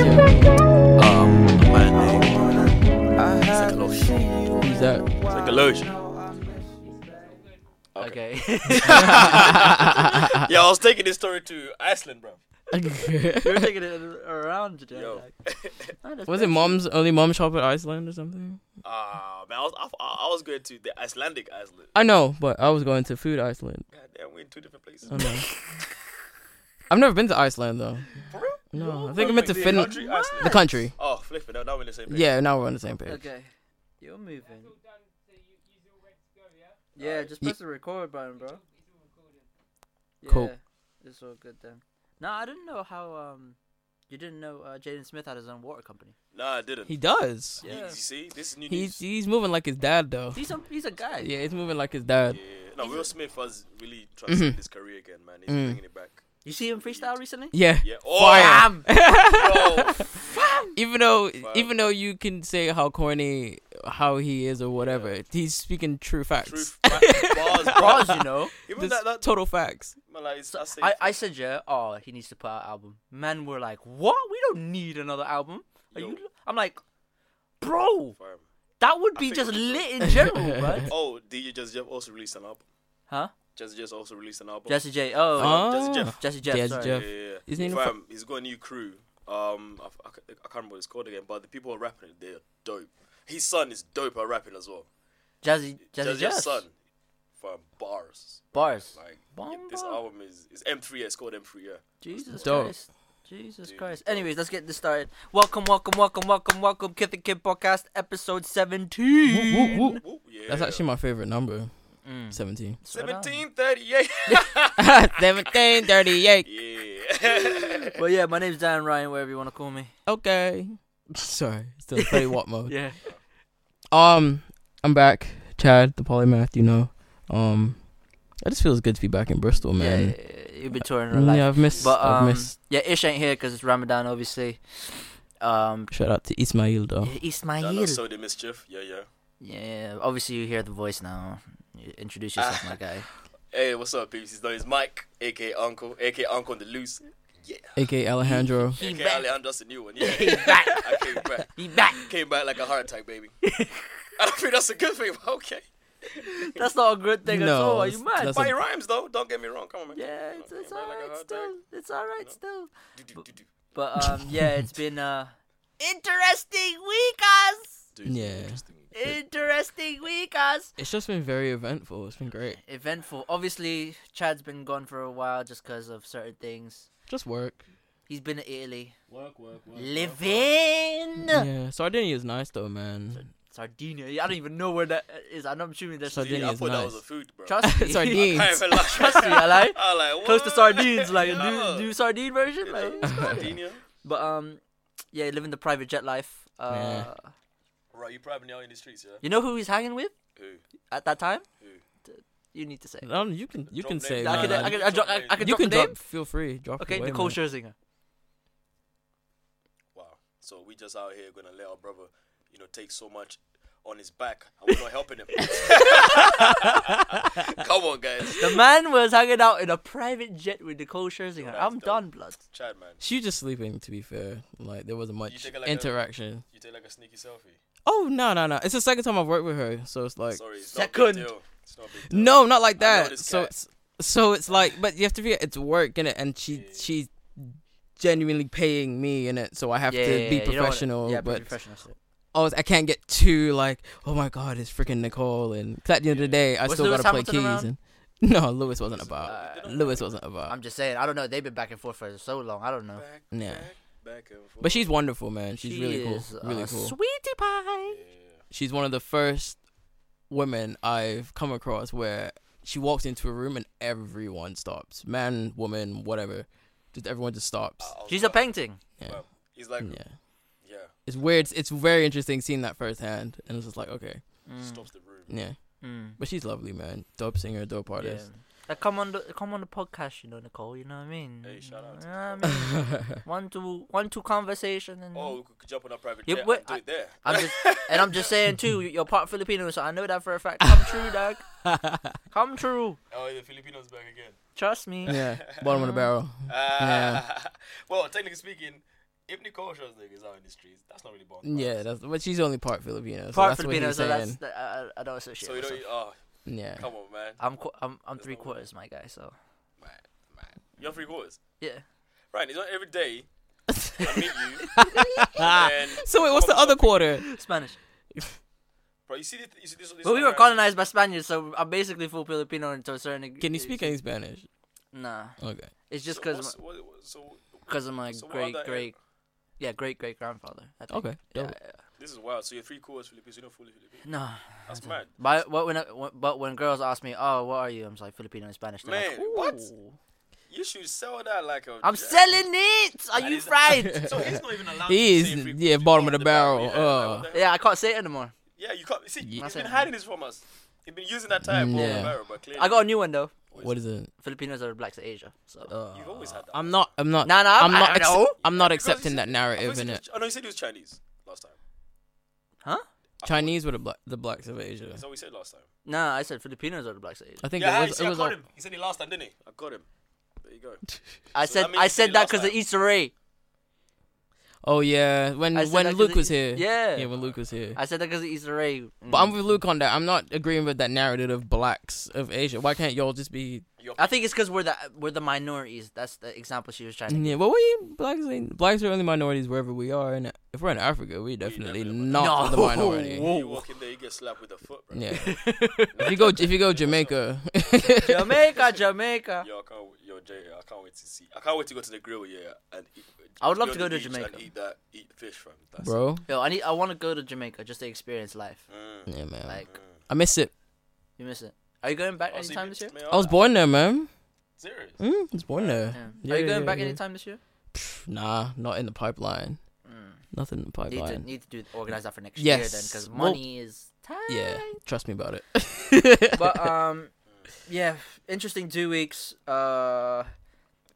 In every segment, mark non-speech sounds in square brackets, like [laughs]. [laughs] [laughs] Yo, I was taking this story to Iceland, bro. You're taking it around today. Yo. Was it mom's only mom shop at Iceland or something? Ah, man, I was I, I was going to the Icelandic Iceland. I know, but I was going to food Iceland. God damn, we in two different places. I [laughs] know. I've never been to Iceland though. For real? No, I think I meant to The Finland. country, Iceland. The country. Oh, flip it. Now now we're in the same place. Yeah, now we're on the same page. Okay. You're moving. Yeah, just press the record button, bro. Yeah, Cool. it's all good then. No, I didn't know how um, you didn't know uh, Jaden Smith had his own water company. Nah, I didn't. He does. You- Yeah. You see, this is new He's news. he's moving like his dad though. He's a he's a guy. Yeah, he's moving like his dad. Yeah. No, Will Smith has really transcended his career again, man. He's Mm. bringing it back. You see him freestyle recently? Yeah. [laughs] Yeah. Oh, Fire. Bam! bro. even though Wow. even though you can say how corny how he is or whatever, he's speaking true facts. Truth, fact, bars, bro. Bros, you know. Even Just that, that total facts. man, like, it's, I, say, I, I said yeah. Oh, he needs to put out an album. Men were like, "What? We don't need another album." Are Yo. you? I'm like, bro, fam. that would be think just it's lit in general, right? [laughs] Oh, DJ Jazzy Jeff also released an album. Huh? Jazzy Jeff also released an album. Jesse J. Oh, Oh. Jazzy Jeff. Jesse J. Jazzy sorry. Yeah, Jeff. yeah, yeah. Isn't he in a Fam, he's got a new crew. Um, I, I ca- I can't remember what it's called again, but the people who are rapping it, they're dope. His son is dope at rapping as well. Jazzy Jazzy Jazzy Jeff. Jeff's son, fam, bars. Bars. Like Bomb, yeah, this bro. album is is M3. It's called M3. Yeah. Jesus Dope. Christ. Jesus Christ. Anyways, let's get this started. Welcome, welcome, welcome, welcome, welcome, Kith and Kid Podcast, episode Woo, 17. woo. Ooh, yeah. That's actually my favorite number. [laughs] Mm. Seventeen. Seventeen thirty-eight. [laughs] Seventeen thirty-eight. yeah. [laughs] Well, yeah, my name's Dan Ryan, whatever you want to call me. Okay. Sorry, still play what mode? [laughs] Yeah. Um, I'm back, Chad, the polymath. You know, um, it just feels good to be back in Bristol, oh, man. Mm, Yeah, you've been touring Yeah, real life. I've missed. But, I've um, missed. yeah, Ish ain't here because it's Ramadan, obviously. Um, Shout out to Ismail though. No, Ismail. no, so the mischief. Yeah, yeah. yeah, obviously you hear the voice now. You Introduce Ah. yourself, my [laughs] guy. Hey, what's up, peeps? His name is Mike, aka Uncle, aka Uncle on the Loose. Yeah. AKA Alejandro. He aka back. Alejandro's a new [laughs] one. Yeah. He back. I came back. He back. Came back like a heart attack, baby. [laughs] I don't think that's a good thing, but okay. That's not a good thing at No, all. Are it's- you mad? that's But a- it rhymes though. Don't get me wrong. Come on, man. yeah, You it's, know, it's came back like a alright heart still. attack. It's alright still. Do, do, do, do. But um, yeah, it's been uh [laughs] interesting week, us. Dude, Yeah. interesting. Interesting week, us. It's just been very eventful. It's been great. Eventful. Obviously, Chad's been gone for a while just because of certain things. Just work. He's been to Italy, Work, work, work. living Yeah. Sardinia is nice though, man. Sardinia. I don't even know where that is. I know I'm assuming there's Sardinia. Sardinia. Yeah, I is thought that was a nice. food, bro. [laughs] Trust [laughs] me, Sardines. [laughs] I even like, Trust [laughs] me, I like. I like what? Close to sardines, [laughs] like a Yeah. new, new sardine version. Yeah, [laughs] Like. Sardinia. But um, yeah, living the private jet life. Uh, Right, you probably now in the streets, yeah. You know who he's hanging with Who? at that time? Who? You need to say. No, Um, you can you Drop can names. say I no, can, no, I you- can, I drop, I, I can you drop can the name. drop. Feel free. Drop. Okay, away, Nicole man. Scherzinger. Wow. So we just out here gonna let our brother, you know, take so much on his back, and we're not [laughs] helping him. Come on, guys. The man was hanging out in a private jet with Nicole Scherzinger. that's I'm dope. done, blood. Chad, man, She was just sleeping. To be fair, like there wasn't much take it like a- interaction. you take like a sneaky selfie. Oh no no no! It's the second time I've worked with her, so it's like Sorry, it's second. not a big deal. It's not a big [laughs] deal. no, not like I know that. this So guy. it's so it's like, but you have to figure it's work in it, and she she's genuinely paying me in it, so I have Yeah, to yeah, be yeah, you don't wanna- professional. yeah, be but professional. so- I, was, I can't get too like, oh my god, it's freaking Nicole, and 'cause at the end of the day, I Was still Lewis gotta play Hamilton keys. around? And [laughs] no, Lewis wasn't about. They don't Lewis wasn't about. I'm just saying. I don't know. They've been back and forth for so long. I don't know. Back, Yeah. back, back and forth. But she's wonderful, man. She's She really cool. is Really a cool. Sweetie pie. Yeah. she's one of the first women I've come across where she walks into a room and everyone stops. Man, woman, whatever. Just everyone just stops. I was She's a like, painting. Yeah. wow. He's Oh, like, Yeah. yeah, It's weird. It's, it's very interesting seeing that firsthand. And it's just like, okay. stops the room. Yeah. Mm. But she's lovely, man. Dope singer, dope Yeah. artist. Like, come on the come on the podcast, you know, Nicole. You know what I mean? Hey, shout out to You know what I mean? one two one two conversation and. Oh, we could jump on our private Yeah, jet but and do I- it there. I'm just, and I'm just [laughs] saying too. You're part Filipino, so I know that for a fact. Come true, dog. [laughs] Come true. Oh, the Filipinos back again. Trust me. [laughs] yeah. Bottom of the [laughs] barrel. Yeah. Ah. [laughs] well, technically speaking, if Nicole Scherzinger is out in the streets, that's not really born. Yeah, that's, but she's only part Filipino. So part that's Filipino, what he's so that's saying. that, I, I- I don't associate. So you myself. don't. Oh, Yeah. Come on, man. I'm qu- I'm I'm There's three no way. quarters, my guy. So Man, man. You're three quarters. [laughs] yeah, Right, it's not every day I meet you. Ah. and so wait, what's the other quarter? Spanish. Bro, you see, this, you see this, this But we one were right- colonized by Spaniards, so I'm basically full Filipino to a certain degree. Can you speak any Spanish? Nah, Okay. it's just So because what's- what- what- so because of my so what great other- great, yeah, great great grandfather. I think. Okay. Yeah, dope. yeah. this is wild. So you're three quarters Filipino, you're not fully Filipino. No. That's mad. But what when, I, when but when girls ask me, oh, what are you? I'm just like Filipino and Spanish. They're like, Man, what? "Ooh." You should sell that like a. I'm gem. selling it. Are That you is- [laughs] fried? So he's not even allowed. He to say is, three yeah, quarters, he's bottom of the barrel, yeah, like, what uh. the hell? yeah, I can't say it anymore. Yeah, you can't see. Yeah. Mm, He's been That's it. hiding this from us. He's been using that time. bottom of Yeah. the barrel, but clearly, I got a new one though. What is it? Filipinos are blacks of Asia. So Uh, You've always had that. I'm not. I'm not. Nah, nah, I'm I not. don't know. I'm not Because you accepting that said- I narrative thought you in said it. he was- Oh no, you said he was Chinese last time. huh? Chinese were the black, the blacks of Asia. That's what we said last time. Nah, I said Filipinos are the blacks of Asia. I think yeah, it you was. see, It I was caught all, him. He said he lost that, didn't he? I got him. There you [laughs] go. I So said that means I you said did that last because of time. Easter egg. oh yeah, when I said that when 'cause Luke it- was here. yeah. Yeah, when Luke was here. I said that because of Easter egg. Mm. But I'm with Luke on that. I'm not agreeing with that narrative of blacks of Asia. Why can't y'all just be? Your I think it's because we're the we're the minorities. That's the example she was trying [laughs] to. Yeah, well, we blacks ain't, blacks are only minorities wherever we are. And if we're in Africa, we definitely definitely not No. the [laughs] minority. You walk in there, you get slapped with a foot, bro. Yeah. if you go, if you go Jamaica, [laughs] Jamaica, Jamaica. Yo, I can't, wait- yo, Jay, I can't wait to see. I can't wait to go to the grill, yeah, and eat. I would love go to go the to beach Jamaica. and eat that, eat fish from. That's it. bro. Yo, I need. I want to go to Jamaica just to experience life. Mm. Yeah, man. Like I miss it. you miss it. Are you going back I'll see anytime you- this year? man, I was born there, man. Serious. Mm, I was born there. Yeah, Yeah. Are you yeah, going yeah, back yeah. anytime this year? Pff, Nah, not in the pipeline. Mm. Nothing in the Need to pipeline. need to do organize that for next year then, Yes. because Well- money is tight. Yeah, trust me about it. [laughs] [laughs] but um, yeah, interesting two weeks. Uh,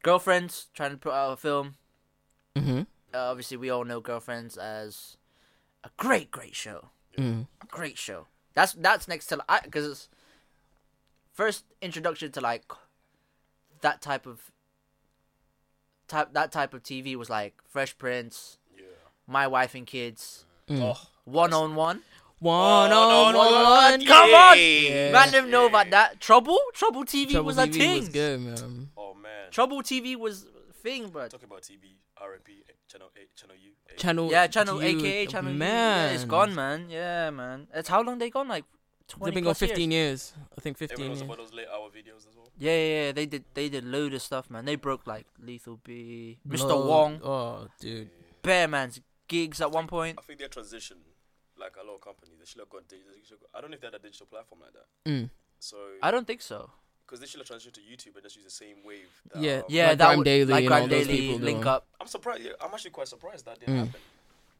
girlfriends trying to put out a film. hmm Uh, obviously, we all know girlfriends as a great, great show. mm. A great show. That's that's next to because it's first introduction to like that type of type that type of TV was like Fresh Prince, Yeah. My Wife and Kids, Oh. One on One. mm. Oh, One on no, no, one. no. Come on, Yeah. man! Didn't know about that. Trouble, Trouble TV Trouble was a TV thing. was good, man. Oh man. Trouble TV was a thing, but Talking about TV, R&B, eh, Channel Eight, Channel U. eh, Channel yeah, channel U, AKA channel U, man. yeah, it's gone, man. Yeah, man. It's how long they gone? Like They've twenty. been gone plus years? 15 years. I think 15 Everyone knows years. about those late hour videos as well. Yeah, yeah, yeah, they did. They did load of stuff, man. They broke like Lethal B, Mr. Lord. Wong, Oh, dude. Bear Man's gigs at one point. I think their transition, like a lot of companies, they should have gone. dig- They should have- I don't know if they had a digital platform like that. Mm. So I don't think so. because they should have transitioned to YouTube and just used the same wave. That, Yeah. um, Yeah, Like that Grime would, Daily like and Grime all those Daily, people Link doing- Up, I'm surprised. yeah, I'm actually quite surprised that didn't Mm. happen.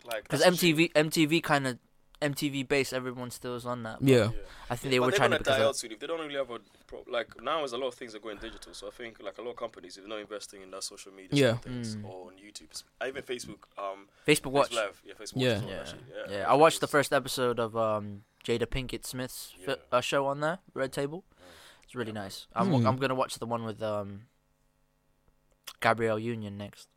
Like because that's actually- MTV, MTV kind of MTV base. Everyone still is on that. Yeah. Yeah. I think Yeah, they but were they're trying to gonna because die of- out soon if they don't really have a pro- like now is a lot of things are going digital so i think like a lot of companies if they're not investing in that social media side Yeah. of things Mm. or on youtube s- even facebook um Facebook Watch. Facebook live yeah facebook Yeah. watch as well, Yeah. actually. Facebook Yeah, I watched the Live. first episode of um, Jada Pinkett Smith's fi- Yeah. uh, show on there, Red Table. It's really nice. I'm wa- Hmm. I'm gonna watch the one with um, Gabrielle Union next.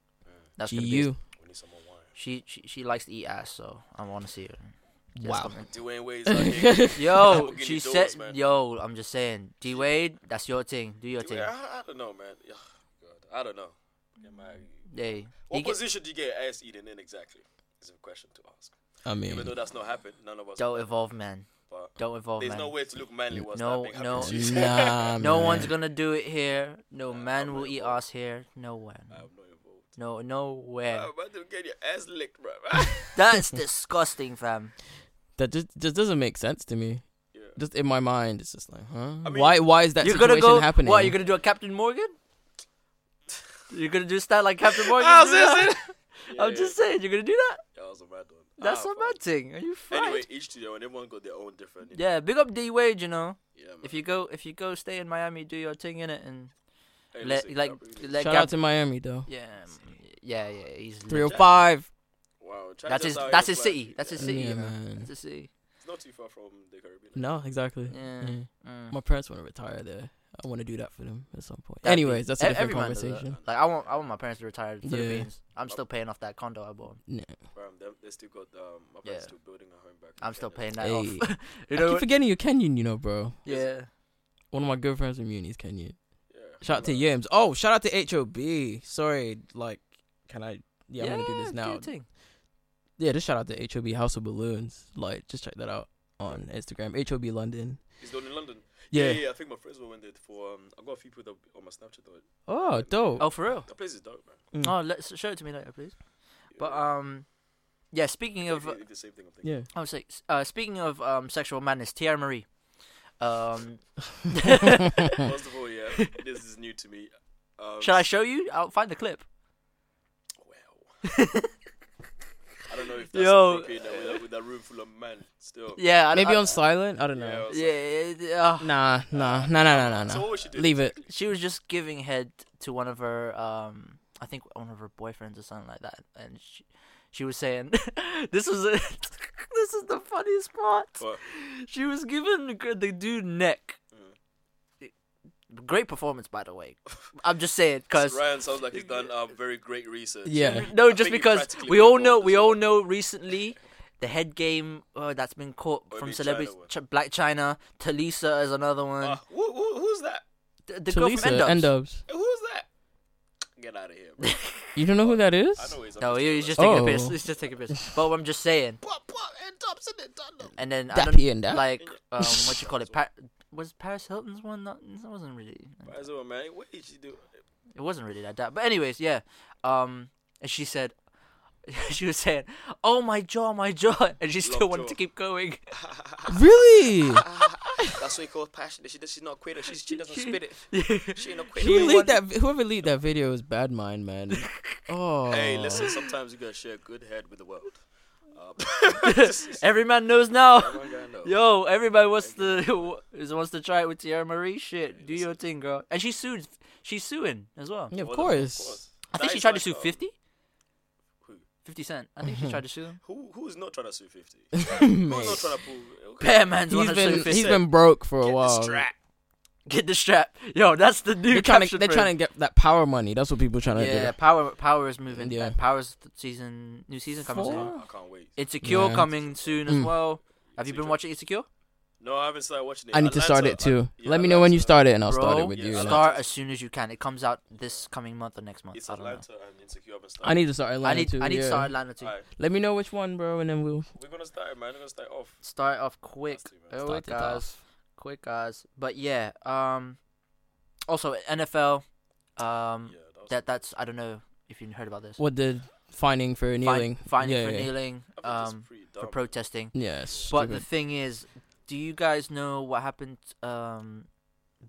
That's gonna be. GU. we need some more [laughs] wine She, she she likes to eat ass, so I want to see her. Yes, Wow. [laughs] come Dwayne [laughs] Wade's out here. Yo, We'll get she you doors, said, man. "Yo, I'm just saying, D Wade, that's your thing. Do your thing. Dwayne- I, I don't know man Ugh, God, i don't know Am I- Hey, what you get- position do you get ass eating in exactly is a question to ask I even though mean, that's not happened none of us don't evolve, man. but Don't evolve, there's man. no way to look manly whilst No, that thing no. happens to you. nah, [laughs] no man. one's gonna do it here. No Nah, man I'm will not eat evolved. ass here. No one. i'm not involved No, nowhere. I'm about to get your ass licked, [laughs] [laughs] bro. That's disgusting, fam. That just, just doesn't make sense to me. yeah. Just in my mind, it's just like, huh? I mean- why? Why is that you're gonna situation go. happening? What? You're gonna do a Captain Morgan? You're gonna do stuff like Captain Morgan? I was do that? just I'm just saying, you're gonna do that. That was a mad one. That's Ah, a mad thing. Are you fuck. fried? Anyway, each to their own. Everyone got their own different. Yeah. yeah, big up D Wade. You know, yeah man. if you go, if you go, stay in Miami, do your thing in it, and Hey, let listen, like Gab- let Shout Gab- out to Miami though. yeah, um, yeah, yeah. He's Three oh hundred legit. five. wow, China's That's his. out here That's his flying. city. That's his Yeah. city. Yeah, you know? man. That's his city. It's not too far from the Caribbean. No, exactly. Yeah. Yeah. Mm. My parents want to retire there. I want to do that for them at some point. That'd be- Anyways, that's e- a different every man does that. conversation. Like I want, I want my parents to retire to the Yeah. Philippines. I'm still paying off that condo I bought. No. Fam, they they still got um, my parents Yeah. still building a home back. in I'm still Kenya. paying that Hey. [laughs] off. you I know? keep what? forgetting you're Kenyan, you know, bro. Yeah. One of my good friends from uni is Kenyan. Yeah. Shout out to Like, Yims. Oh, shout out to HOB. Sorry, like, can I? Yeah, I'm gonna do this now. your thing. yeah, just shout out to HOB House of Balloons. Like, just check that out on Instagram. HOB London. He's doing in London. Yeah. yeah, I think my friends were when they for. Um, I got a few people that on my Snapchat though. Oh, dope. Oh, for real? That place is dope, man. Mm. Oh, let's show it to me later, please. Yeah. But um, yeah. Speaking They- [laughs] of, they did the same thing. I'm thinking. Yeah. I was like, s- uh, speaking of um, sexual madness, Tierra Marie. Um, First of all, yeah, [laughs] this is new to me. Um, should I show you? I'll find the clip. [laughs] Well, I don't know if that's Yo. appropriate now with, that, with that room full of men. Still, Yeah. I, Maybe I, on silent. I don't know. Yeah. Yeah. it- it- uh, Nah, nah, nah, nah, nah, nah, nah. So what we should do? Leave it. she was just giving head to one of her um I think one of her boyfriends or something like that, and she she was saying [laughs] this was a, [laughs] this is the funniest part. What? She was giving the gr- the dude neck. Great performance, by the way. I'm just saying, cause Ryan sounds [laughs] like he's done uh, very great research. Yeah. [laughs] no, I just think he because practically we all performed know as we well. all know recently. The head game uh, that's been caught Or from the celebrities, China one. Ch- Black China, Talisa is another one. Uh, who, who, who's that? the the girl from Talisa, End N-dubs. Ups. Who's that? Get out of here. Bro. You don't know who that is? I know he's. [laughs] No, he- he's just Oh. taking a piss. He's just taking a piss. But I'm just saying, Pop, pop, and Thompson and Dunlop. and then I don't Dappy and that. like um, what you call it. Pa- was Paris Hilton's one? Not, it wasn't really. Why is it, man? What did she do? It wasn't really that bad. But anyways, yeah. Um, and she said, [laughs] she was saying, "Oh my jaw, my jaw," and she still Lockjaw. wanted to keep going. [laughs] really? That's what he calls passion. She, she's not a quitter. She's, she [laughs] doesn't spit it. She ain't a quitter. Who leaked wanted- that? Whoever leaked that video is bad mind, [laughs] man. Oh. Hey, listen. Sometimes you gotta share good head with the world. [laughs] [laughs] Uh, Every man knows now. one guy knows. Yo, everybody wants to [laughs] is- wants to try it with Tiara Marie. Shit, do your thing, girl. And she sued. She's suing as well. Yeah, of Well, course. I That think she is tried to like, sue um, fifty. who? Fifty Cent. I think she tried to sue him. Who who's not trying to sue fifty? Who's not trying to pull? Okay. [laughs] Bear man's He's wanna sue been 50. he's been broke for a Get the while. strap. Get the strap. Yo, that's the new They're trying to caption they're for trying to get that power money. That's what people trying it. to Yeah, do. power power is moving. Yeah. Yeah. Power's th- season new season coming soon. Four? I can't wait. Insecure Yeah. coming soon as Mm. well. Have you been Insecure. watching Insecure? No, I haven't started watching it. I need to start it Atlanta, too. I- yeah, Let me know when you Atlanta. start it, and I'll uh, Bro, start it with yeah, you. I and like- Start as soon as you can. It comes out this coming month or next month. It's I don't know. Atlanta and Insecure. I haven't started. I need to start Atlanta I need too. I need yeah. to start Atlanta too. Alright, Let me know which one, bro, and then we'll we're gonna start it, man. We're gonna start it off. Start off quick. Start it Oh, start it guys. off. Quick guys. But yeah, um also NFL Yeah, um that was. that that's I don't know if you heard about this. What the finding for Fin- kneeling? finding yeah, for yeah. kneeling I think um it's pretty for dumb. protesting. Yeah, But stupid. the thing is, do you guys know what happened um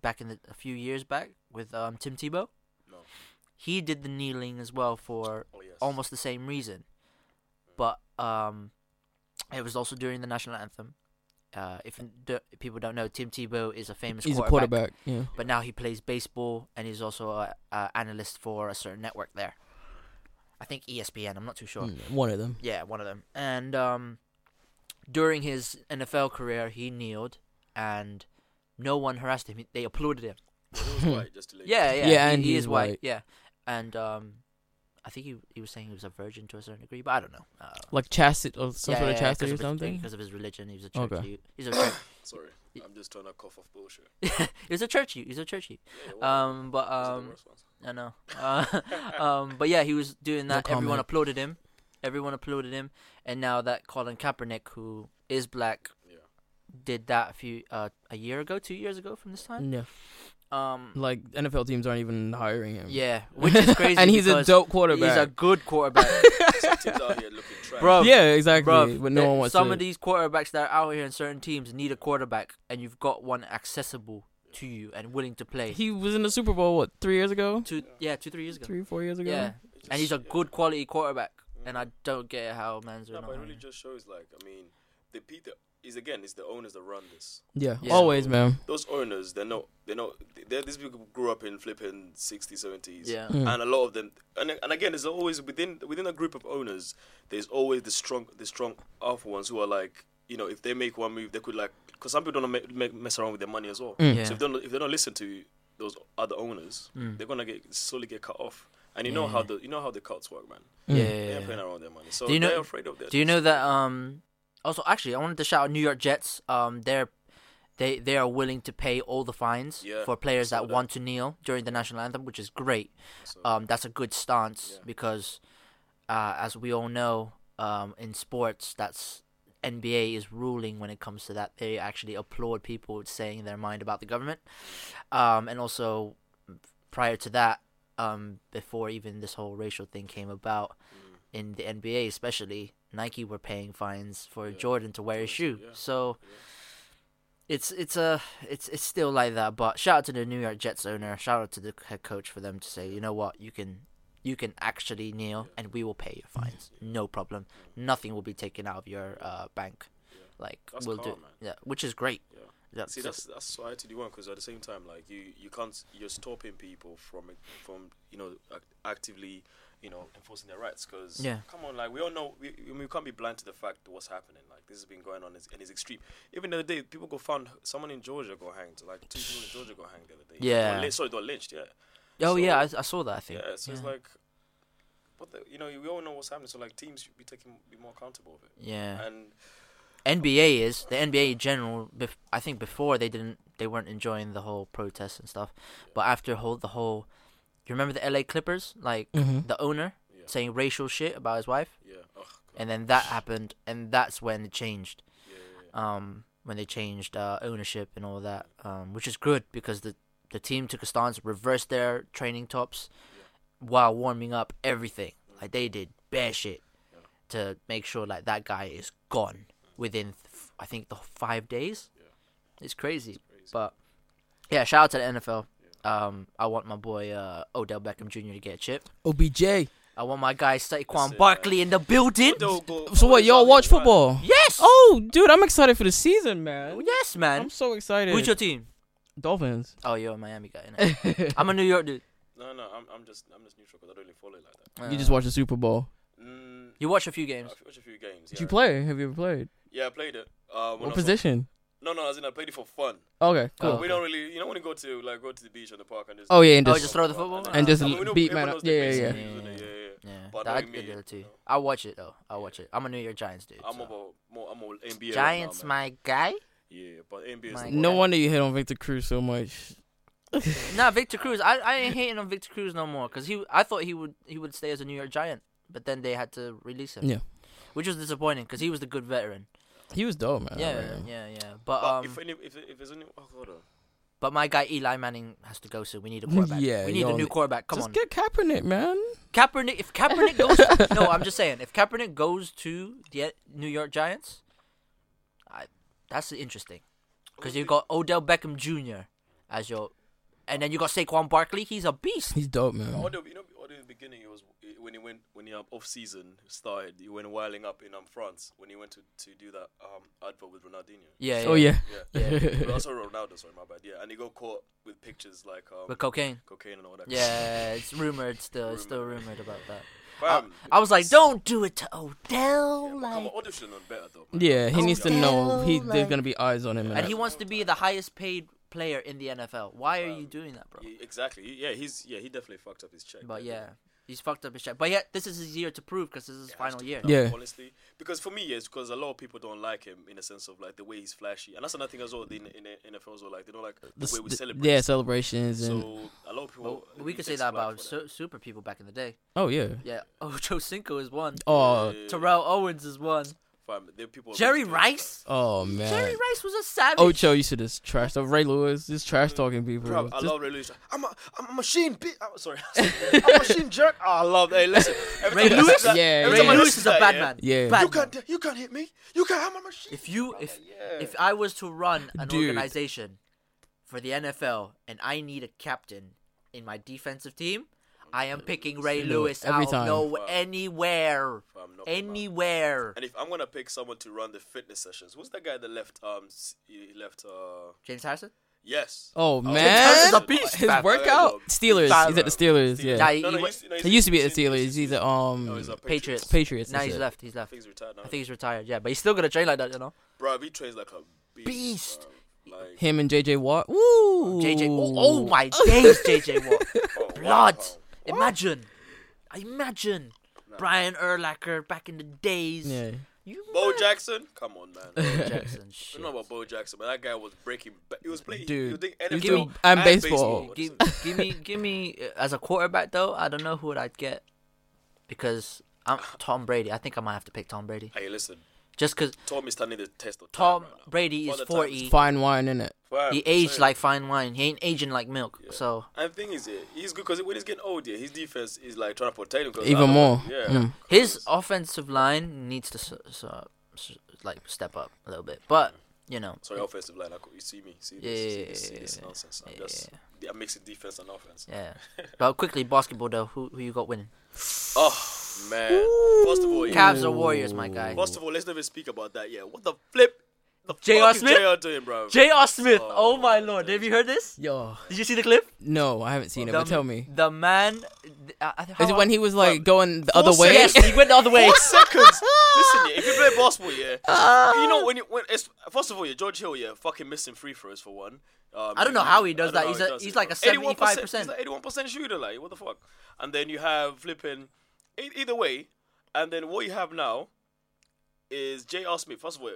back in the, a few years back with um Tim Tebow? No. He did the kneeling as well for Oh, yes. almost the same reason. But um it was also during the national anthem. Uh, if you do, people don't know, Tim Tebow is a famous he's a quarterback, quarterback. Yeah. but now he plays baseball and he's also a, a analyst for a certain network there. I think E ESPN. I'm not too sure. Mm, One of them. Yeah, one of them. And um, during his NFL career, he kneeled, and no one harassed him. They applauded him. It [laughs] was white, just to let you Yeah, know. yeah. Yeah, he, and he he's is white. white. Yeah, and um, I think he he was saying he was a virgin to a certain degree, but I don't know. Uh, [laughs] Like chastity or some sort of chastity or something. Because of his religion, he was a church. Okay. Okay. He's a church. Sorry, I'm just trying to cough off bullshit. he was a church. He was a church. Yeah, what- Um, those but are the um, worst ones. I know. Uh, [laughs] um, but yeah, he was doing No that. Everyone comment. applauded him. Everyone applauded him. And now that Colin Kaepernick, who is black, Yeah. did that a few uh, a year ago, two years ago from this time. Yeah. Um, Like NFL teams aren't even hiring him. yeah, [laughs] which is crazy. and he's a because dope He's a [laughs] quarterback. good quarterback, Some teams out here looking trash. bro. yeah, exactly. Bro, but no one wants some to. of these quarterbacks that are out here in certain teams need a quarterback, and you've got one accessible to you and willing to play. he was in the Super Bowl what three years ago, two, yeah, two three years ago. three four years ago. Yeah, It and he's just- a yeah. good quality quarterback, and I don't get how man's are No, not. but it really hiring. just shows, like, I mean, the Peter is again, it's the owners that run this. Yeah, Yeah. always, man. Those owners, they're not, they're not, they're, these people grew up in flipping 60s, 70s. Yeah. and a lot of them and, and again there's always within within a group of owners there's always the strong the strong alpha ones who are like you know Mm. if they make one move they could like because some people don't make, make mess around with their money as well Hmm. Yeah. so if they don't if they don't listen to those other owners, Hmm. they're gonna get slowly get cut off. And you know how the you know how the cuts work, man. Yeah. They yeah, ain't playing around with their money, so Do you know- they're afraid of that. Do you know that? Um. Also, actually, I wanted to shout out New York Jets. Um, they're they they are willing to pay all the fines Yeah, for players I saw that that. want to kneel during the national anthem, which is great. So- Um, that's a good stance Yeah. because, uh, as we all know, um, in sports, that's NBA is ruling when it comes to that. They actually applaud people saying their mind about the government, um, and also prior to that, um, before even this whole racial thing came about, Mm. in the NBA especially, Nike were paying fines for Jordan to wear his shoe. Jordan, yeah. So it's it's a it's it's still like that. But shout out to the New York Jets owner, shout out to the head coach for them to say, you know what, you can you can actually kneel and we will pay your fines, no problem. Nothing will be taken out of your uh, bank. Like That's we'll do, calm, man. yeah, which is great. Yeah. That's, See, that's that's what I actually want because at the same time, like you, you can't you're stopping people from from you know ac- actively you know enforcing their rights because Yeah. come on, like we all know we, we can't be blind to the fact what's happening. Like this has been going on and it's extreme. Even the other day, people go found someone in Georgia got hanged. Like two people in Georgia got hanged the other day. Yeah. Or lyn- sorry, they were lynched. Yeah. oh so- yeah, I, I saw that. I think Yeah. So it's Yeah. like, what the, you know, we all know what's happening. So like teams should be taking be more accountable of it. yeah. And NBA is the NBA in general. Bef- I think before they didn't, they weren't enjoying the whole protest and stuff. But after whole the whole, you remember the LA Clippers, like Mhm. the owner Yeah. saying racial shit about his wife, yeah. Ugh, God, and then that happened, and that's when it changed. yeah, yeah, yeah. Um, when they changed uh, ownership and all that, um, which is good because the the team took a stance, reversed their training tops, while warming up everything. Like they did bare shit to make sure like that guy is gone within th- f- I think the five days. It's crazy. but yeah, shout out to the NFL. Um, I want my boy uh, Odell Beckham Jr. to get a chip. OBJ. I want my guy Saquon Listen, Barkley in the building. They'll go- So what? Y'all watch Yeah. football? Yes. Oh, dude, I'm excited for the season, man. yes, man. I'm so excited. Who's your team? [laughs] Dolphins? Oh, you're a Miami guy. [laughs] innit? I'm a New York dude. Uh, No, no, I'm, I'm just I'm just neutral because I don't really follow it like that. you just watched the Super Bowl. Mm, You watch a few games. I've watched a few games. Yeah. Did you play? Have you ever played? Yeah, I played it. Uh, when I What was- position? No, no, as in I played it for fun. okay, cool. Oh. We don't really, you know, when you go to like go to the beach or the park and just. Oh, yeah, and Oh, just- just throw the football and just I mean, we know beat everyone man up. knows the Yeah, yeah, basics, yeah. isn't it? yeah, yeah. Yeah, But I that, I know what you could do mean, it too. you know. I watch it though. I watch it. I'm a New York Giants dude. I'm uh, so. all more, I'm all NBA. right Giants, now, man. my guy. Yeah, but NBA is. My- the No one. wonder you hit on Victor Cruz so much. [laughs] Nah, Victor Cruz. I, I ain't hating on Victor Cruz no more because he. I thought he would he would stay as a New York Giant, but then they had to release him. Yeah. Which was disappointing because he was the good veteran. He was dope, man. I Yeah, remember. yeah, yeah. But But um, if any, if if there's any, oh god, uh, but my guy Eli Manning has to go soon. [laughs] We need a quarterback. Yeah, we need a y'all new need- quarterback. Come Just on, get Kaepernick, man. Kaepernick. If [laughs] Kaepernick goes, to, no, I'm just saying. If Kaepernick goes to the New York Giants, I that's interesting because you got Odell Beckham Jr. as your, and then you got Saquon Barkley. He's a beast. He's dope, man. although you know, although in the beginning it was when he went when he um, off season started, he went whiling up in um France when he went to to do that um advert with Ronaldinho. Yeah. Oh yeah. Yeah. [laughs] but also Ronaldo, sorry, my bad. Yeah, and he got caught with pictures like um, With cocaine. cocaine and all that. Yeah, it's rumored still. It's still rumored about that. Bam. I was like, don't do it to Odell. Come on, Like, Odell should have known better though. man. Yeah, he Oh, needs to yeah. know he Like- there's gonna be eyes on him. and he that. wants to be the highest paid player in the NFL. Why are you doing that, bro? Yeah, exactly. He- Yeah, he's yeah he definitely fucked up his check. there, But yeah, he's fucked up his shit. But yet, this is his year to prove because this is his final year. Yeah. Honestly, because for me, yeah, it's because a lot of people don't like him in the sense of like the way he's flashy, and that's another thing as well. In in the NFL, as well, like they don't like the, The- way we the- celebrate. Yeah, celebrations and So a lot of people. But we he could say takes that flack about for su- super people back in the day. oh yeah. Yeah, [laughs] Ocho Cinco is one. Oh Yeah, [laughs] Terrell Owens is one. fam, there are people Jerry really- Rice. oh man. Jerry Rice was a savage. Ocho used to just trash talk. Ray Lewis just trash talking people. Bro, I Just- love Ray Lewis. I'm a, I'm a machine, bitch. I'm [laughs] sorry. I'm a machine jerk. Oh, I love that. Listen, every Ray time I Lewis? see that- Yeah, every Ray time I Lewis see is a that, bad yeah, man. Yeah. Bad You man. can't, you can't hit me. You can't. I'm a machine. If you if yeah. if I was to run an Dude. organization for the NFL and I need a captain in my defensive team, I am picking Ray Lewis Every out time. of no anywhere, I'm not- anywhere. And if I'm gonna pick someone to run the fitness sessions, who's that guy that left? Um, s- he left. Uh, James Harrison. yes. Oh Harris man, is a beast, his fam. workout. Okay, Steelers. He's at the Steelers. Steelers. Nah, Yeah. he, No, no, he wa- he's- no, he's- He used to be at he's the in- Steelers. He's at No, he's um a Patriots. Patriots. Now that's he's it. left. He's I left. think he's retired now. I think he's retired. Yeah, but he's still gonna train like that, you know. Bro, he trains like a beast. Beast. bruv. Like, Him and JJ Watt. Woo! JJ. Oh, oh my days, JJ Watt. oh, wow. Blood. Imagine. Imagine. Brian Erlacher back in the days. Yeah. [laughs] You Bo [laughs] mad. Jackson? Come on, man. [laughs] Bo Jackson. I Shit. don't know about Bo Jackson, but that guy was breaking. Ba- he was playing. Dude, he he was doing was NFL doing- and baseball. What is give, it? give me, give me uh, as a quarterback though. I don't know who would I'd get because I'm Tom Brady. I think I might have to pick Tom Brady Hey, listen. just because Tom is standing the test of time Tom right now. Brady is Father time forty. Fine wine in it. Well, He I'm aged saying. like fine wine. He ain't aging like milk. Yeah. So And the thing is, yeah, he's good because when he's getting old, yeah, his defense is like trying to protect him. 'cause Even otherwise- more. Yeah. Mm. his offensive line needs to s s- s- like step up a little bit. But you know, Sorry, offensive line. I could, you see me? See this? see this, see this nonsense? I'm just. I'm mixing defense and offense. yeah. But quickly, basketball though. Who who you got winning? Oh man! First of all, yeah, Cavs or Warriors, my guy. First of all, let's not even speak about that. Yeah, what the flip? The J.R. fuck is Smith? J.R. doing, bro? J.R. Smith. Oh, Oh my lord, have you heard this? Yo. Did you see the clip? No, I haven't seen it, but tell me. The man. th- uh, I- I- how- Is it when he was like going the four other way? [laughs] Yes, he went the other [laughs] way. Four seconds. Listen, yeah, if you play basketball, yeah, you know when you when it's first of all, yeah, George Hill, yeah, fucking missing free throws for one. Um, I don't know how he does I don't that. know He's how he a- does he's it, like bro. a 75%. He's like eighty-one percent shooter, like what the fuck? And then you have flipping, e- either way, and then what you have now is J.R. Smith. First of all,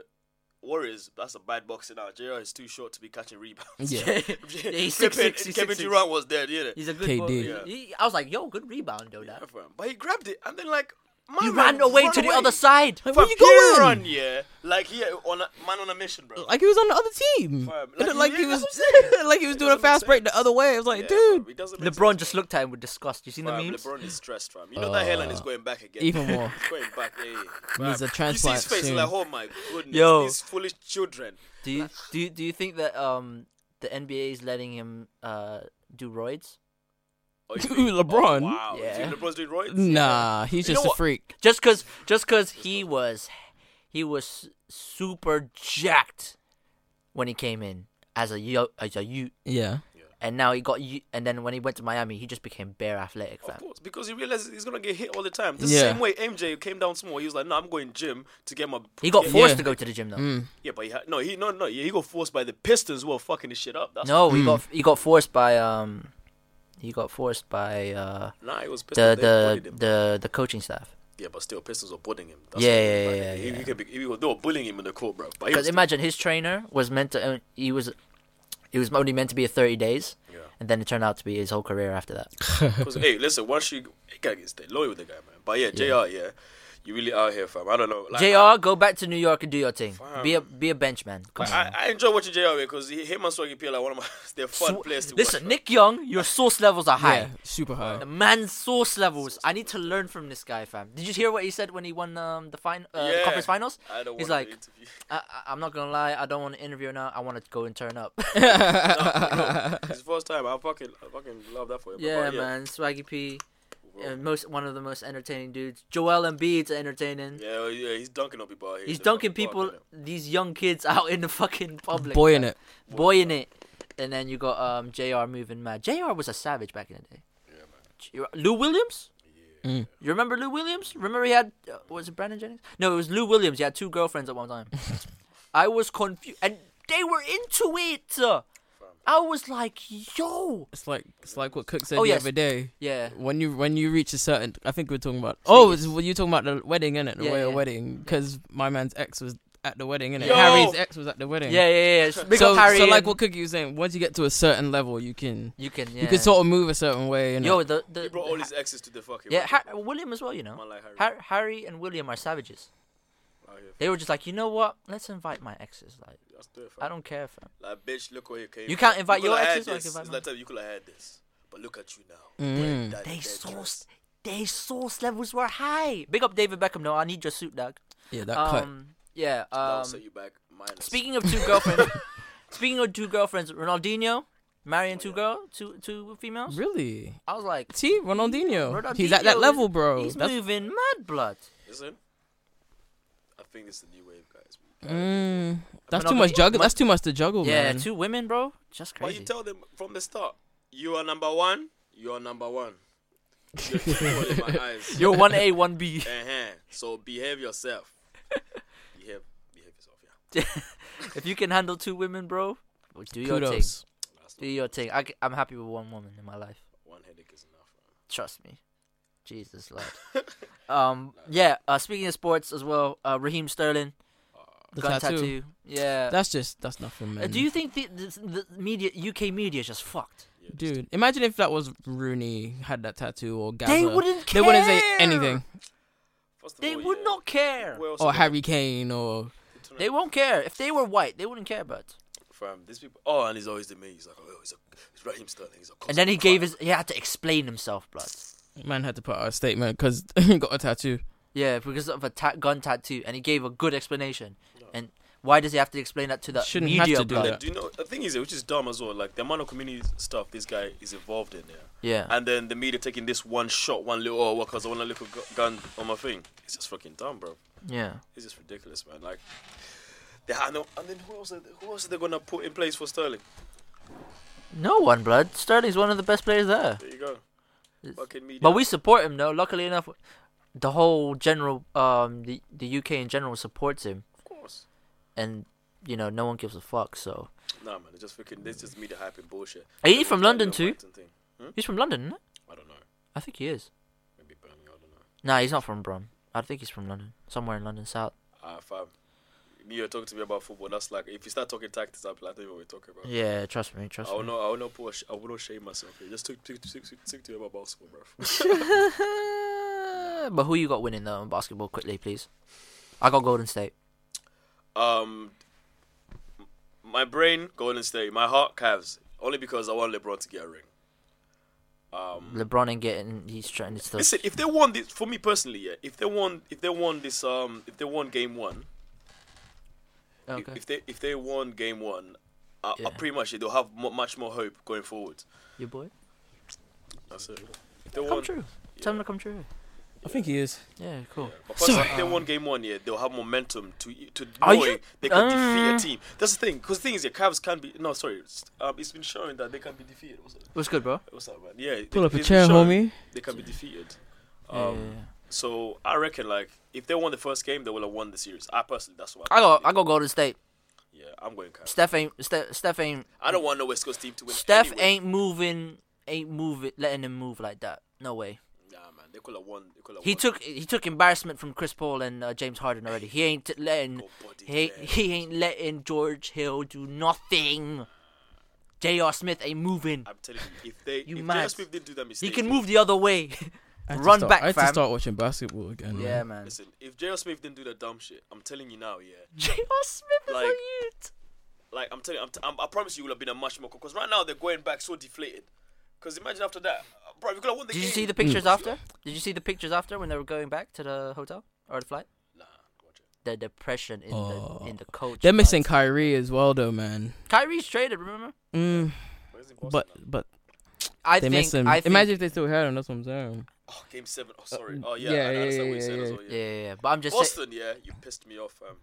Warriors, that's a bad boxer now. J.R. is too short to be catching rebounds. [laughs] Yeah. he's six, Flipping, six, he's Kevin six, six. Durant was dead, yeah. He's a good Hey, ball- dude. Yeah. he- I was like, yo, good rebound, though. That. But he grabbed it and then like my He man ran away ran to the away. other [laughs] side. [laughs] Like, Fam, where you he going? Run, yeah, like he on a man on a mission, bro. Like he was on the other team. Fam, It looked like like, he he was is, that's what I'm [laughs] like he was doing doesn't a make fast break sense. the other way. I was like, Yeah, dude, bro, it doesn't make LeBron sense. just looked at him with disgust. You seen the Fam, memes? LeBron is stressed, fam. You know that hairline is going back again. Uh, [laughs] even more. It's going back. Yeah, yeah. Fam, Needs a You transplant see his face soon. like, oh my goodness, Yo. these foolish children. [laughs] Do you do you, do you think that um the NBA is letting him uh do roids Oh, you [laughs] Ooh, think- LeBron? Oh, wow, Yeah. You think LeBron's doing roids. Nah, he's You know just a what? freak. just cause just cause he was he was super jacked when he came in as a yo as a youth Yeah. and now he got you and then when he went to Miami he just became bare athletic fam. Of course, because he realizes he's gonna get hit all the time. The Yeah. same way MJ came down small. He was like, "No, I'm going gym to get my." He got yeah, forced Yeah. Mm. to go to the gym though. yeah, but he had, no, he no no yeah, he got forced by the Pistons who are fucking his shit up. That's No, he got he got forced by um he got forced by uh Nah, it was the Pistons. they bullied the him. the, the coaching staff. yeah, but still, Pistons were bullying him. That's Yeah, what- yeah, like, yeah, He, yeah. he could be, he, was- they were bullying him in the court, bro. But he was Because imagine his trainer was meant to own- he was he was only meant to be a thirty days. still- yeah. and then it turned out to be his whole career after that. 'Cause, hey, listen, once you, you gotta get stay loyal with the guy, man. But yeah, Jr. Yeah, you really out here, fam. I don't know. Like, Jr. Go back to New York and do your thing. Fam. Be a be a bench man. Come I, on. I, I enjoy watching Jr. because he, him and Swaggy P are like one of my [laughs] they're fun Sw- players to Listen, watch. Nick Young, your source levels are high. Yeah, super high. The man's source levels. I need to learn from this guy, fam. Did you hear what he said when he won um, the fin- uh, the Yeah. conference finals? I don't He's want like, to interview. [laughs] I- I- I'm not gonna lie, I don't want to interview now. I want to go and turn [laughs] up. [laughs] [laughs] no, it's the first time. I fucking, I fucking love that for him. yeah, But, man, Swaggy P, Bro. uh, most one of the most entertaining dudes. Joel Embiid's entertaining. Yeah, well, yeah, he's dunking on people out here. He's in the dunking fucking people, park, innit? these young kids out in the fucking public. Boy fam. in it. Boy in it. And then you got um JR moving mad. JR was a savage back in the day. Yeah, man. Lou Williams? Mm. You remember Lou Williams? Remember he had uh, was it Brandon Jennings? No, it was Lou Williams. He had two girlfriends at [laughs] one time. I was confused and they were into it. I was like, "Yo." It's like it's like what Cook said Oh, the yes. other day. Yeah. When you when you reach a certain, I think we're talking about. Oh, it's, well, you talking about the wedding, innit? The Yeah, royal yeah. wedding, because my man's ex was at the wedding, innit? Yo! Harry's ex was at the Yeah, wedding. yeah, yeah. yeah. Big So, up Harry so like and- what Cookie was saying, once you get to a certain level, you can you can yeah. you can sort of move a certain way. And Yo, the the, He brought all the- his exes to the fucking. Yeah, Har- Har- William as well, you know. man like Harry. Har- Harry and William are savages. out here, They were just like, "You know what? Let's invite my exes." Like, That's it, fam. I don't care, fam. Like, bitch, look where you came. You from. can't invite coulda your had exes, or I this. can invite It's mine. like, you could have had this, but look at you now. Mm. That They dead source, they source levels were high. Big up David Beckham. No, I need your suit, dog. yeah, that cut. Um, yeah. dress. That'll Um, set you back minus. speaking of two [laughs] girlfriends, speaking of two girlfriends, Ronaldinho marrying two girl, two two females. Oh, Really? I was like, See, Ronaldinho. Ronaldinho He's at that is- level, bro. He's That's moving mad blood. Listen, I think this is the new wave, guys. mm, that's too Ronaldinho- much juggle. That's too much to juggle, Yeah, man. two women, bro. Just But crazy. you tell them from the start, you are number one. You are number one. You're equal in [laughs] my eyes. You're [laughs] one A, one B. Uh-huh. So behave yourself. Behave, behave yourself. Yeah. if you can handle two women, bro, Do your thing. Kudos. That's Do not- your thing. I, am happy with one woman in my life. One headache is enough. Trust me. Jesus Lord. [laughs] man. Um. Yeah. Uh. Speaking of sports as well, uh, Raheem Sterling The got a tattoo. tattoo. Yeah. That's just that's nothing, Uh, man. do you think the, the, the media UK media is just fucked? Yeah, just- dude? Imagine if that was Rooney had that tattoo or Gaza. They wouldn't care. They wouldn't say anything. First of They all, Oh, would yeah, uh, not care. Oh, where else Or are they- Harry Kane or They won't care. If they were white, they wouldn't care about. It. Fam, these people. Oh, and he's always the me. He's like, oh, he's a, he's Raheem Sterling. He's a. And then he constant gave crime. his. He had to explain himself, blood. man had to put out a statement because [laughs] he got a tattoo. Yeah, because of a ta- gun tattoo, and he gave a good explanation. And why does he have to explain that to the Shouldn't have media? to do blood? that. Do you know the thing is, which is dumb as well. Like the amount of community stuff this guy is involved in there, Yeah. and then the media taking this one shot, one little oh, because I want a little gu- gun on my thing. It's just fucking dumb, bro. yeah. It's just ridiculous, man. Like, they I know, and then who else? Are they, who else are they gonna put in place for Sterling? No one, blood. Sterling's one of the best players there. There you go. Fucking media. But we support him though. Luckily enough, the whole general, um, the the UK in general supports him, of course. and you know no one gives a fuck. So Nah, man. It's just fucking. This just media hype and bullshit. Are you They from want that London little too? Brighton thing. he's from London, isn't it? I don't know. I think he is. Maybe Birmingham. I don't know. Nah, he's not from Brom. I think he's from London, somewhere in London South. Ah, fam. You're talking to me about football. That's like if you start talking tactics, I'll be like, I don't know what we're talking about. Yeah, trust me, I trust will me. not. I will not. Push, I will not shame myself. Here. Just talk, talk, talk, talk, talk to me about basketball, bro. [laughs] but who you got winning though in basketball? Quickly, please. I got Golden State. [laughs] um, my brain, Golden State. My heart, Cavs. Only because I want LeBron to get a ring. LeBron ain't getting. He's trying to still. Listen, if they won this, for me personally, yeah. If they won, if they won this, um, if they won game one, i- Okay. if they if they won game one, I, I Yeah. pretty much they'll have mo much more hope going forward. Your boy. That's it. If they Come won, true. Tell him to come true. I think he is. Yeah, cool. But first, if they won game one, yeah, they'll have momentum to to um, Are know you- it, they can defeat Um, a team. That's the thing, because the thing is, yeah, Cavs can be no, sorry, it's, um, it's been shown that they can be defeated. What's that, What's good, bro? what's that man? Yeah, they- Pull up a it's chair, been shown homie. They can be defeated. Yeah, Um, yeah, yeah. So I reckon, like, if they won the first game, they will have won the series. I personally, that's what I got I believe. got Golden State. Yeah, I'm going Cavs. Steph ain't Steph, Steph ain't I don't want no West Coast team to win. Steph anyway. ain't moving ain't moving letting him move like that. No way. Nah, man, they could have won. They could have He won. took he took embarrassment from Chris Paul and uh, James Harden already. He ain't letting Got bodied, he ain't, man. he ain't letting George Hill do nothing. J.R. Smith ain't moving. I'm telling you, if they, You if mad. J.R. Smith did do that He mistake, can move the other way. I had to Run start- back, I had to fam. start watching basketball again. Yeah, man. man. Listen, if J.R. Smith didn't do that dumb shit, I'm telling you now, [laughs] yeah. J.R. Smith is Like- a youth. Like I'm telling you, I'm t- I'm, I promise you, will have been a much more. Because right now they're going back so deflated. Because imagine after that, uh, bro, you could have won the Did game. you see the pictures Hmm. after? Did you see the pictures after when they were going back to the hotel or the flight? Nah, watch it. The depression in the in the coach. Oh. They're blood. missing Kyrie as well, though, man. Kyrie's traded. Remember? Mm, Where's the but but I they think. miss him. I think, Imagine if they still had him. That's what I'm saying. Oh, game seven. Oh, sorry. Uh, Oh yeah, yeah, I, I yeah, understand what yeah, you said. as yeah, well, Mm. Yeah, yeah. yeah, yeah. But I'm just. Saying, Boston, yeah, you pissed me off, fam.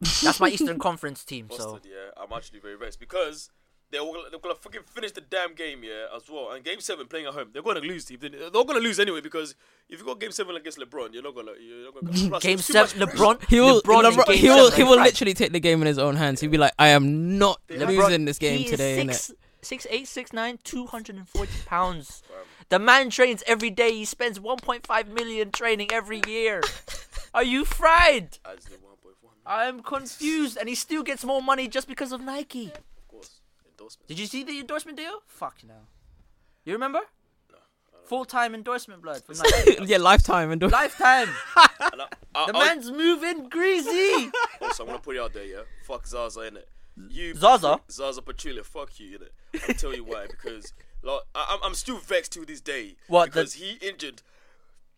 that's my Eastern Conference team. Boston, So yeah, I'm actually very vexed because they were they gonna fucking finish the damn game, yeah, as well. And game seven playing at home, they're gonna lose. If They, they're gonna lose anyway because if you got game seven against LeBron, you're not gonna you're not [laughs] gonna. plus, game it's too much seven, pressure. LeBron. He will. LeBron in LeBron- game he will. seven, He will right? literally take the game in his own hands. He'll be like, "I am not LeBron, losing this game he is today." innit?" Six, six eight, six nine, 240 pounds. The man trains every day. He spends 1.5 million training every year. Are you fried? As the 1.1, of I'm confused, and he still gets more money just because of Nike. course, endorsement. Did you see the endorsement deal? Fuck no. You remember? Full time endorsement, [laughs] blood. From Nike. [laughs] yeah, lifetime and Lifetime. And I, I, The I- man's moving greasy. Also, oh, I'm gonna put it out there, yeah. Fuck Zaza, innit? You Zaza? Zaza Pachulia, fuck you, innit? I'll tell you why [laughs] because like, I, I'm- I'm still vexed to this day. What, the- Because he injured [laughs]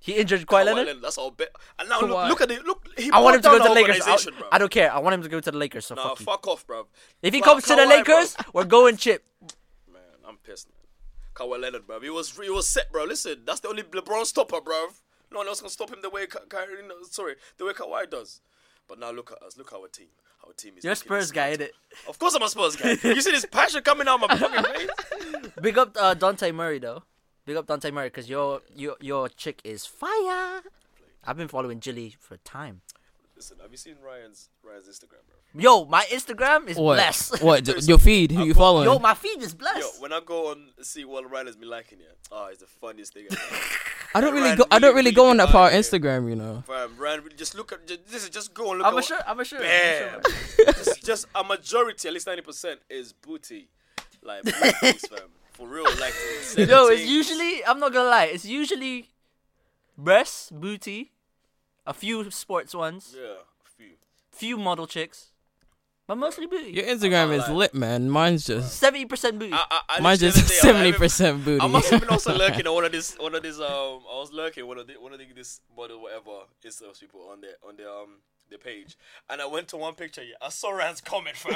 He injured Kawhi Kawhi Leonard. Leonard, That's our bet. And now Kawhi. look, look at it. Look, he I want brought down him to go to the our Lakers. I, organization, bro. I don't care. I want him to go to the Lakers. So Nah, fuck you. fuck off, bro. If he Bruv, comes to the Kawhi, bruv. Lakers, we're going chip. man, I'm pissed, man. Kawhi Leonard, bro. He was he was set, bro. Listen, that's the only LeBron stopper, bro. No one else can stop him the way Ka- Kyrie. no, sorry, the way Kawhi does. But now look at us. Look at our team. Our team is. You're a looking Spurs guy, dismantled. innit? Of course I'm a Spurs guy. You see this passion coming out of [laughs] my fucking face? Big up uh, Dante Murray though. Big up Dante Murray because your your your chick is fire. I've been following Jilly for time. Listen, have you seen Ryan's Ryan's Instagram, bro? Yo, my Instagram is What? [laughs] blessed. What? d- Your feed? Who you following? Yo, my feed is Yo, blessed. when I go on and see what Ryan's been liking, yeah, oh, it's the funniest thing. [laughs] ever. I don't really Ryan go. I don't really, really go really on that bad part here. Instagram. You know. Fam, Ryan, really- just look at ju- this. Is just go and look at. I'm a what- sure. I'm a sure. I'm a Bam. sure. just, just a majority, at least ninety percent, is booty, [laughs] like black things, fam. For real, like. Yo, it's 17 usually I'm not gonna lie, it's usually breasts, booty, a few sports ones, Yeah, a few. few model chicks, but mostly booty. Your Instagram not is lying. lit, man. Mine's just. Seventy percent booty. Uh, I, I, I Mine's literally just the other day, I seventy remember- percent booty. I must have [laughs] been also lurking on one of this, one of [laughs] this. Um, I was lurking one of the, one of the, this model, whatever, Instagram people on their, on their, um, their page, and I went to one picture. Yeah, I saw Ryan's comment, [laughs] fam.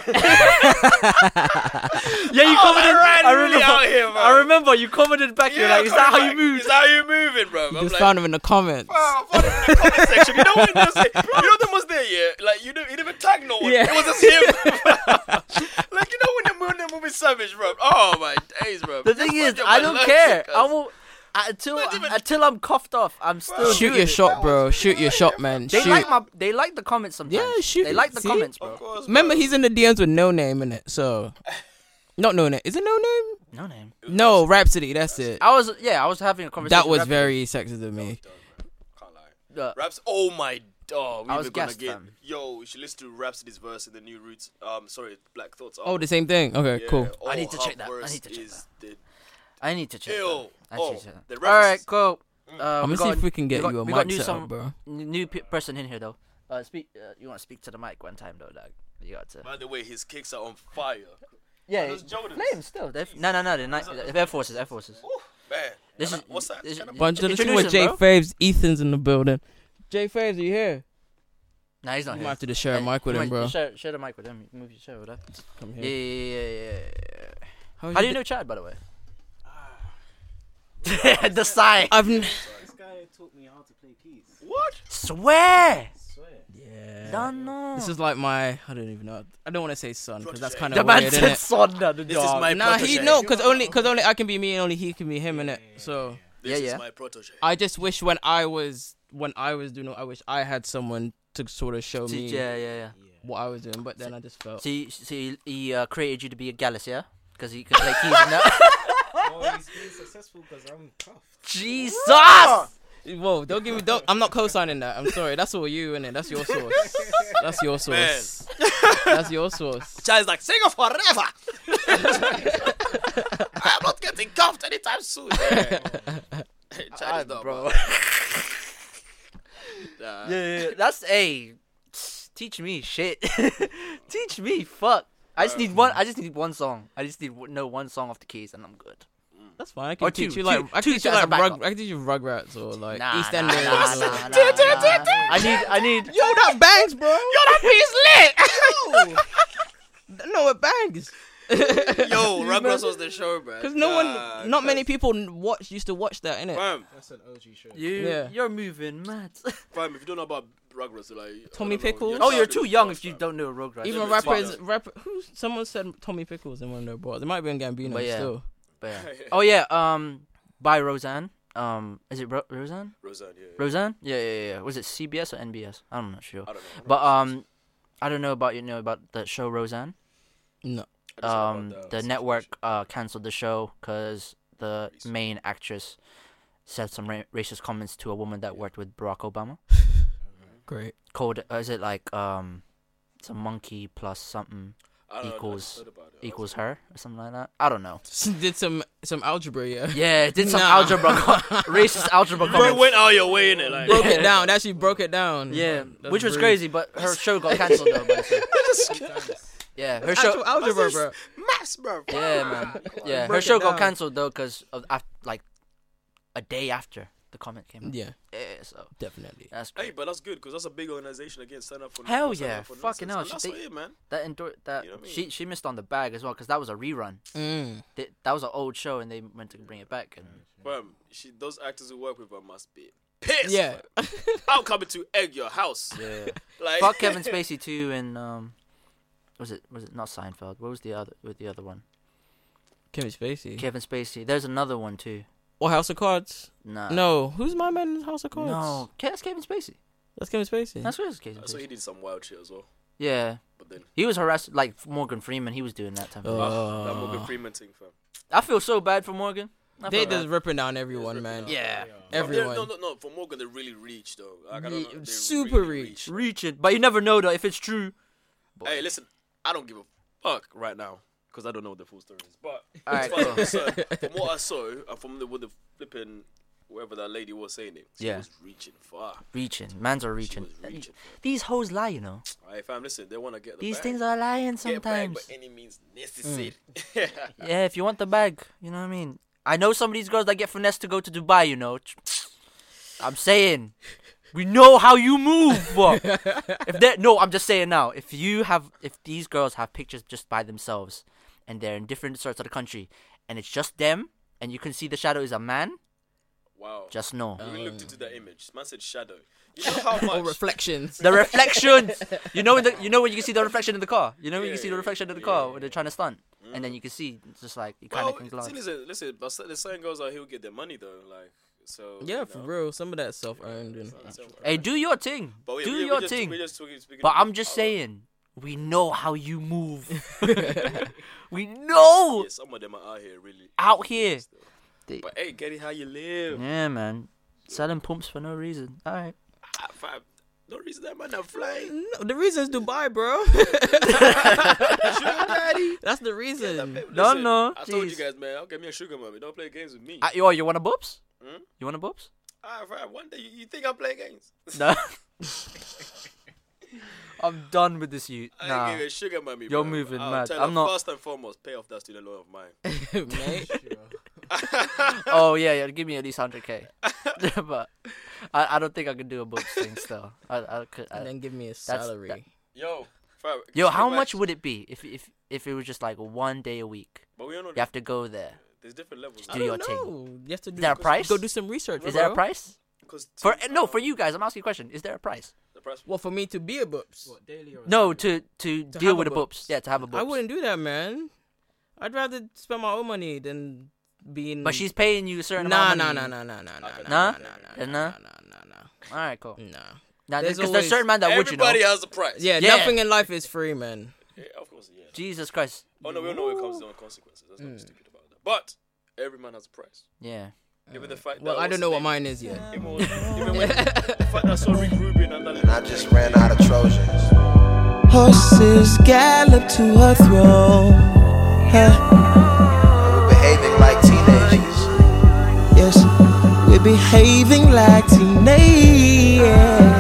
[laughs] yeah, you Oh, commented. Ryan I really really, out here, man. I remember you commented back. you're like, is that [laughs] how move? you move? Is that how you moving, bro? I'm Just like, found him in the comments. "Wow, what in the [laughs] comment section. You know what? It does say? You know them was there, yeah. Like you didn't, you didn't even tag no one. Yeah. It was just him. [laughs] [laughs] like you know when they're moving, they're moving savage, bro. Oh my days, bro. The This thing is, fucking I man don't loves care. it, I cuz. won't until Not even- until I'm coughed off. I'm still Shoot doing your it. shot, bro. Shoot your shot, man. They Shoot. like my. They like the comments sometimes. Yeah, shoot. They like the See? comments, Of bro. course. Remember, bro. he's in the DMs with no name in it. [laughs] So, not no name. Is it no name? No name. No, Rhapsody. That's it. I was yeah. I was having a conversation. That was with- very sexist of me. Done, bro. Can't lie. Uh, Raps. Oh my dog. We I were was gonna gassed, get. fam. Yo, you should listen to Rhapsody's verse in the new Roots. Um, sorry, Black Thoughts. Oh, album. the same thing. Okay, Yeah, cool. oh, I need to her check that. I verse need to check is The I need to check. that. Ew. I Oh, should check that. the All right, references. cool. Uh, I'm gonna we see got- if we can we get got- you a we mic got new set some up, bro. n- new pe- person in here though. Uh, speak. Uh, you want to speak to the mic one time though, dog. You got to. By the way, his kicks are on fire. Yeah, those Jordans? flames still. They're, no, no, no. They're, not, they're Air Forces. Air Forces. Ooh, man. This And is- I- what's that? this- Kind of- Bunch of this Introduce with him, Jay bro. Faves. Ethan's in the building. Jay Faves, are you here? Nah, he's You not might here. have to share a Hey, mic with come him, on, bro. Share, share the mic with him. Move your chair with him. Come Yeah, here. yeah, yeah, yeah, yeah, yeah. How's How do your you day- know Chad, by the way? Ah. [laughs] the sigh. I've. N- This guy taught me how to play keys. what? Swear. swear. yeah. Don't know. This is like my. I don't even know. I don't want to say son because that's kind the of man weird, said innit? son. This This is my Nah, protege. he no, because only because only I can be me and only he can be him, innit? So This Yeah, is yeah. my protege. I just wish when I was when I was doing, it, I wish I had someone to sort of show me Yeah, yeah, yeah. what I was doing. But then I just felt. So, you, so you, he uh, created you to be a gallus, yeah? Because he could play keys in that. [laughs] Oh, he's being successful because I'm cuffed. Jesus! Whoa! Don't give me. Don't. I'm not co-signing that. I'm sorry. That's all you, innit? That's your source. That's your source. That's your source. Chad is like, sing it [laughs] forever. I'm not getting cuffed anytime soon. [laughs] Yeah. Chad is not, bro. Nah. Yeah, yeah, that's a. Teach me shit. [laughs] teach me fuck. I just need one. I just need one song. I just need w- know one song off the keys, and I'm good. That's fine. I can Or teach two, you like two- I two can teach you as a like rug, backup. I can teach you Rugrats or like Nah, nah, EastEnders. or- nah, nah, [laughs] nah, nah, nah. I need. I [laughs] need. Yo, that bangs, bro. Yo, that piece lit. no, it bangs. [laughs] Yo, [laughs] You Rugrats remember? was the show, bro. Because no one, not many people n- watch used to watch that, innit? Fam, That's an OG show. You. Yeah. You're moving mad. fam, if you don't know about Rugrats, you're Tommy like I don't know, Pickles? oh, you're childhood too is young lost, if you fam. [laughs] don't know road Rugrats. Even Even rappers, Smaller. rapper, who? Someone said Tommy Pickles in one of their bars. It might have been Gambino But yeah. still. But yeah. Oh yeah. Um, by Roseanne. Um, is it Ro- Roseanne? Roseanne, yeah, yeah. Roseanne? Yeah, yeah, yeah. Was it CBS or NBS? I'm not sure. I don't know. But um, I don't know about you know about the show Roseanne. No, I just know about Um, the situation. network uh canceled the show because the Racist. main actress said some ra- racist comments to a woman that worked with Barack Obama. great. Called uh, is it like um, it's a monkey plus something I don't know, I equals- heard about it. I equals her or something like that. I don't know. [laughs] Did some some algebra, yeah. Yeah, it did some Nah. algebra co- [laughs] racist algebra was like, comments. Bro went out your way in it, like Broke [laughs] it down. Actually, broke it down. Yeah, That's which was rude. crazy, but her show got cancelled though. [laughs] by the way. yeah, her show. Actual algebra, What's bro. this? maths, bro. Yeah, [laughs] man. Yeah, her Break it show got down. cancelled though because of af- like a day after the comment came. out. Yeah, Yeah, so definitely. that's Hey, great. but that's good because that's a big organization again. Stand up for Hell stand yeah, up for fucking hell, nonsense. And she- That's what it, man. That endor- that You know what I mean? she she missed on the bag as well because that was a rerun. Mm. Th- that was an old show and they meant to bring it back. And Mm. Fam, she those actors who work with her must be pissed. Yeah. fam. I'm coming to egg your house. yeah, [laughs] Like [laughs] fuck [laughs] Kevin Spacey too. And um, was it was it not Seinfeld? What was the other with the other one? [laughs] Kevin Spacey. Kevin Spacey. There's another one too. Or House of Cards. Nah. No, who's my man in House of Cards? No, Ke- that's Kevin Spacey. That's Kevin Spacey. That's what his case. I saw is. he did some wild shit as well. Yeah, But then he was harassed like Morgan Freeman. He was doing that type. of Oh. thing. Ah, that Uh, Morgan Freeman thing, fam. I feel so bad for Morgan. I they feel just bad. ripping down everyone, ripping man. down. yeah, But they're- Everyone. No, no, no. For Morgan, they really reach though. Like, I don't Ye- know, they super really reach. reaching, but you never know though if it's true. Hey, listen, I don't give a fuck right now because I don't know what the full story is. But All right, it's fine. So, cool. from what I saw, and from the, what the flipping whoever that lady was saying it, she Yeah. was reaching far. Reaching, man's are She reaching. was reaching. far. These hoes lie, you know. All right, fam. Listen, they want to get the These bag. things are lying Get bag sometimes. Mm. by any means necessary. Yeah, if you want the bag, you know what I mean. I know some of these girls that get finessed to go to Dubai, you know. [sniffs] I'm saying, we know how you move. bro. if they no, I'm just saying now. If you have, if these girls have pictures just by themselves, and they're in different sorts of the country, and it's just them, and you can see the shadow is a man, wow. just uh, mm. know we looked into that image. This Man said shadow. You know [laughs] how Or much? reflections. [laughs] the reflection. You know, in the, you know when you can see the reflection in the car. You know when you Yeah, can see the yeah, reflection in the yeah, car yeah, when they're trying to stunt, and then you can see it's just like you kind Well, of can see, glance. listen, listen. But so- the same goes out here who get their money though. Like so. yeah, you for know. real. Some of that self earned and So- so- Hey, do your thing. But we- do we- we your just- thing. we just speaking- speaking of- but I'm just oh, saying, we know how you move. [laughs] we know Yeah, some of them are out here really. out here. They- But hey, get it how you live. Yeah, man. Selling pumps for no reason. All right. Ah, fam, No reason that man not Mm. flying. No, the reason's Dubai, [laughs] bro. [laughs] That's the reason. No, no, I told you jeez. guys, man. I'll get me a sugar mommy. Don't play games with me. Uh, yo, you want a bobs? Hmm? You want a bobs? Ah, fam, one day you, you think I play games? [laughs] No. [laughs] I'm done with this you. I Nah. [laughs] ain't give a sugar mommy. You're bruv. moving I'll mad. tell I'm her, not- First and foremost, pay off that student loan of [laughs] mine. [laughs] [laughs] Mate. Oh yeah, yeah. Give me at least hundred k. [laughs] But I, I don't think I can do a bobs thing still. I, I could. I, And then give me a salary. that- Yo, fam. can Yo, you how much imagine? would it be if if if it was just like one day a week? But we don't know. You have to go there. There's different levels. do your thing. No, you have to do there a go- price? Go do some research. Is bro. there a price Because for no for you guys? I'm asking a question. Is there a price? The price. Well, for me to be a boops, What, daily or No, Sunday? to to, deal have with a a boops. boops. Yeah, to have a boops. I wouldn't do that, man. I'd rather spend my own money than being. But she's paying you a certain nah, amount. nah, of nah, money. nah, nah, nah, nah, nah, Okay. Nah? nah, nah, nah, nah, Nah? nah, nah, nah. All right, cool. nah, nah. Now There's because there's always- certain man that would you know. Everybody has a price. Yeah, Yeah. nothing in life is free, man. Yeah, of course, yeah. Jesus Christ. Oh no, we all know it comes down to consequences. That's Mm. nothing stupid about that. But every man has a price. Yeah. Given the Mm. fact Well, that I don't know what my mine is yet. [laughs] even [laughs] when the fact that I saw Rick Rubin and that I just ran out of Trojans. Horses gallop to her throne. Huh, We're behaving like teenagers. yes, we're behaving like teenagers. Making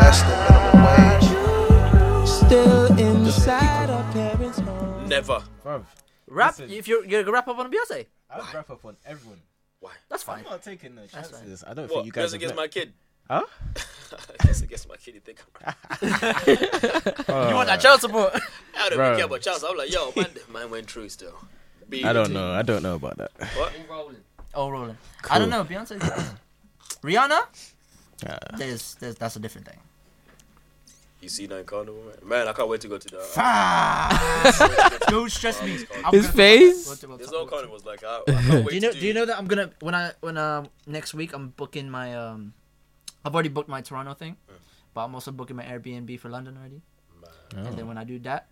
less than minimum wage. Still inside our parents' home. never. Bruv, Wrap. Listen. If you're you're gonna wrap up on Beyonce, I'd wrap up on everyone. that's fine. I'm not taking no That's fine. chances. I don't What? think you Guess guys have against my met- kid. [laughs] Huh? Guess against my kid. You think I'm You want that child support? I don't even Bro. care about Charles. I'm like, yo, man, mine went through still. Be I don't with know. I don't know about [laughs] that. [laughs] Oh, rolling. I don't know. Beyonce. Rihanna. Uh, There's there's that's a different thing. You You see that carnival, man? Man, I can't wait to go to the. uh, Don't stress me. I'm His gonna- face. There's no carnivals like I. I can't wait Do you know? to Do you know that I'm gonna when I when um next week I'm booking my um, I've already booked my Toronto thing, but I'm also booking my Airbnb for London already. And then when I do that,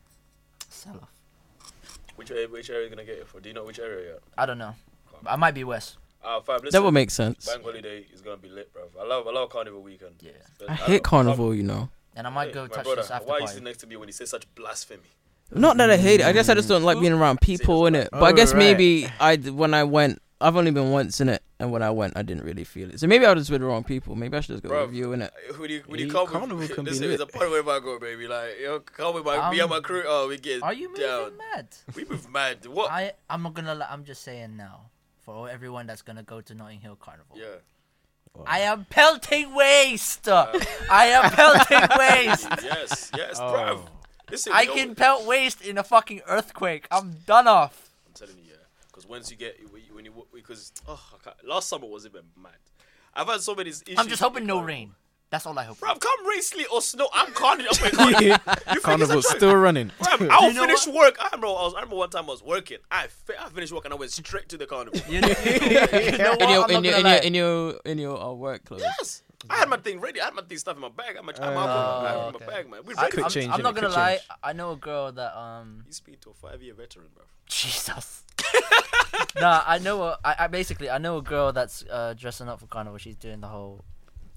sell off. Which area, which area are you gonna get it for? Do you know which area? Yet? I don't know. I might be West. Ah, fam, listen. That would make sense. Bank holiday is gonna be lit, bro. I love, I love carnival weekend. Yeah. But I hate don't- carnival, you know. And I might Hey, go my touch brother, this after Why are you party. sitting next to me when you say such blasphemy? Not that I hate it. I guess I just don't like being around people in it. But I guess Alright. maybe I d- when I went, I've only been once in it, and when I went, I didn't really feel it. So maybe I was with the wrong people. Maybe I should just go Bruv. with you in it. When you when you Yeah, come carnival with can be listen, it's a lit. part where I go, baby. Like yo, come with my me and my Um, crew. Oh, we get Are you moving down. [laughs] mad? We move mad. What? I I'm not gonna. lie, I'm just saying now for everyone that's gonna go to Notting Hill Carnival. yeah. I am pelting waste. Uh, [laughs] I [laughs] am pelting waste. Yes. Yes, [laughs] Oh. bruv. Listen, I yo, can pelt waste in a fucking earthquake. I'm done off. I'm telling you, yeah. Because once you get when you- when you because oh, I can't- last summer was even mad. I've had so many issues. I'm just hoping with no carnival. rain. That's all I hope. Bruv, come rain, sleet, or snow. I'm carnival. Oh my [laughs] god. You think Carnival's it's a joke? still running. Bruv, [laughs] I'll You know finish work. I remember, I, was, I remember one time I was working. I, fi- I finished work and I went straight to the carnival. You know, you know what? [laughs] In your Oh, I'm not in your in your gonna lie. [laughs] in your in your uh, work clothes. [laughs] Yes. I had my thing ready. I had my thing stuff in my bag. I had my, Ah, I'm out Oh, in my okay. bag, man. We I, ready. Quick man. am change, I'm innit? not gonna Quick lie. change. I know a girl that um [laughs] You speak to a five-year veteran, bro. [laughs] Jesus. nah, I know. A, I, I basically I know a girl that's uh, dressing up for carnival. She's doing the whole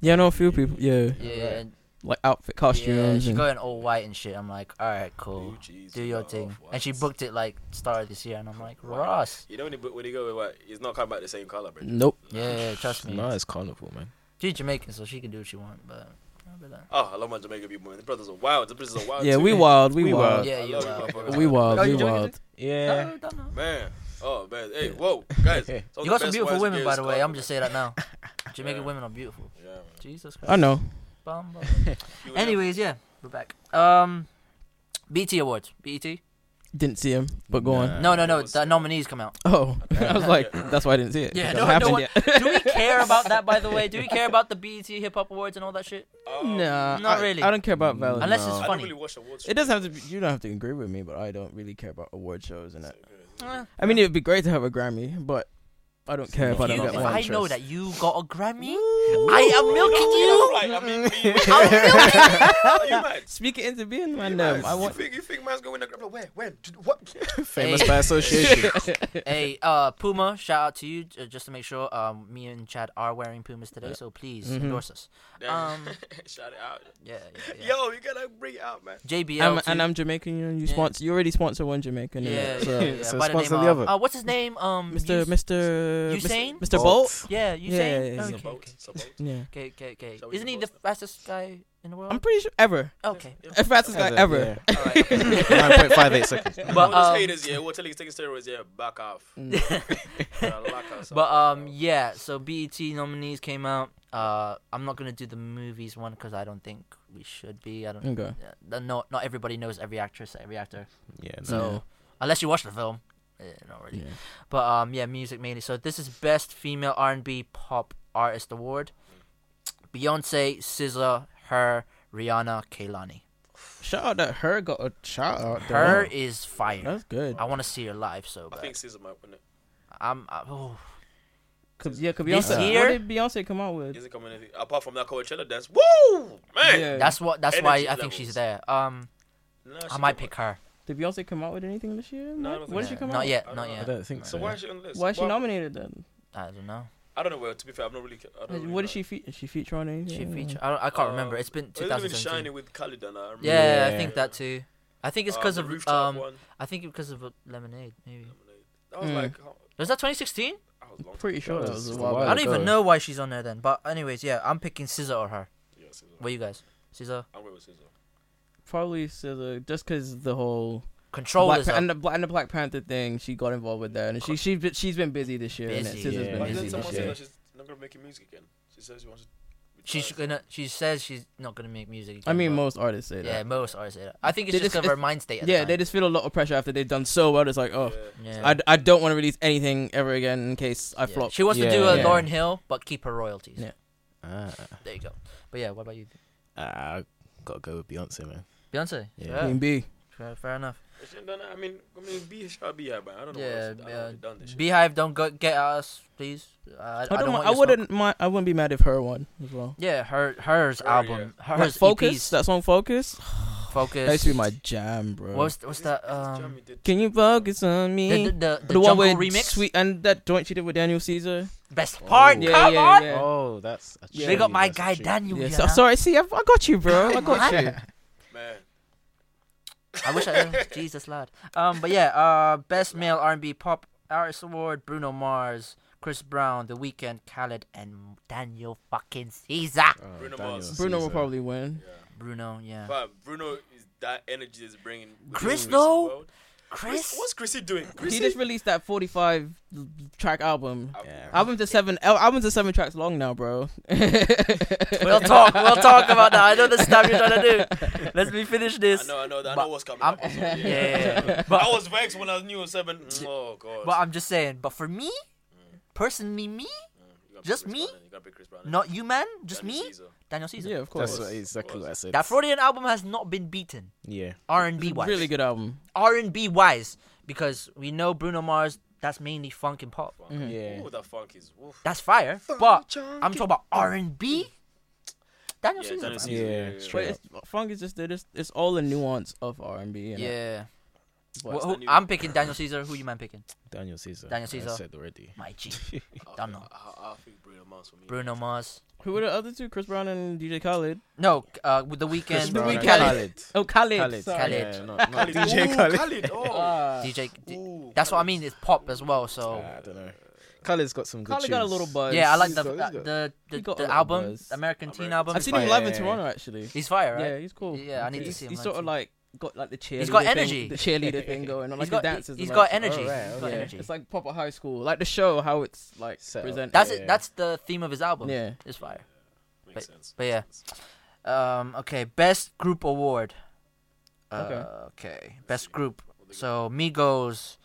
Yeah, I know a few people. Yeah, yeah, and- like outfit yeah. costumes. She and- going all white and shit. I'm like, all right, cool. Gucci's Do your and thing. off And she whites. booked it like start of this year, and I'm like, Ross. You know when he, bu- when he go with what? He's not coming back the same color, bro. Nope. Yeah, yeah, trust me. No, it's carnival, man. She's Jamaican, so she can do what she want, but. I'll be like, Oh, I love my Jamaican people, man. The brothers are wild. The brothers are wild. Yeah, too. we wild. Oh, We, We wild. wild. Yeah, you Uh, love you, are. my brother. We wild. Oh, we you doing wild. Yeah. No, don't know. Man. Oh man. Hey, whoa, [laughs] guys. some of You the got some best beautiful wives women, in by the way. I'm Scotland, just saying that [laughs] now. Jamaican Yeah. women are beautiful. man. Yeah, man. Jesus Christ. I know. Bum, [laughs] bum. You and Anyways, yeah, we're back. Um, BT Awards, BET. Didn't see him, but go on. No, no, no. was- The nominees come out. [laughs] Oh, [laughs] I was like, that's why I didn't see it. Yeah, It no, hasn't no happened Do we care about that, by the way? Do we care about the BET Hip Hop Awards and all that shit? yet. them. [laughs] Um, Nah, Not I- really. I don't care about valid. Unless I it's don't funny. really watch awards. It doesn't have to. Be, you don't have to agree with me, but I don't really care about award shows and that. Eh. I mean, it'd be great to have a Grammy, but I don't care if I You- don't get if one. I know that you got a Grammy, I am [laughs] milking [laughs] you. Right, I mean, [laughs] me- me- I'm milking Are you mad? Speak it into being, man. Um, I you want. think you think man's going to grab like, where when Did- what? [laughs] Famous by association. Hey, uh, Puma, shout out to you. j- uh, Just to make sure, um, me and Chad are wearing Pumas today, so please Mm-hmm. endorse us. Um, [laughs] Shout it out. Yeah, [laughs] yeah, yeah. Yo, you gotta bring it out, man. JBL. I'm, too. and I'm Jamaican. You, know, you Yeah. sponsor. You already sponsor one Jamaican. [laughs] yeah, innit? yeah, So, yeah, so By the name sponsor the of, other. uh, what's his name? Um, Mr. Yus- Mr. Usain? Mr. Bolt. Bolt. Yeah, you Yeah, saying? yeah, yeah. It's okay, a boat. okay, It's a boat. Yeah. okay, okay, okay. Shall we Isn't he the divorce now? fastest guy in the world? I'm pretty sure ever. okay. The fastest guy [laughs] ever. Yeah. All right. okay. 9.58 seconds. But, But all um, these haters, yeah, we're telling you taking steroids, yeah, back [laughs] off. Yeah, lock us But up, um, bro. yeah. So BET nominees came out. Uh, I'm not gonna do the movies one because I don't think we should be. I don't. Mm. Okay. Yeah, th- no, not everybody knows every actress, every actor. Yeah, no. So unless you watch the film, eh, not really. Yeah. But um, yeah, music mainly. So this is best female R&B pop artist award. Beyonce, SZA, her, Rihanna, Kehlani. Shout out that her got a shout out. though. Her is fire. That's good. I want to see her live so I bad. think Caesar might win it. I'm. I, oh, Cause, yeah, 'cause This Beyonce. year? What did Beyonce come out with? Isn't coming anything apart from that Coachella dance. Woo, man. Yeah. that's what. That's why I Energy think she's levels. there. Um, Nah, she I might can't- pick her. Did Beyonce come out with anything this year? No, I Mike? don't what did think she so. come Not out? yet. I Not don't I yet. don't think so. So why is she on the list? Why is she Well, nominated then? I don't know. I don't know. Well, to be fair, I'm not really. I don't really What did know. she fe- is she feature on anything? She feature. I, don't- I can't remember. Uh, It's been Well, It's been 2017. shining with Khalid and I remember. Yeah, I Yeah. think that too. I think it's Uh, because the of rooftop um. Hmm. one. I think because of uh, Lemonade. Maybe I was Mm. like, oh, was that 2016? I was long. Pretty sure That that was was a just a while while I back. don't go. even know why she's on there then. But anyways, yeah, I'm picking Scissor or her. Yeah, Caesar. What you guys? Scissor. I'm going with Caesar. Probably SZA, just because the whole Control Black is pa- up. and the Bla- and the Black Panther thing, she got involved with that, and she she's been, she's been busy this year. and Busy, SZA's yeah. been But But busy then Amazing, someone this said yeah. year. that she's not gonna make music again. She says she wants to. She's retire. gonna. She says she's not gonna make music. Again, I mean, but- most artists say Yeah, that. most artists say that. I think it's They just just- because of her mind state. At Yeah, the they time. just feel a lot of pressure after they've done so well. It's like, oh, Yeah. I, d- I don't want to release anything ever again in case I Yeah. flop. She wants to Yeah, do a yeah. Lauren Hill, but keep her royalties. Yeah. Ah, There you go. But yeah, what about you, I gotta go with Beyonce, man. Beyonce? Yeah. Queen B. fair, fair enough. But she ain't done that. I mean, I mean, be shall be her, man. I don't know. Yeah, what else, I uh, don't know done this shit. Beehive, don't go get at us, please. I, I, I, don't don't. want I your wouldn't. smoke. mind I wouldn't be mad if her won as well. Yeah, her hers Her, album, Like, hers focus. EPs, That song, focus. focus. That used to be my jam, bro. What's what's This- that? this jam Um, he did- Can you focus on the me? the the, the, The one Jungle with remix. Sweet and that joint she did with Daniel Caesar. Best part. Yeah, come yeah, on. yeah. Oh, that's a Yeah. They got tune, my that's a guy tune. Daniel. Yeah, here so, now. sorry. See, I, I got you, bro. I got Come you. Man, I wish I knew. Jesus, lad. Um, but yeah, uh, best male R&B pop artist award: Bruno Mars, Chris Brown, The Weeknd, Khaled, and Daniel fucking Caesar. Oh, Bruno Daniel [laughs] Mars. Bruno will Caesar. probably win. Bruno, yeah. but Bruno is that energy is bringing. with Chris, the music though? world. Chris, what's Chrissy doing? He Chrissy. just released that 45 track album. Yeah. Album to seven. al- Albums are seven tracks long now, bro. [laughs] we'll talk. We'll talk about that. I know the stuff you're trying to do. Let me finish I this. know, I know, I know But what's coming. I'm- [laughs] up. Yeah, [laughs] yeah, yeah. But I was vexed when I knew it was seven. Oh god. But uh, I'm just saying. But for me, personally, me, You gotta pick just Chris me? Brown then, you gotta pick Chris Brown then. not you, man, just Daniel me, Caesar. Daniel Caesar. yeah, of course. That's what, exactly what I said. That Freudian album has not been beaten yeah. R and B wise. Really good album. R and B wise, because we know Bruno Mars. That's mainly funk and pop. Yeah. Ooh, that funk is. Woof. That's fire. But I'm talking about R and B. Daniel Yeah, Caesar. Daniel fam. Caesar. yeah, yeah, But Straight it's, funk is just it's, it's all the nuance of R and B. Yeah. But Wh- it's who- the new- I'm picking Daniel Caesar. Who you man picking? Daniel Caesar. Daniel Caesar. I said already. My G. I- Damn no. I, I think Bruno Mars for me. Bruno Mars. Who were the other two? Chris Brown and DJ Khaled. No, uh, with the weekend. Brown and Khaled. Oh, Khaled. Khaled. sorry. Khaled. Yeah, not, not Khalid. DJ Ooh, [laughs] Khaled. Khalid, [laughs] Oh. Ah. DJ. Uh, D- Ooh, that's what I Khalid. mean. It's pop as well. So I don't know. Oh, Khaled's got some good Khaled got a little tunes. buzz. yeah, I like he's the got- he's got- the the, he got a the lot of album, buzz. American Teen American album. I've is seen him fire. live in Yeah. Toronto actually. He's fire, right? Yeah, he's cool. Yeah, I need to he's, see him He's live sort of too. like got like the cheerleader. He's got thing- energy. the cheerleader thing going on. Like [laughs] He's got- e, the dances. he's and got all that shit. energy. Alright, He's got Yeah, energy. It's like proper high school. Like the show, how it's like Set up. presented. That's Yeah. it. That's the theme of his album. Yeah. it's fire. Makes but- sense. But yeah. Um. Okay. Best group award. Okay. Uh, okay. Best group. So Migos,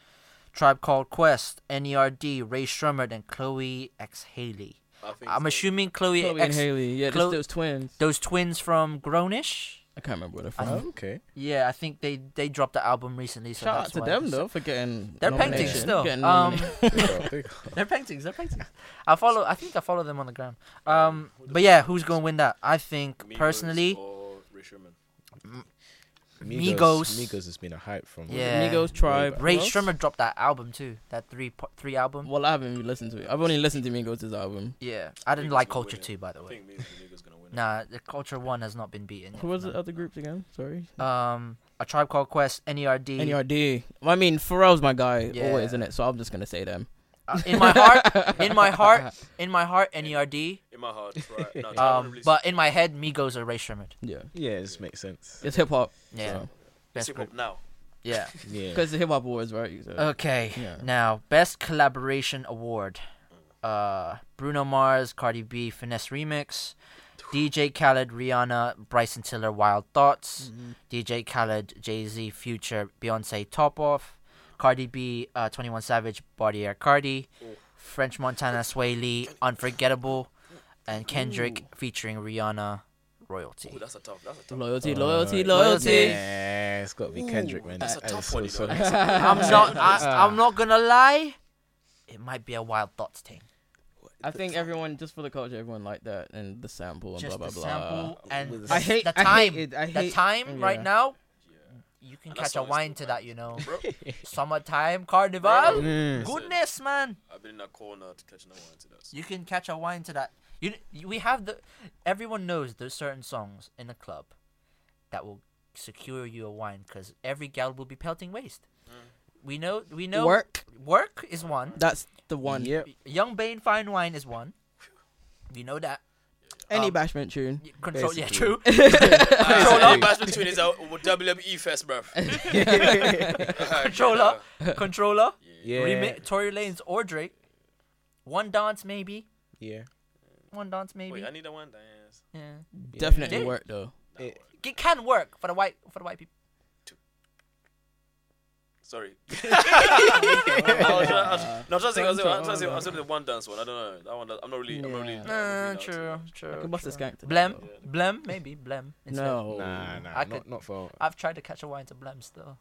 Tribe Called Quest, N.E.R.D., Ray Shremmerd, and Chloe X Haley. I think I'm so. assuming Chloe, Chloe and X. Haley. Yeah, Chlo- those, those twins. Those twins from Grownish. I can't remember what they're I- from. Oh, okay. Yeah, I think they they dropped the album recently. So Shout that's out to why them it's- though for getting They're nomination. painting still. Getting Um, [laughs] nominated. they're paintings. They're paintings. [laughs] I follow. I think I follow them on the ground. Um, but yeah, who's gonna win that? I think Migos personally, or Ray Sherman. Migos. Migos. Migos has been a hype from. Yeah. Migos tribe. Ray who else? Shremmerd dropped that album too. That three po- three album. Well, I haven't even listened to it. I've only listened to Migos' album. Yeah, I didn't Migos like gonna Culture win it. Two by the I way. think Migos, Migos gonna win. it. Nah, the Culture One has not been beaten. Yet, Who was no. the other groups again? Sorry. Um, a Tribe Called Quest, E N.E.R.D. E NRD. I mean, Pharrell's my guy Yeah. always, isn't it? So I'm just gonna say them. Uh, in my heart, [laughs] in my heart, in my heart, E N.E.R.D. In my heart, right? No, [laughs] Tribe Um, released- but in my head, Migos are Ray Sherman. Yeah. Yeah, this makes sense. It's hip hop. Yeah, so. It's best hip hop group. now. Yeah. Yeah. Because the hip hop awards, right? So. Okay. [laughs] Yeah. Now, best collaboration award. Uh, Bruno Mars, Cardi B, Finesse Remix, DJ Khaled, Rihanna, Bryson Tiller, Wild Thoughts, Mm-hmm. DJ Khaled, Jay Z, Future, Beyonce, Top Off, Cardi B, uh, Twenty One Savage, Body Air Cardi, French Montana, Sway Lee, Unforgettable, and Kendrick featuring Rihanna, Royalty. Ooh, that's a tough. That's a tough. loyalty, Uh, loyalty, Alright. loyalty. Yeah, it's got to be Kendrick, man. that's a That tough is one, you know. [laughs] so- I'm [laughs] not. I, I'm not gonna lie. It might be a Wild Thoughts thing. I think everyone, just for the culture, everyone liked that and the sample and just blah blah the blah. sample and With the, the- I hate- the I time. hate it, I the hate- Oh, time right yeah. now. You can And that catch a song is wine still to bad. that, you know. [laughs] Bro, Summertime carnival. Mm. Goodness, man. I've been in a corner to catch no one to that. [laughs] You can catch a wine to that. You, you we have the everyone knows there's certain songs in a club that will secure you a wine because every gal will be pelting waist. We know we know Mm. Work. work is one. That's the one. Yep. Young Bane fine wine is one. You know that. Any Um, bashment tune. Y- Control yeah, Basically. true. Controller. Match between uh, is a WWE E fest, [laughs] [laughs] bro. controller, [laughs] controller, Yeah. Remi- Tory Lanez or Drake. One dance maybe. Yeah. One dance maybe. Wait, I need a one dance. yeah. Definitely Yeah. work though. Eh. It- It can work for the white for the white people. [laughs] Sorry. [laughs] I was trying, I was, Uh, no, I was trying to think. I was, I was trying to think. I was thinking the one dance one. I don't know. That one. I'm not really. I'm not really. Yeah. I'm not really down to I that. Uh, Ah, true. could bust a skank. to that, Blem, though. blem, maybe [laughs] blem. instead. No. Nah, nah, I not, could- not for. I've tried to catch a wine to blem still.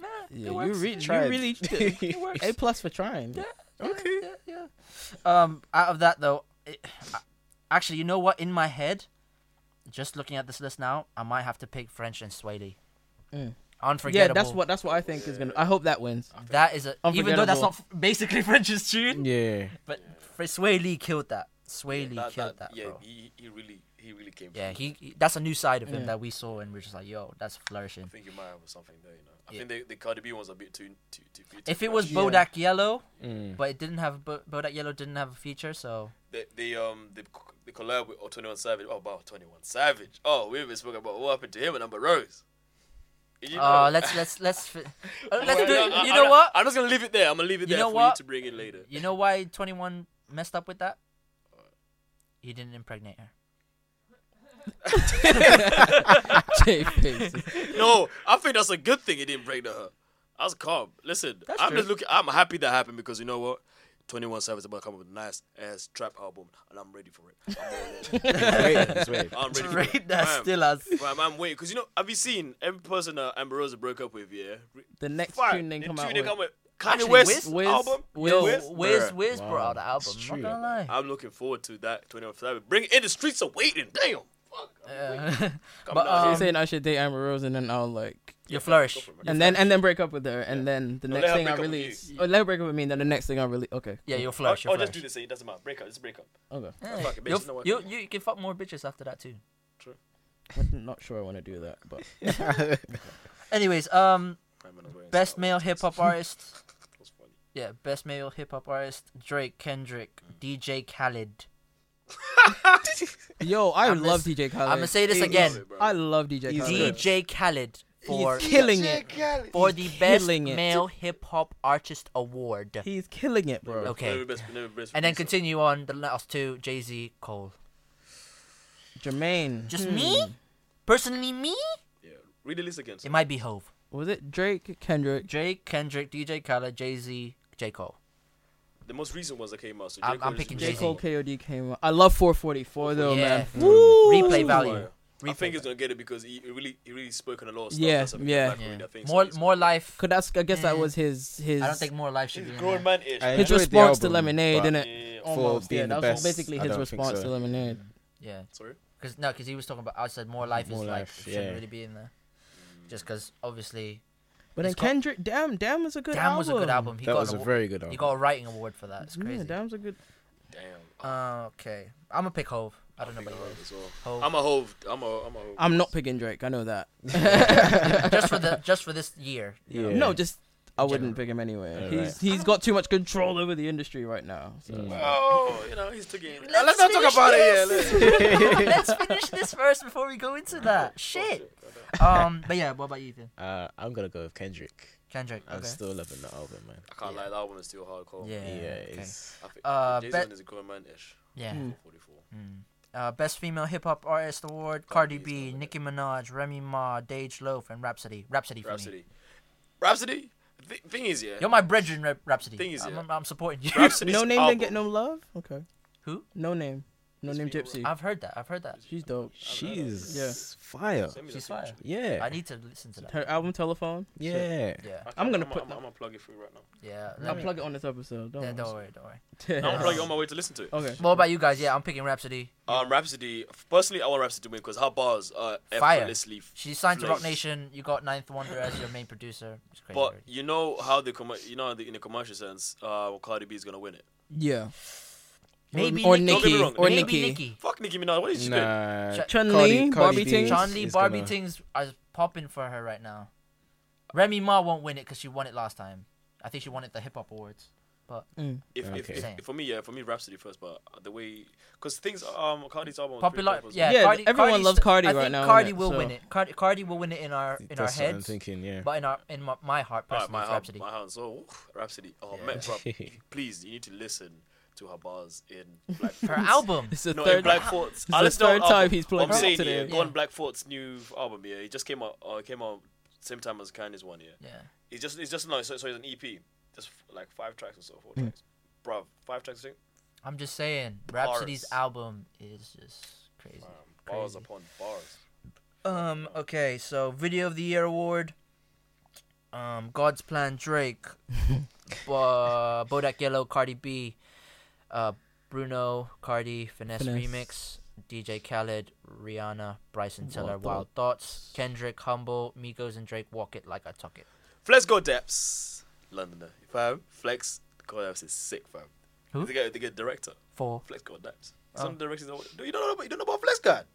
Nah, Yeah, it you, works. re- you [laughs] [laughs] Tried. really It works. A plus for trying. Yeah. Okay. Yeah, yeah. Um, out of that though, it, I- actually, you know what? In my head, just looking at this list now, I might have to pick French and Swaley. Mm. Yeah, Unforgettable. that's what that's what I think is gonna. I hope that [laughs] wins. [laughs] That is a even though Unforgettable. Mm. that's not f- basically [laughs] French's tune, Yeah. but Fr- Sway Lee killed that. Sway Lee That, killed that, that. yeah, bro. he, he really he really came. yeah, through. he, he- That's a new side of him Yeah. that we saw, and we're just like, yo, that's flourishing. I think you might have something there. You know. I Yeah. think the the Cardi B one's a bit too too too. too If it was much. Bodak Yellow, Mm. but it didn't have Bo- Bodak Yellow didn't have a feature, so the the um the, co- the collab with oh, 21 Savage. Oh, about 21 Savage. Oh, we even spoke about what happened to him and Amber Rose. You uh, know. [laughs] let's let's let's fi- uh, let's Well, do. no, it. I- You I'm know not- what? I'm just gonna leave it there. I'm gonna leave it You there know for you what? to bring in later. You know why Twenty One messed up with that? He didn't impregnate her. Jay Pace. no, I think that's a good thing. It didn't break the her. I was calm. Listen, I'm true. just looking. I'm happy that happened because you know what. 21 Savage is about to come up with a nice ass trap album, and I'm ready for it. I'm all in. Wait, it's wait. I'm ready for [laughs] Right, it. that's Fam. still us. Fam, I'm waiting because you know. Have you seen every person that Amber Rose broke up with? Yeah, The next Fire. tune they The come tune out they with. come with. Actually, Kanye West Wiz- album. Wiz- Yo, Wiz- Wiz, Bruh. Wiz brought out the Wow, album. it's I'm true. not gonna lie. I'm looking forward to that 21 Savage. Bring it in. The streets are waiting. Damn. [laughs] Uh, Come down But, So here. you're um, saying I should date Amber Rose and then I'll like, you'll flourish. and then and then break up with her, and then the No, let next her thing I break up with release, you. oh, let her break up with me, and then the next thing I release. Okay, Yeah, you'll Or, flourish. or You'll just flourish. do the same. It doesn't matter. Break up. Just break up. okay. Yeah, Fuck it, bitch, you'll- you know what? you you you can fuck more bitches after that too. I'm not sure I want to do that, but Anyways, um, My man was wearing best socks. male hip [laughs] hop artist. That was funny. Yeah, best male hip hop artist: Drake, Kendrick, DJ Khaled. yo, I I'm love gonna DJ Khaled. I'm gonna say this He's- again. bro. I love DJ He's Khaled. good. DJ Khaled for He's killing it. for the best killing it. male hip hop artist award. He's killing it, bro. Okay, Never best, never best and then producer. continue on the last two: Jay Z, Cole. Jermaine. Just hmm. me, personally me. Read the list again. sir. It might be Hove, Was it Drake, Kendrick? Drake, Kendrick, DJ Khaled, Jay Z, J Cole. The most recent ones that came out. So I'm- J. Cole I'm is picking just- J. Jay-Z. Cole, K.O.D. came out. I love 444 though, Yeah. man. Mm. Woo! Replay value. I think Replay he's gonna get it because he he really he really spoken a lot of stuff. Yeah, that's a big yeah. black value. reader, I Yeah. think, so More he's- more life. Could that's, I guess that was his his I don't think more life should He's be. in grown there. man ish. I man. his enjoyed the response to album, Lemonade, but didn't it? Yeah. For Almost, yeah. being That the was best, basically I his don't think response so. to Lemonade. Yeah. Sorry. Cause no, cause he was talking about outside more life More is life, like shouldn't yeah. really be in there. Just cause obviously, But then It's got- Kendrick, damn, damn is a good damn album. was a good album. He That got was an a awa- very good he album. got a writing award for that. It's Yeah, crazy. damn's a good. Damn. Uh, okay, I'm gonna pick Hove. I don't know about Hove you. as well. Hove. I'm a hove. I'm a I'm a hove. I'm not picking Drake. I know that. [laughs] [laughs] just for the just for this year. you know? Yeah. No, just I wouldn't General. pick him anyway. Yeah, he's he's got too much control over the industry right now. So. Mm. Oh, you know he's too game. Let's, Let's not talk finish about it. this. Yeah. [laughs] let's- [laughs] Let's finish this first before we go into that. Shit. Um, but yeah, what about you, Ethan? Uh, I'm gonna go with Kendrick. Kendrick. I'm Okay. still loving the album, man. I can't lie. That album is still hardcore. yeah. Yeah, okay. it's I think Uh, Jason bet- is a grown man ish. Yeah. Hmm. Forty-four. Uh, Best Female Hip Hop Artist Award: Cardi B, Nicki Minaj, Remy Ma, Dage Loaf, and Rhapsody. Rhapsody for me. Rhapsody. Rhapsody. Th- thing is, yeah. You're my brethren, Rhap- Rhapsody. Thing is, I'm, yeah. I'm, I'm supporting you. Rhapsody's No name album. didn't get no love. Okay. Who? No name. No name Gypsy. [laughs] I've heard that. I've heard that. She's dope. she's Yeah. fire. Send me the She's picture. fire. Yeah, I need to listen to that. Her album Telephone. [laughs] yeah. Yeah, Okay, I'm gonna I'm put I'm, that- gonna plug it through right now. yeah. I'll Let me, plug it on this episode. Don't yeah, worry. don't worry, don't [laughs] worry. I'm gonna plug it Um, on my way to listen to it. Okay. What about you guys? Yeah, I'm picking Rhapsody. Um, Rhapsody. Personally, I want Rhapsody to win because her bars are Fire. effortlessly. She's signed to Rock Flames. Nation. You got Ninth Wonder as your main producer. It's crazy. But you know how the com- you know how the, in the commercial sense, uh, Cardi B is gonna win it. Yeah. maybe or Nicki. Don't get me Nicki. wrong, Or maybe Nicki. Nicki. Fuck Nicki Minaj. What is she doing? Nah, Ch- Chun Cardi- Lee, Cardi Bobby B Tings. is Sean Lee, gonna- Barbie Tings are popping for her right now. Remy Ma won't win it because she won it last time. I think she won it the Hip Hop Awards. But If, if, Okay. if, if for me, yeah, for me, Rhapsody first. But the way, because things, um, Cardi's album. was pretty popular, dope as yeah, Yeah, Cardi, everyone Cardi's- loves Cardi I right think now, Cardi innit? will So- win it. Cardi, Cardi will win it in our in our that's what I'm heads, thinking, yeah. but in our in my, my heart, well. personally, my, it's hand- Rhapsody. my hands. Oh, oof, Rhapsody. Oh, man, bruv, please, you need to listen to her bars in Black Her [laughs] Thoughts. album. It's the No, in third. Black Thoughts. I the listened to her third time album. he's plugged I'm up saying, today. Yeah, Gone Yeah. Black Thought's new album. Yeah, it just came out. Uh, it came out same time as Kanye's one. Yeah. yeah. It's just it's just no, so, so it's an EP. Just f- like five tracks or so, four tracks. Bruv, five tracks. I think. I'm just saying, Rhapsody's Bars. album is just crazy. Um, bars Crazy. upon bars. Um. Okay. So, video of the year award. Um. God's Plan, [laughs] Drake, uh, Bodak Yellow, Cardi B, uh, Bruno, Cardi, Finesse, Finesse. remix, DJ Khaled, Rihanna, Bryson Tiller, Wild Wild Thoughts, Kendrick, Humble, Migos, and Drake. Walk it like I talk it. Flex go Deps, Londoner. Fam, Flex go Deps is sick, fam. Who? Oh. They get they get director. For Flex go Deps. Some directors don't- you don't know about you don't know about Flex God.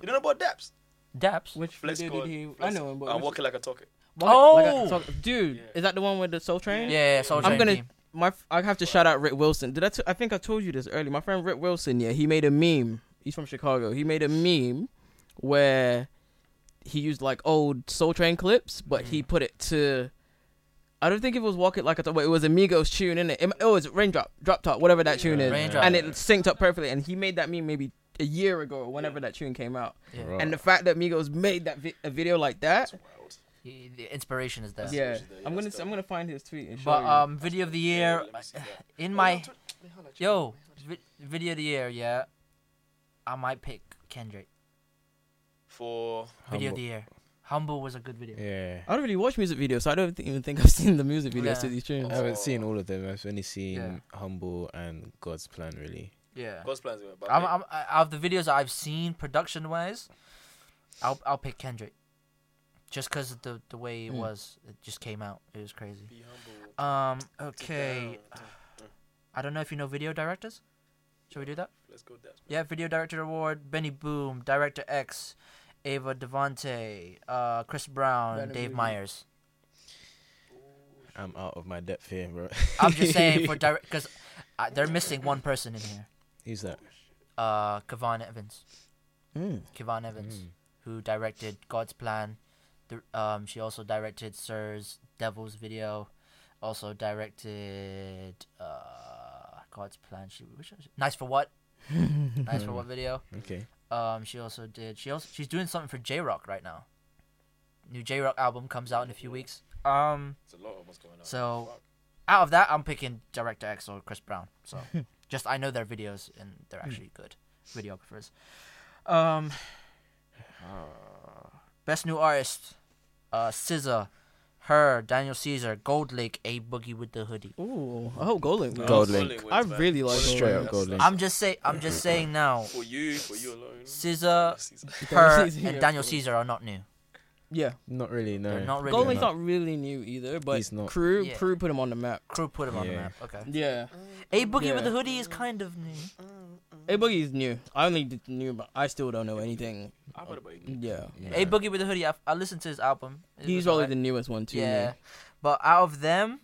You don't know about Deps. Daps. Which Flex video God. did he? I Flex- know him, but I'm which- walking like I talk it. Walk- like I Oh! talk- dude, is that the one with the Soul Train? Yeah. So I'm gonna. My, f- I have to shout out Rick Wilson. Did I? T- I think I told you this earlier. My friend Rick Wilson. Yeah, he made a meme. He's from Chicago. He made a meme where he used like old Soul Train clips, but he Mm. put it to. I don't think it was Walk It Like a Top. but It was Amigos tune in it. It oh, it's Raindrop, Drop Top, whatever that tune is, Raindrop. and it synced up perfectly. And he made that meme maybe a year ago or whenever that tune came out. Oh. Right. And the fact that Migos made that vi- a video like that, Wild. y- The inspiration is there. yeah, there, yeah, I'm gonna that's I'm gonna find his tweet. And show But you. um, video of the year, let me see that. in my yo, vi- video of the year, yeah, I might pick Kendrick. For Video of Humble. the year, Humble was a good video. Yeah. I don't really watch music videos, so I don't th- even think I've [laughs] seen the music videos Yeah. to these tunes. I haven't seen all of them. I've only seen Yeah. Humble and God's Plan, really. Yeah. God's plans were bad. I'm, I'm, I- out of the videos I've seen production wise, I'll I'll pick Kendrick, just because of the the way it Mm. was. It just came out. It was crazy. Be humble. Um. Sit Okay. down. I don't know if you know video directors. Shall we do that? Let's go dance. Yeah. Video director award. Benny Boom. Director X. Ava Devante. Uh. Chris Brown. Brandon Dave Lee. Myers. I'm out of my depth here, bro. [laughs] I'm just saying for direct because they're missing one person in here. Who's that? Uh. Kevon Evans. Oh. Mm. Kevon Evans. who directed God's Plan. The, um, she also directed Sir's Devil's Video. Also directed uh, God's Plan. She which was, Nice for What? nice for What video? Okay. Um, she also did. She also she's doing something for J Rock right now. New J Rock album comes out in a few weeks. Um, It's a lot of what's going on. so out of that, I'm picking director X or Chris Brown. [laughs] So just I know their videos and they're actually Hmm. good videographers. Um, [sighs] uh, best new artist, uh, SZA, her, Daniel Caesar, Gold Lake, A Boogie with the hoodie. Ooh, I hope Golden. Gold Golden Link. wins, I man. really like Golden Straight wins. up Golden. That's- I'm just say I'm just saying now, For you, for you alone. [laughs] [laughs] SZA, Caesar. her, Caesar, yeah, and Daniel cool. Caesar are not new. Yeah, Not really. No. They're not really. Golden's new. not really new either, but He's not. crew Yeah. crew put him on the map. Crew Mm. put him on the Yeah. map. Okay. Yeah, A Boogie Yeah. with the hoodie is kind of new. A Boogie's new. I only did new, but I still don't know anything. I heard about you. Yeah, No. A Boogie with the hoodie. I, I listened to his album. It he's was probably alright. the newest one too. Yeah. Yeah, But out of them,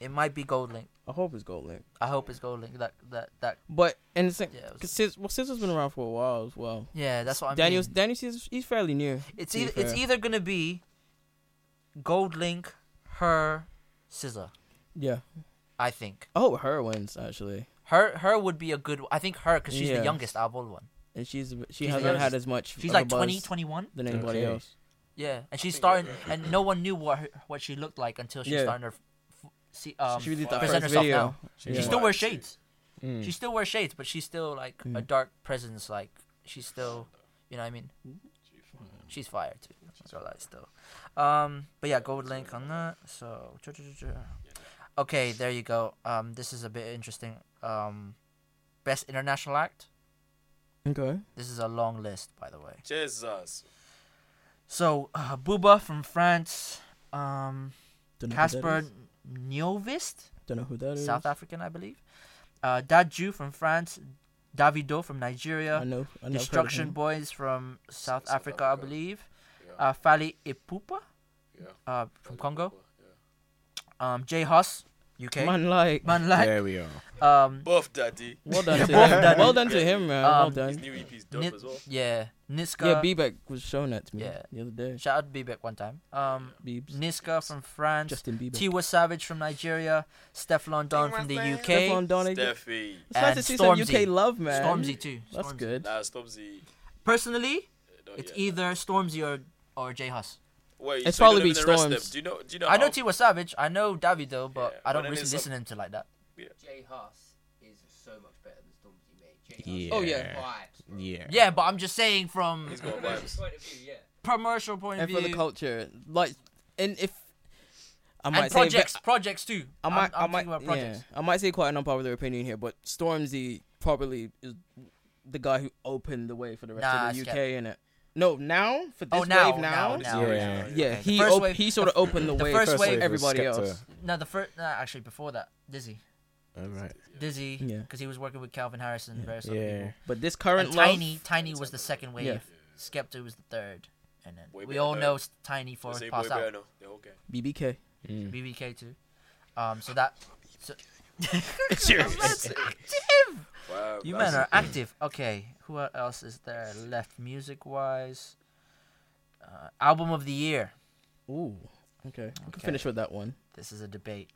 it might be Gold Link. I hope it's Golden. I hope it's Gold Link. That that that. But and the same, Yeah. it was- cause Sis, well, Scissor's been around for a while as well. yeah, that's what I'm. Daniel Daniel Caesar, he's fairly new. It's to be either, it's fair. either gonna be Gold Link, her, Scissor. yeah. I think I hope her wins actually, her her would be a good. I think her because she's Yeah. the youngest out of all one. and she's she She's hasn't young. had as much. She's of a like buzz 20, 21. than anybody Okay. else. Yeah, and she's think that's starting, and no one knew what her, what she looked like until she Yeah. started her. f- f- See, um, she did Present that first herself video. now. She's She Yeah. still wears Why? shades. Hmm. Mm. She still wears shades, but she's still like a dark presence. Like she's still, you know, what I mean, she's fire too. She's all right still. Um, but yeah, gold link on that. So, okay, there you go. Um, this is a bit interesting. Um, best international act. Okay. This is a long list, by the way. Jesus. So, uh, Booba from France. Um, Don't know who that Casper is. Nyovist. Don't know who that is. South African, I believe. Uh, Daju from France, Davido from Nigeria, I know. I know Destruction Boys from South South Africa, I Africa. believe. Yeah. Uh, Fali Ipupa Yeah. uh, from Congo. Yeah. Um, Jay Huss, UK. Man, Man, like, Lai. There we are. Um, Buff Daddy. well [laughs] done to him. both done Well it. done to him, man. well Um, done. His new EP is dope Nip- as well. yeah. Yeah, Niska. B-Back was showing that to me Yeah. the other day. shout out to Bebek one time. Um, Beebs. Niska from France. Justin Bieber. Tiwa Savage from Nigeria. Steflon Don from the UK. Stephon Donegan. Steffi. It's nice to and see some Stormzy. UK love, man. Stormzy too. That's Stormzy. good. Nah, Stubbsy. Personally, No, it's Oh, yeah. either Stormzy or or Jay Huss. Wait, It's so you don't probably even arrest them. Storms. Do you know? Do you know? I know how- Tiwa Savage. I know Davido, but Oh. Yeah, I but don't then really there's listen to him like that. Jay Huss is so much better than Stormzy, mate. Jay Yeah. Oh, yeah. Vibes. Yeah. Yeah, but I'm just saying from He's got [laughs] vibes. Point of view, yeah. commercial point of And view for the culture, like, and if I might and say, a bit- projects, projects too. I might, I'm, I'm might, thinking about projects. yeah, I might say quite an unpopular opinion here, but Stormzy probably is the guy who opened the way for the rest Nah, of the skep- UK in it. No, now for this Oh, now, wave now, now, now. Yeah. yeah, Okay. he first op- wave- he sort of opened the, way first for wave was everybody Skepta. else. No, the first, no, actually before that, Dizzy, All right. Dizzy, Yeah. because he was working with Calvin Harris and various other Yeah. people. But this And current love, Tiny, Tiny was the second wave. Yeah. Skepta was the third, and then Way we better all than- know s- Tiny for Let's say pass Boy out. Bernal, the whole gang. BBK. BBK too. Um, so that. So, Wow. You that's- men are active. Okay, who else is there left music wise? Uh, album of the year. Ooh, okay. We can Okay. finish with that one. This is a debate.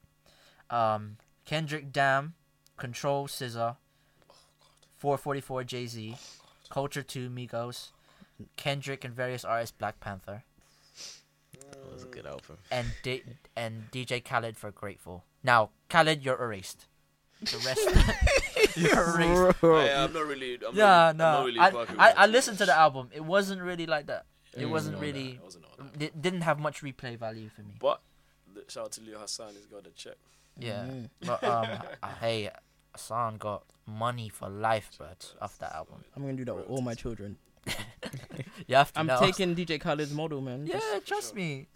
Um, Kendrick Dam, Control Scissor, 444 Jay Z, Culture 2 Migos, Kendrick and various artists Black Panther, That was a good album. and D- and DJ Khaled for Grateful. Now, Khaled, you're erased. The rest, you're erased. I, am not really. [laughs] [laughs] I'm Yeah, not, no. I'm not really I, fucking I, with Mm, I it. listened to the album. It wasn't really like that. It wasn't All that, really. I wasn't all that. It didn't have much replay value for me. Mm. But the- shout out to Leo Hassan. He's got the check. Yeah. But um, I- hey, Hassan got money for life, bro. Off that album, I'm gonna do that with all my children. you have to I'm know. [laughs] taking DJ Khaled's model, man. Yeah, Just- trust me.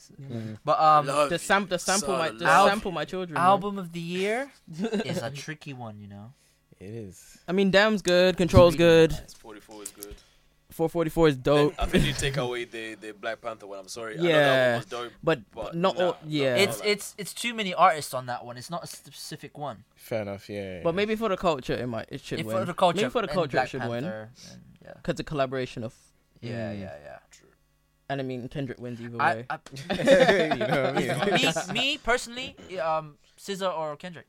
But um, Love The you. sam the sample So my the love sample my children. man. album of [laughs] the year is a tricky one, you know. It is. I mean, damn's good, control's good, It's 44 is good. 444 is Oh. Then dope, I think you take away the, the Black Panther one. I'm sorry. I know that Yeah. one was dope. but, But not nah, all. nah, Yeah, nah, It's nah. it's it's too many artists on that one. It's not a specific one. Fair enough. Yeah. but [laughs] maybe for the culture, it might it should If win. for the culture, maybe for the and culture, Black it should win Hmm. Panther, and yeah. because the collaboration of Yeah, Mm. yeah, yeah. and I mean Kendrick wins either I, way. I, you know what I mean? [laughs] me, me personally, yeah, um, Scissor or Kendrick.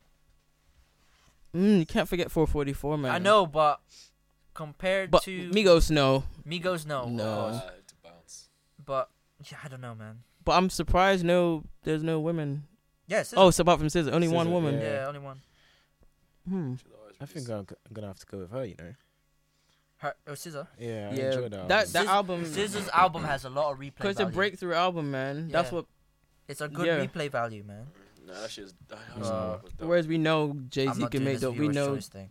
Mm, you can't forget 444, man. I know, but compared but to Migos no. Migos, no, No. Uh, to bounce. But yeah, I don't know, man. But I'm surprised no, there's no women. Yeah, SZA. Oh, it's apart from Scissor, only one SZA, woman. yeah, only one. Hmm. [laughs] I think I'm, g- I'm gonna have to go with her. You know. Her, oh, Scissor. Yeah. I Yeah, enjoyed that. that album. that SZA album Scissor's album has a lot of replay because it's a value. breakthrough album, man. That's Yeah. what. it's a good yeah. replay value, man. Nah, that shit's. That Uh, Nah. Whereas we know Jay I'm Z not can doing make this dope. We viewer's know. choice thing.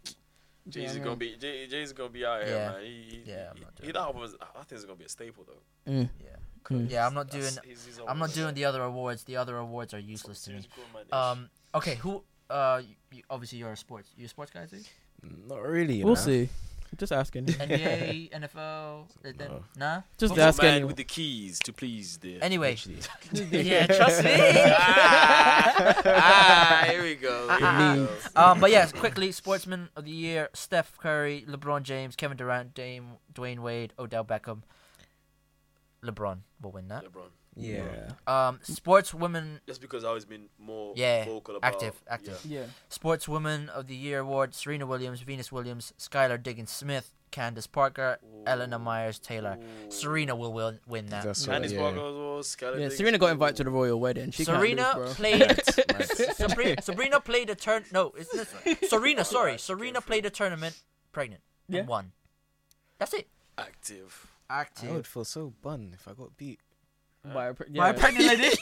Jay Yeah, Z I gonna know. be Jay Jay's gonna be out here, Yeah. man. He, he, Yeah, I'm he, not he, doing that album is, I think it's gonna be a staple though. Mm. Yeah, Mm. yeah. I'm not doing. That's- he's- he's I'm not always- doing the other awards. The other awards are useless to me. Serious grown man ish. Um. Okay. Who? Uh. You, you- obviously, you're a sports. You a sports [laughs] guy too? Not really. You We'll know? see. Just [laughs] asking. NBA, NFL. uh, then- No. Nah. Just He's a asking. man with the keys to please the. Anyway. Actually. [laughs] yeah. Trust [laughs] me. ah, [laughs] ah, here we go. Here we go. Um. But yes, quickly. Sportsman of the year: Steph Curry, LeBron James, Kevin Durant, Dame, Dwayne Wade, Odell Beckham. LeBron will win that. LeBron. Yeah. Um. Sportswoman. Just because I've always been more Yeah, vocal about active, active. Yeah. yeah. Sportswoman of the Year award: Serena Williams, Venus Williams, Skylar Diggins Smith, Candace Parker, Eleanor Myers Taylor. Serena will win, win that. That's what, Candice yeah. Parker was Skylar Yeah, Diggins. Serena got invited Ooh. to the royal wedding. She can't Serena lose, bro. [laughs] played. [laughs] Sabrina, Sabrina played a turn. No, it's [laughs] this one. Serena. Sorry, Serena played a tournament pregnant Yeah. and won. That's it. active. I Active. would feel so bun if I got beat. By a pre- By a yeah. pregnant [laughs] lady.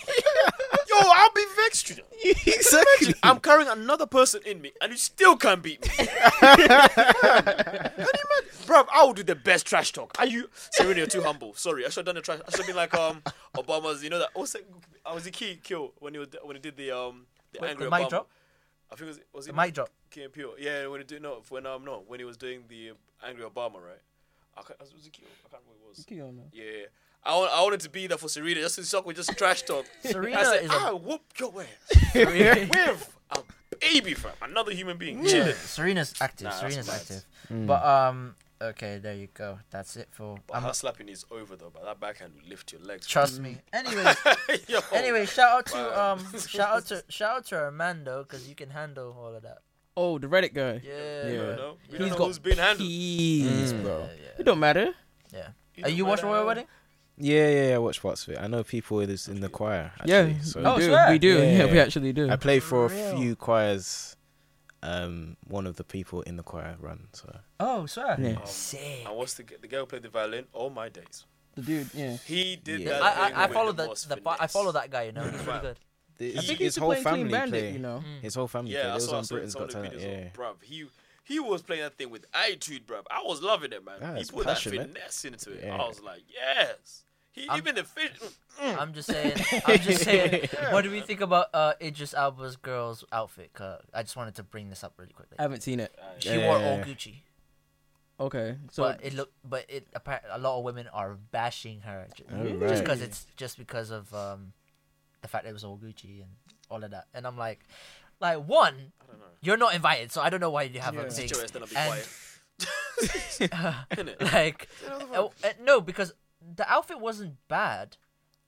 Yo, I'll be vexed. you know. [laughs] exactly. I'm carrying another person in me, and you still can't beat me. Can you imagine? Bro, I will do the best trash talk. Are you Serena? You're too humble. Sorry, I should have done the trash. I should have been like um Obama's. You know that? What's that? I was a key kill when he was, when he did the um the Wait, angry the mic Obama. drop? I think it was was The it mic drop. Key Pure. Yeah, when he did no when um no when he was doing the um, angry Obama right. I can't, was it Keo? I can't remember what it was. Yeah. I, want, I wanted to be there for Serena just to suck with just trash talk. Serena I said, is a- I whoop your ass [laughs] with a baby fam, another human being. Chilling. Serena's active. Nah, that's Serena's mad. active. Hmm. But um. Okay, there you go. That's it for. But I'm, her slapping is over though, but that backhand will lift your legs. [laughs] trust me. Hmm. Anyways. Yo. Anyway, shout out to Oh. Wow. um, shout out to shout out to Armando because you can handle all of that. Oh, the Reddit guy. Yeah. We Yeah. don't know, we He's don't know got who's been handled. Keys, bro. yeah, It don't matter. yeah. You Are know, you but, watching Royal uh, Wedding? Yeah, yeah, yeah. I watched parts of it. I know people in, this, in the choir. Actually, yeah, So we Oh, do. swear. We do. Yeah, Yeah. we actually do. I played for a Real. few choirs. Um, one of the people in the choir run. So Oh, sir. Yeah. Sick. And what's the g- the girl who played the violin? All my days. the dude. Yeah. He did Yeah. that. I, thing I, I with follow the the, most the, I finesse. follow that guy. You know, he's really good. his, I think he's whole playing Clean family Bandit. played. You know. His whole family played. Yeah, It I was saw, I on saw Britain's some Got of the Talent. videos. Yeah. Of, bruv, he he was playing that thing with attitude, bruv. I was loving it, man. Yeah, he it's put passion, that man. finesse into it. Yeah. I was like, yes. He I'm- even the fish. Mm, I'm just saying. I'm just saying. What do we think about uh, Idris Alba's girl's outfit? 'Cause I just wanted to bring this up really quickly. I haven't seen it. She wore all Yeah. Gucci, Okay. So but it looked. But it apparently a lot of women are bashing her ju- Oh, just right. because it's just because of um, the fact that it was all Gucci and all of that. And I'm like, like one, you're not invited, so I don't know why you have a thing. Sit your ass down and be And- quiet. Innit? [laughs] like oh, uh, no because the outfit wasn't bad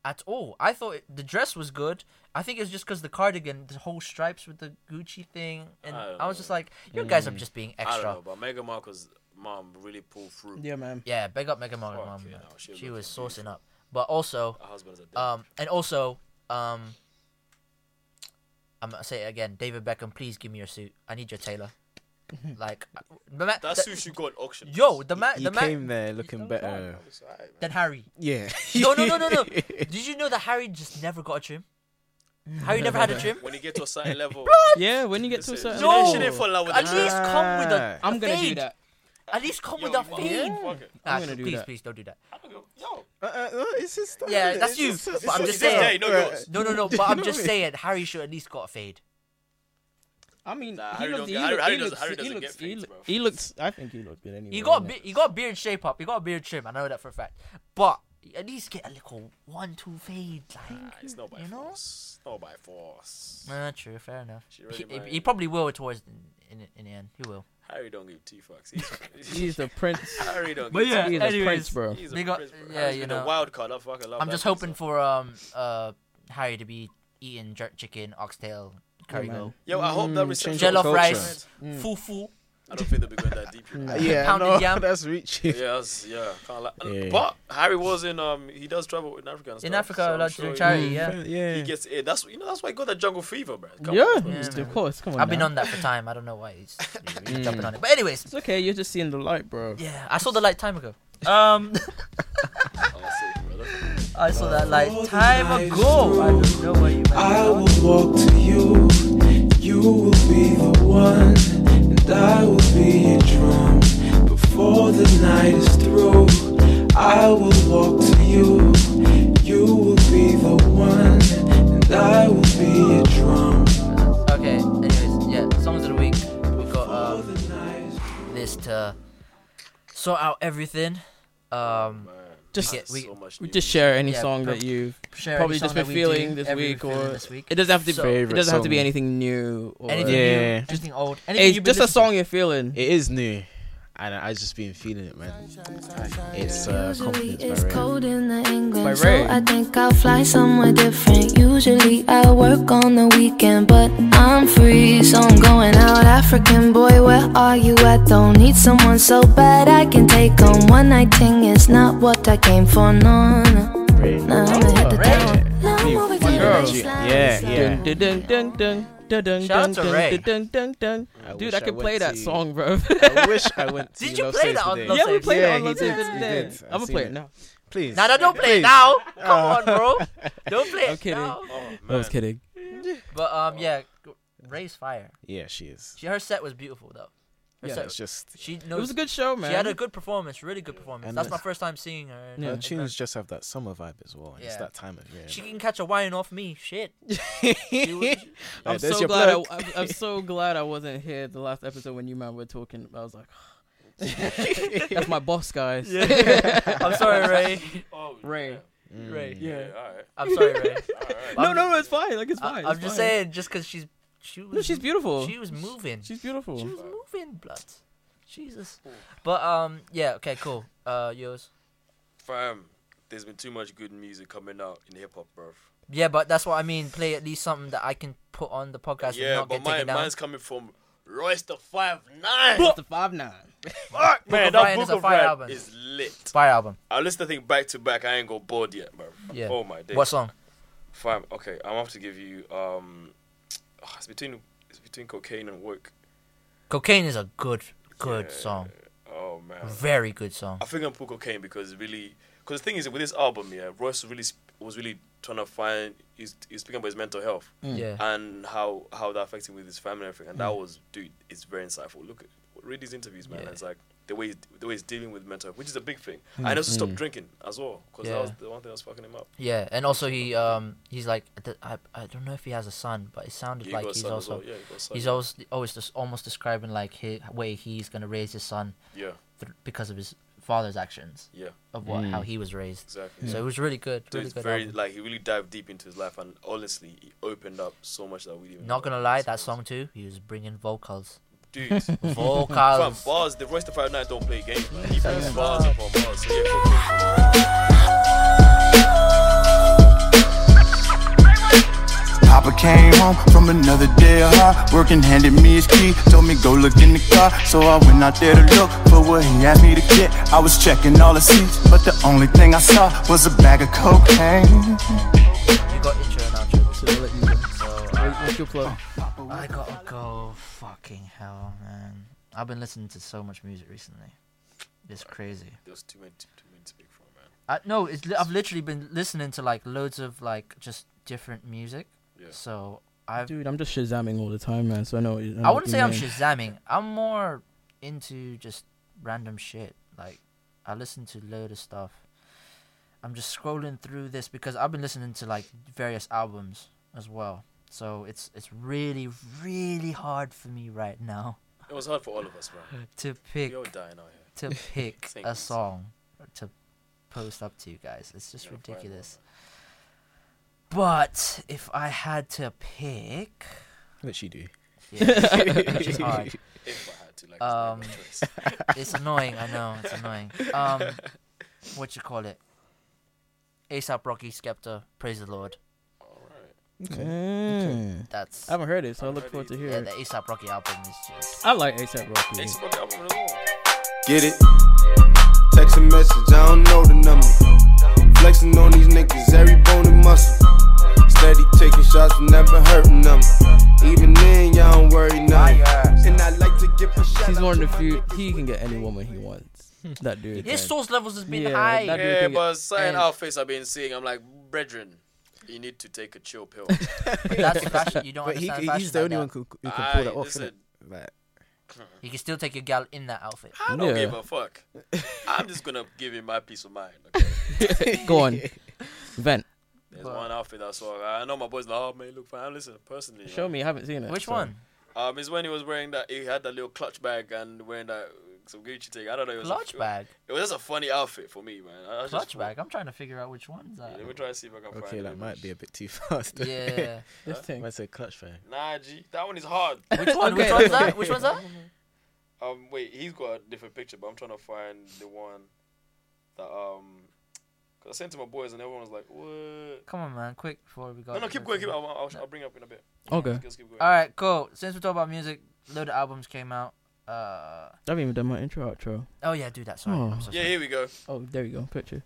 at all i thought it, the dress was good i think it was just because the cardigan the whole stripes with the gucci thing and I i, don't was just like you guys are just being Oh. I don't extra know, but Meghan Markle's mom really pulled through. yeah, man. yeah big up megan Markle, Fuck mom yeah, man. she she, looked was saucing up but also Her husband's a dick. um and also um i'm gonna say it again david beckham please give me your suit i need your tailor like uh, the ma- that the- suit should go on auction. yo the man He the man came there looking better. than harry Yeah. [laughs] no, no, no, no, no. Did you know that Harry just never got a trim? How you never had a gym? When you get to a [laughs] certain level, [laughs] Yeah, when you get to a listen, certain. she didn't- she No. didn't fall in love with At the least come with a. I'm a gonna do fade. that. At least come Yo, with a fuck fade. it, fuck it. Nah, gonna do please, that. please don't do that. I don't give- Yo, Uh, uh, no, it's his style. Yeah, that's It's you, his- but it's I'm his just style. saying. No, yours. No, no, no. But I'm just saying, Harry should at least got a fade. I mean, Nah, he Harry looked. don't He get- Harry- looked. Harry He doesn't- looked. Harry He doesn't looked. get He things, looked. bro. He looked. I think he looked good anyway. You got a innit? bit, you got a beard shape up. You got a beard trim. I know that for a fact. But at least get a little one two fade. Like, Nah, it's not by you know? force. Not by force. Nah, true, fair enough. She He, already he- married. he probably will towards in, in, in the end. He will. Harry don't give two fucks. He's- He's the prince. Harry don't But give [laughs] yeah, two He's fucks. the Anyways, prince, bro. He's They a got- prince, bro. yeah, Harry's you been know. a wild card. I fucking love I'm Oh, that just kid, hoping so. for um uh Harry to be eating jerk chicken, oxtail, curry goat, Yo, I hope that Mm, reception. change jollof Culture. rice, fufu. I don't think they'll be going that deep. [laughs] You know. Uh, [laughs] Yeah, Pounded no, yam. that's reaching. Yeah, that's, yeah, can't lie. And- Yeah. But Harry was in um, he does travel in Africa. And stuff, In Africa, so I'm allowed to sure do he- charity. Mm. Yeah, He Yeah. gets it. That's you know that's why he got that jungle fever, bro. Come Yeah, on, Yeah, it's- man. of course. Come on. I've been now. on that for time. I don't know why [laughs] he's, he's jumping on it. But anyways, It's okay. You're just seeing the light, bro. yeah, I saw the light time ago. Um, I'll see, brother. [laughs] I saw that light time ago. I don't know what you meant. I will walk to you. You will be the one, and I will be your drum. Before the night is through, I will walk to you. You will be the one, and I will be your drum. Okay, anyways, yeah, songs of the week. We've got Before um, the night is this to sort out everything. Um, Just Yeah, we- so much. We new just share any Yeah, song prob- that you've share probably any just song been that we do, feeling this every week, feeling or this week. it doesn't have to. So- Be, it doesn't have to be song. anything new. Or, anything Yeah. new, Yeah. anything old, anything It's you've been just a listening song you're feeling. It is new, and I I've just been feeling it, man. It's uh, Usually confidence it's by Ray. cold in the By England, Ray. so uh, I think I'll fly somewhere different. Usually I work on the weekend, but I'm free, so I'm going out. African boy, where are you? I don't need someone so bad I can take on one night thing. It's not what I came for, no. no. Ray. Nah, I'm gonna hit the Ray. town. Now I'm moving to the girl. baseline. Yeah, yeah. Dun, dun, dun, dun, dun, dun, dun, Shout out dun, to Ray. dun, dun, dun, dun. I Dude, wish I could went play that to- song, [laughs] bro. [laughs] I wish I went. To Did you Love play Saves that the on Day. Love Yeah, we Saves played Yeah, it on he Love Saves did, the he Day. did. I've I'm gonna seen play it. it now. Please. Nah, nah, don't play it Please. Ah. now. Come on, bro. Don't play I'm it kidding. now. I was kidding. But um, yeah, Ray's fire. [laughs] Yeah, she is. She her set was beautiful though. Her Yeah, set, It's just she It knows. was a good show, man. She had a good performance, really good performance. And That's my that's- first time seeing her. Yeah. her Like, tunes just have that summer vibe as well. and It's Yeah. that time of year. She man. can catch a wine off me. [laughs] Shit. She was- Like, I'm there's so your glad. I, bloke. I'm- I'm so glad I wasn't here the last episode when you man were talking. I was like, [sighs] that's my boss, guys. [laughs] I'm sorry, Ray. Oh, Ray. Mm. Ray. Yeah, all [laughs] right. I'm sorry, Ray. No, no, no, it's fine. Like it's I, fine. I'm it's just fine. saying, just because she's she was No, she's beautiful. She was moving. She She's beautiful. was moving, blood. Jesus. But um, yeah. Okay, cool. Uh, yours. Fam, there's been too much good music coming out in hip hop, bro. Yeah, but that's what I mean. Play at least something that I can put on the podcast and Yeah, not but get my, taken down. mine's coming from Royce the Five Nine. the five nine. Fuck, man, of that Ryan Book is a of fire Ryan album. is lit. Fire album. I listen to thing back to back. I ain't got bored yet, bro. Yeah. Oh my days. What song? Fam, okay, I'm gonna have to give you um, it's between it's between cocaine and work. Cocaine is a good, good song. Oh man. Very good song. I think I'm put cocaine because it really, because the thing is with this album, yeah, Royce really sp- was really trying to find. He's he's speaking about his mental health Mm, Yeah. Mm. and how how that affects him with his family and everything. And that was, dude, it's very insightful. Look, at- read these interviews, man. Yeah. Mm, It's like the way he's, the way he's dealing with mental health, which is a big thing. And also stop drinking as well, because Yeah. that was the one thing that was fucking him up. Yeah, and also he um he's like th- I I don't know if he has a son, but it sounded Yeah, he like got he's sad as also well. Yeah, he got sad. he's always always just almost describing like his way he's gonna raise his son yeah, th- because of his father's actions yeah, of what how he was raised. exactly. So it was really good, Mm. So really it's good. very album. like he really dived deep into his life, and honestly, he opened up so much that we didn't. Not know. gonna lie, that song too. He was bringing [laughs] vocals, dude. [laughs] Fam, vocals. bars, the Royce the Five Nine don't play games, man. He plays bars upon bars. So yeah, cocaine. Papa came home from another day of hard working, handed me his key, told me go look in the car. So I went out there to look for what he asked me to get. I was checking all the seats, but the only thing I saw was a bag of cocaine. You got intro and outro. uh, So I'll let you go. What's your plug? I gotta go. Fucking hell, man. I've been listening to so much music recently. It's crazy. There's too many, too many to pick from, man. I, no, it's li- I've literally been listening to like loads of like just different music, Yeah. So I've Dude, I'm just shazamming all the time, man. So I know. What you, I, know I what wouldn't you say I'm mean. shazamming. I'm more into just random shit. Like I listen to load of stuff. I'm just scrolling through this because I've been listening to like various albums as well. So it's it's really really hard for me right now It was hard for all of us, bro. to pick You're dying out here. [laughs] to pick Thank you. a song to post up to you guys. It's just You're a fine ridiculous. But if I had to pick, What she do? [laughs] yeah, which is hard. If I had to, like, um, Um, choice. it's annoying. I know it's annoying. Um, what you call it? ASAP Rocky Skepta, praise the Lord. All right. Mm. That's I haven't heard it, so I look Alrighty. forward to yeah, hearing the it. ASAP Rocky album is just I like ASAP Rocky. Thanks for the album as well. Get it? Text a message, I don't know the number. Flexing on these niggas, every bone and muscle. Steady taking shots, never hurting them. Even then, y'all don't worry nothing. And I like to give a shout He's out one to of my the few. niggas He can get any woman he [laughs] wants. That dude. his man. source levels has been Yeah, high. that- Yeah, looking but at- certain and- outfits I've been seeing, I'm like, brethren, you need to take a chill pill. [laughs] That's fashion. You don't But he, understand he- fashion. he's the like only that. one who, who can pull that Aye, off. listen. Isn't it? Like, You can still take your gal in that outfit. I don't Yeah. give a fuck. I'm just gonna give you my peace of mind. Okay? [laughs] Go on. Vent. There's But- one outfit I saw. I know my boys like, oh man, look fine. Listen, personally, Show me. I haven't seen it. Which so- one? Um, it's when he was wearing that. He had that little clutch bag and wearing that some Gucci thing. I don't know. It was Clutch a, bag. It was just a funny outfit for me, man. I, I just Clutch thought- bag. I'm trying to figure out which one's that. Let me try and see if I can okay, find that it. might be a bit too [laughs] fast. [laughs] Yeah. This thing. That's a clutch fan. Nah, G, that one is hard. Which one? Which Okay. one's that? Which one's that? Um, wait, he's got a different picture, but I'm trying to find the one that um, 'cause I sent to my boys and everyone was like, what? Come on, man, quick before we go. No, no, keep going, keep. I'll, I'll, I'll bring it up in a bit. Okay. Just keep going. All right, cool. Since we talk about music, load of albums came out. Uh, I haven't even done my intro outro. oh yeah, do that. Hmm. Sorry, I'm so Yeah, sorry. here we go. Oh, there you go. Picture.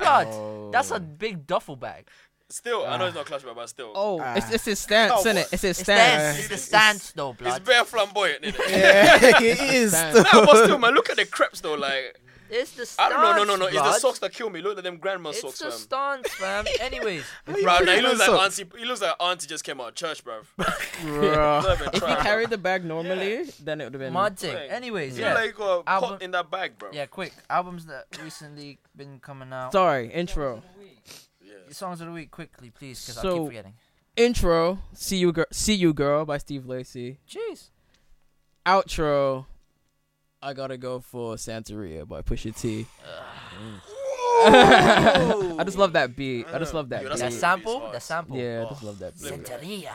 God, Oh. that's a big duffel bag. Still, I know Ah. it's not clutch bag, but still. Oh, it's it's his stance, Oh, isn't it? what? It's his It's stance. dance. It's the stance though, It's blood. bare flamboyant. Isn't it? Yeah, [laughs] it is. [laughs] Damn. [laughs] nah, but still, man, look at the crepes though. Like, It's the stance. I don't know, no, no, no. It's the blood. socks that kill me. Look at them grandma It's socks, the man. [laughs] stance, fam. Anyways, Bro, nah, he putting looks on like auntie. He looks like auntie just came out of church, [laughs] bro. [laughs] Bruh. Not even If he trying. carried the bag normally, then it would have been. mod thing. Right. Anyways, You yeah, look like you got a Album- pot in that bag, bro. yeah. Quick albums that recently been coming out. Sorry, intro. [laughs] Your songs of the week, quickly, please, because I So- keep forgetting. Intro. See you, girl. See you, girl. By Steve Lacy. Jeez. Outro. I gotta go for Santeria by Pusha T. [laughs] I just love that beat. I just love that Yo, beat. that's That Ooh, it's sample. hard. That sample. Oh, Yeah, I just love that beat. Santeria.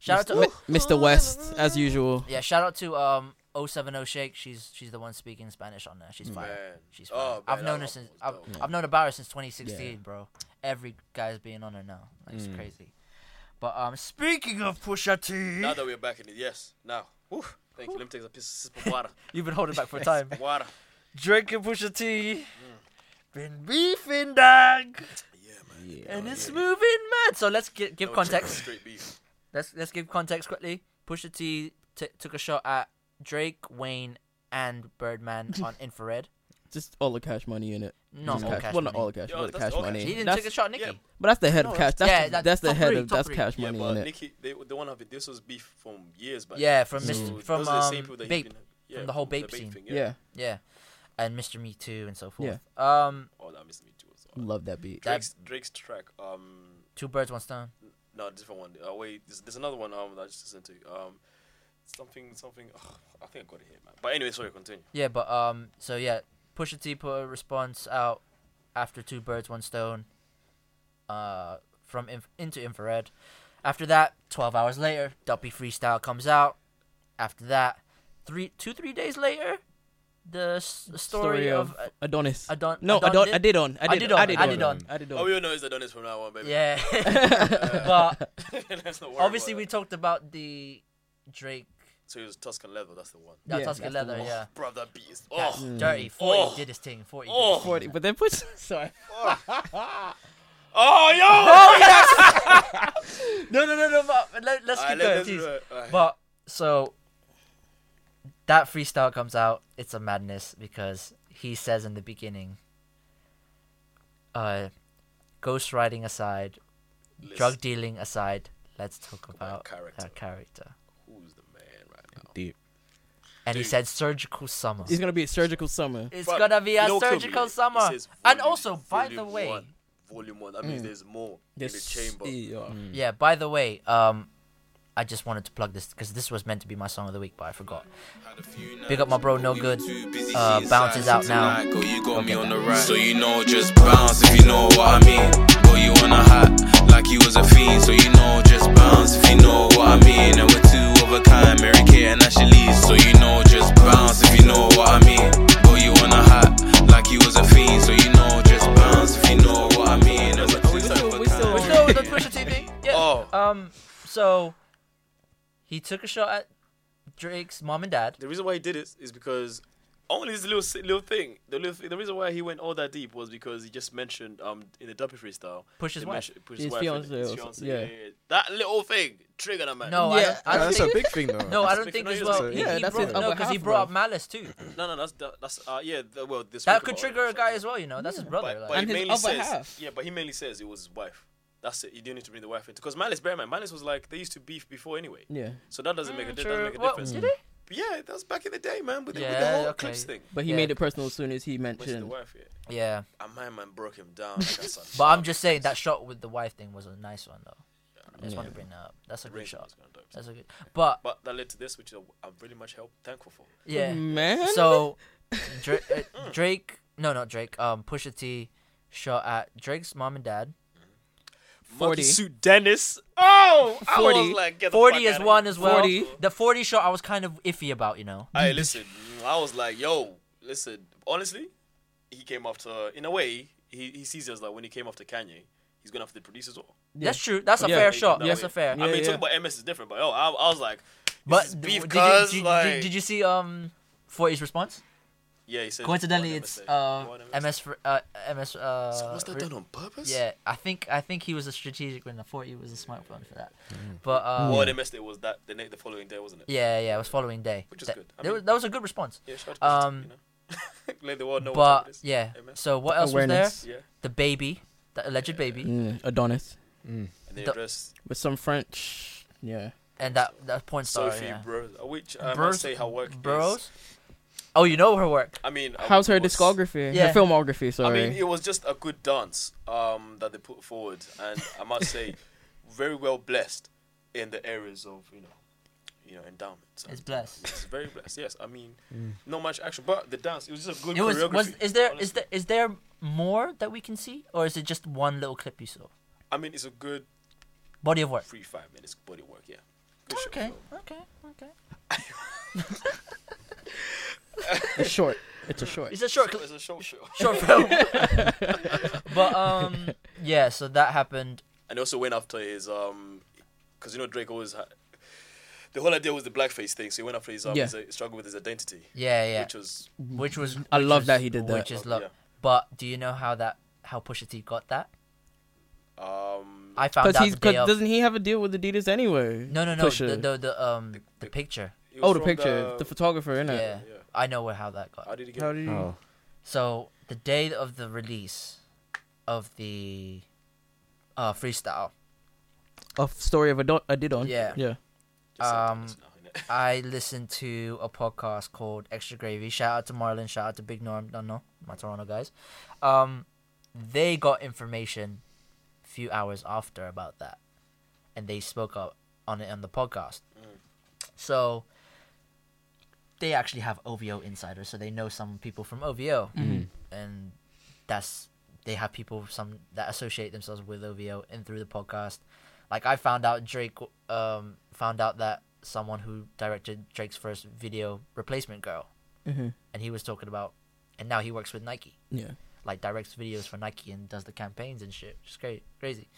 Shout out to Mi- Mr. West, as usual. Yeah, shout out to um 070 Shake. She's she's the one speaking Spanish on there. She's fire. Man. She's fire. Oh, I've man, that known her one since was I've, [laughs] dope. I've known about her since 2016, bro. Every guy's being on her now. Like, Mm. It's crazy. But um, speaking of Pusha T, Now that we're back in it, yes. Now, Woo. thank you. Let me take a piece sip of [laughs] water. you've been holding [laughs] back for time. Water. Drake and Pusha T, been beefing, dog, Yeah, man. and oh, it's moving mad. So let's get, give No context. chicken, Straight beef. Let's let's give context quickly. Pusha T t- took a shot at Drake, Wayne, and [laughs] Birdman on Infrared. Just all the cash money in it. Not Just all cash well, not money. all the cash, Yo, but the that's cash all money. cash. He didn't that's, take a shot, at Nikki. yeah, but that's the head of No, cash. That's yeah, the, that- that's the top head three, of top that's three. cash Yeah, money but in it. Nikki, they, they won't have it. This was beef from years back. Yeah, from So Mr. those from are the um, same people that he's Bape. been- yeah, the whole Bape Bape scene. thing, Yeah. Yeah, and Mr. Me Too and so forth. Um, Oh, that missed me too. as well. love that beat. Drake's, Drake's track. Um, two birds, one stone. no, different one. Oh wait, there's, there's another one. Um, that I just listened to. Um, something, something. ugh, I think I got it here, man. But anyway, sorry. Continue. Yeah, but um, so yeah, Pusha T put a response out after two birds, one stone. Uh, from inf- into infrared. After that, twelve hours later, Duppy Freestyle comes out. After that, three two three days later, the s- story, of. uh, Adonis. Adon- no, Adon- Adonis- I did on. I did on. I did on. Adidon. I did Oh, on. we all know it's Adonis from now on, baby. yeah, but [laughs] Let's not worry about obviously that. we talked about the Drake So it was Tuscan leather. That's the one. uh, Yeah, that's the Tuscan leather, one. yeah. Bro, that beat is. That's Oh, dirty. Forty Oh. did his thing. Forty. Oh. Did his thing. But then Pusha. Sorry. oh, yo. No, no, no, no. But let, us All right, let- keep going, let's please. do it. All right. But so that freestyle comes out. It's a madness because he says in the beginning, uh, ghost riding aside, Listen, Drug dealing aside, let's talk about character. her character. Who's the man right now? Deep. And he Dude. said surgical summer. It's gonna be a surgical summer. It's But gonna be you a know what killed me? surgical It summer. says And volume- also, by the volume way, Mm. one. volume one. That means there's more in the This- chamber. yeah. yeah, by the way, um, I just wanted to plug this because this was meant to be my song of the week, but I forgot. Big up my bro, no good. Uh, bounces out now. Girl, you got me on the right. So you know, just bounce if you know what I mean. Got you on a hat like you was a fiend. So you know, just bounce if you know what I mean. And we're two of a kind, Mary Kate and Ashley. So you know, just bounce if you know what I mean. Got you on a hat like you was a fiend. So you know, just bounce if you know what I mean. And we're two of a kind. [laughs] We're still with the Pusha T thing. Yeah. Oh. Um. So he took a shot at Drake's mom and dad. The reason why he did it is because only this little s- little thing. The little th- the reason why he went all that deep was because he just mentioned um in the Duppy freestyle. Push his they wife. mentioned- Push His wife and fiancée his or fiancée, something, yeah. That little thing triggered a man. Yeah. No, Oh, I don't, I don't That's a think. big thing, though. No, I don't big think thing, as no, well. it's He, a- yeah, he that's brought, his no, other because he half, brought up bruv. malice too. no, no. That's that, that's uh yeah. The, well, this That could trigger a guy as well, you know. That's his brother. But, like- but And he his mainly other says, half. yeah, but he mainly says it was his wife. That's it. You didn't need to bring the wife in because Malice, bear in mind, Malice was like they used to beef before anyway. Yeah. So that doesn't make a, di- Mm, True. doesn't make a Well, difference. Did he? Yeah, that was back in the day, man. With, the with the Yeah, whole okay. clips thing. But he Yeah. made it personal as soon as he Which is the mentioned. wife, yeah. Yeah, And my man broke him down. Like [laughs] that's a but I'm just saying that shot with the wife thing was a nice one though. I just want to bring that up. That's a good Range shot. was kinda dope. That's a good. But But that led to this, which I'm really much help thankful for. yeah, Man. so Dra- uh, Drake, no, not Drake. Um, Pusha T shot at Drake's mom and dad. 40. Forty suit Dennis. Oh, 40. I 40. was like, get the Forty fuck is outta one here. as well. 40. The forty shot I was kind of iffy about, you know. Hey, listen, I was like, yo, listen, honestly, he came after. In a way, he he sees us like when he came after Kanye, he's going after the producers. All. That's true. That's a Yeah. fair Like, shot. that That's way. a fair. I mean, yeah. talking about MS is different, but oh, I, I was like, this but is d- beef, did, you, cuz, did, you- like, did, did you see um forty's response? yeah, he said. Coincidentally, one it's MSA, uh, one MS for, uh, MS. Uh, So was that re- done on purpose? Yeah, I think I think he was a strategic winner. Forty was a smart one for that. But um, Well, they messed it was that the ne- the following day, wasn't it? yeah, yeah, it was following day. Which is That- good. I there mean- was- that was a good response. Yeah, shout out to Um, um, you know? [laughs] Let the world know what time but it is. yeah, MS. so what else was Awareness. Yeah. there? The baby, the alleged baby, Mm, Adonis Mm. And they The- address with some French. Yeah. and that that porn star. Sophie yeah. Burrows, which um, I Burrows- must say her work is. Burrows. Oh, you know her work. I mean, uh, How's her it was- discography? Oh, Yeah. Her filmography. I Sorry. mean, it was just a good dance um, that they put forward, and I must [laughs] say, very well blessed in the areas of you know, you know, endowments. It's and- blessed. It's very blessed. Yes, I mean, Mm. not much action, but the dance. It was just a good It was choreography. was is there is honestly. there is there more that we can see or is it just one little clip you saw? I mean, it's a good Body of work. three five minutes body of work. Yeah. Oh, Okay, okay, okay. it's short. It's a short. [laughs] It's a short clip. It's a short show. short [laughs] film. but um, yeah. So that happened. and they also went after his um because you know drake always had the whole idea was the blackface thing so he went after his, um, Yeah. his uh, struggle with his identity Yeah, yeah. which was Which was I which love was- that he did that. Which is love. Yeah. But do you know how that how Pusha T got that? um I found Because out he's the day because of. doesn't he have a deal with Adidas anyway? No, no, no. Pusha. The, the the um the picture. it was oh, the from picture, the, photographer, innit? Yeah, yeah. I know where how that how got. did he get How did you? Oh. So the day of the release of the uh freestyle, A f- story of a, do- a did on. Yeah. Yeah. Just said um, this now, innit? I listened to a podcast called Extra Gravy. Shout out to Marlon. Shout out to Big Norm. No, no, my Toronto guys. Um, they got information a few hours after about that, and they spoke up on it on the podcast. So they actually have OVO insiders, so they know some people from OVO, and that's they have people some that associate themselves with OVO and through the podcast. Like I found out Drake um found out that someone who directed Drake's first video, Replacement Girl, and he was talking about, and now he works with Nike, Mm-hmm. Yeah. like directs videos for Nike and does the campaigns and shit. It's great, crazy.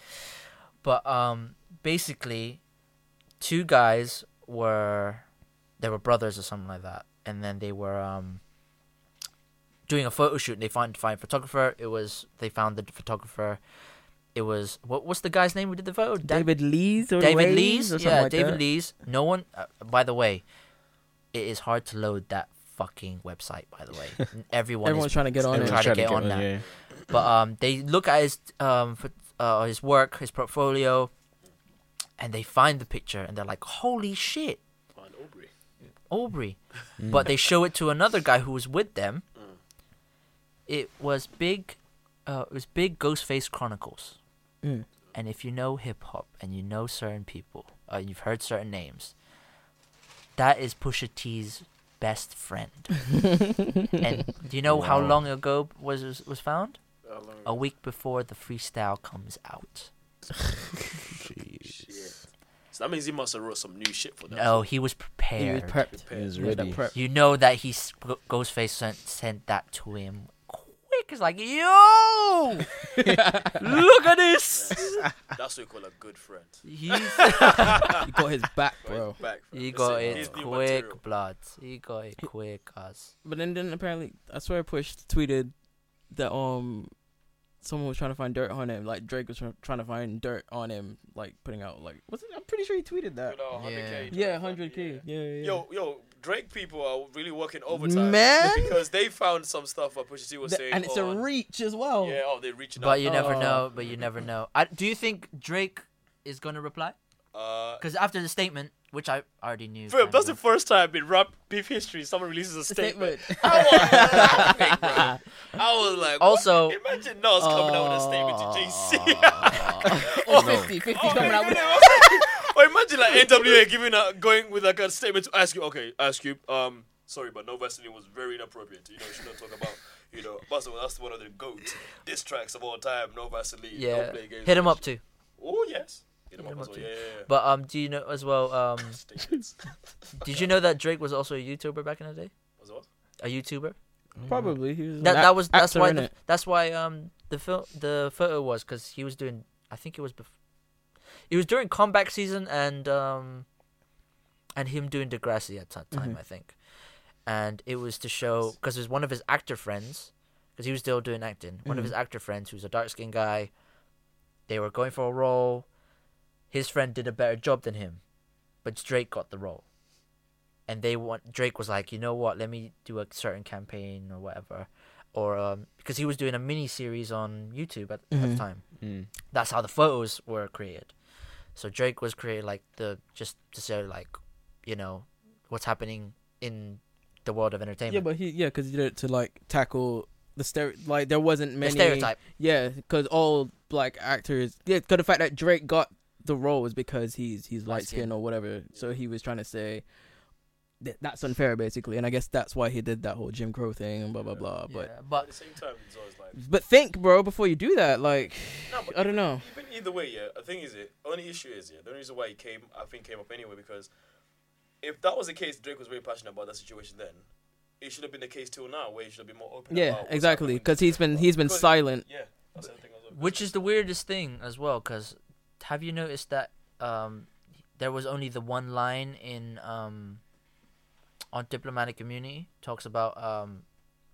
But um, basically, two guys were, they were brothers or something like that, and then they were um doing a photo shoot and they find find a photographer. It was they found the photographer. It was what what's the guy's name who did the photo? Dan- David Lees or David Ways Lees, or something yeah, like David that. Lees. No one. Uh, by the way, it is hard to load that fucking website. By the way, everyone Everyone's [laughs] is trying to get on trying it. to get on that. But um, they look at his um, ph- uh, or his work, his portfolio, and they find the picture and they're like, "Holy shit, Aubrey. Aubrey!" But they show it to another guy who was with them. It was big. Uh, it was big Ghostface Chronicles. Mm. And if you know hip hop and you know certain people, uh, you've heard certain names. That is Pusha T's best friend. and do you know how Wow. long ago was was, was found? How long A week before the freestyle comes out. So that means he must have wrote some new shit for them. No, Oh, he was prepared. prepped. Prepared. was He was ready. prepped. You know that he s- G- Ghostface sent sent that to him quick. It's like, [laughs] yo, look at this. That's what we call a good friend. He's, He got [laughs] his back, bro. Right Back, bro. he This is got it his new quick, material. blood. He got it quick, us. But then, then apparently, I swear, Push tweeted that um someone was trying to find dirt on him. Like Drake was try- trying to find dirt on him, like putting out like was it? I'm pretty sure he tweeted that. Good old 100K, Yeah, Drake, hundred yeah. k. Yeah, yeah. Yo, yo, Drake people are really working overtime, Man. because they found some stuff that Pusha T was Th- saying, "Oh, and it's a on- reach as well. yeah, oh, they're reaching But you out. never Oh. know. But you never know. I, do you think Drake is gonna reply? Uh, Because after the statement, which I already knew. Fam, kinda that's the was- first time in rap beef history someone releases a statement. Statement. [laughs] [laughs] I was laughing, bro. I was like, what? Also- Oh. imagine Nas coming out with a statement to JC. [laughs] Or 50, 50 Oh, coming out with. yeah, yeah. [laughs] or imagine like NWA giving a going with like a statement to ask you, okay, ask you, um, sorry, but no wrestling was very inappropriate. You know, you shouldn't talk about. You know, Busta, that's one of the goats, diss tracks of all time. No Vaseline. Yeah. Don't play games. Hit him up too. Oh yes. Hit him Hit up. 'em as up well. too. Yeah, yeah, yeah. But um, do you know as well? Um, Statements. did you know that Drake was also a YouTuber back in the day? Was it what? A YouTuber. Probably he was. That an that was that's actor, why innit? the, that's why um the fil- the photo was because he was doing I think it was bef- it was during comeback season and um and him doing Degrassi at that time I think, and it was to show because it was one of his actor friends because he was still doing acting one of his actor friends who's a dark skinned guy, they were going for a role, his friend did a better job than him, but Drake got the role and they want Drake was like, you know what? Let me do a certain campaign or whatever, or um, because he was doing a mini series on YouTube at, at the time. Mm. That's how the photos were created. So Drake was created like the just to show like, you know, what's happening in the world of Yeah, entertainment. but he yeah, because he did it to like tackle the stereo. Like there wasn't the many stereotype. Yeah, because all black actors. Yeah, because the fact that Drake got the role was because he's he's light Light-skinned. skinned or whatever. So he was trying to say that that's unfair, basically. And I guess that's why he did that whole Jim Crow thing and blah blah blah. uh, But yeah, At but the same time, it's always [laughs] like. but think, bro, before you do that, like No, but I don't know. Even either way, yeah. The thing is, it only issue is, yeah. The only reason why he came, I think, came up anyway because if that was the case, Drake was very passionate about that situation then. It should have been the case till now, where he should have been more open. Yeah, about what's exactly. happening. Because he's been he's been Because- silent. Yeah, that's the other thing I was like, which is the weirdest thing as well because have you noticed that um there was only the one line in um on diplomatic immunity talks about um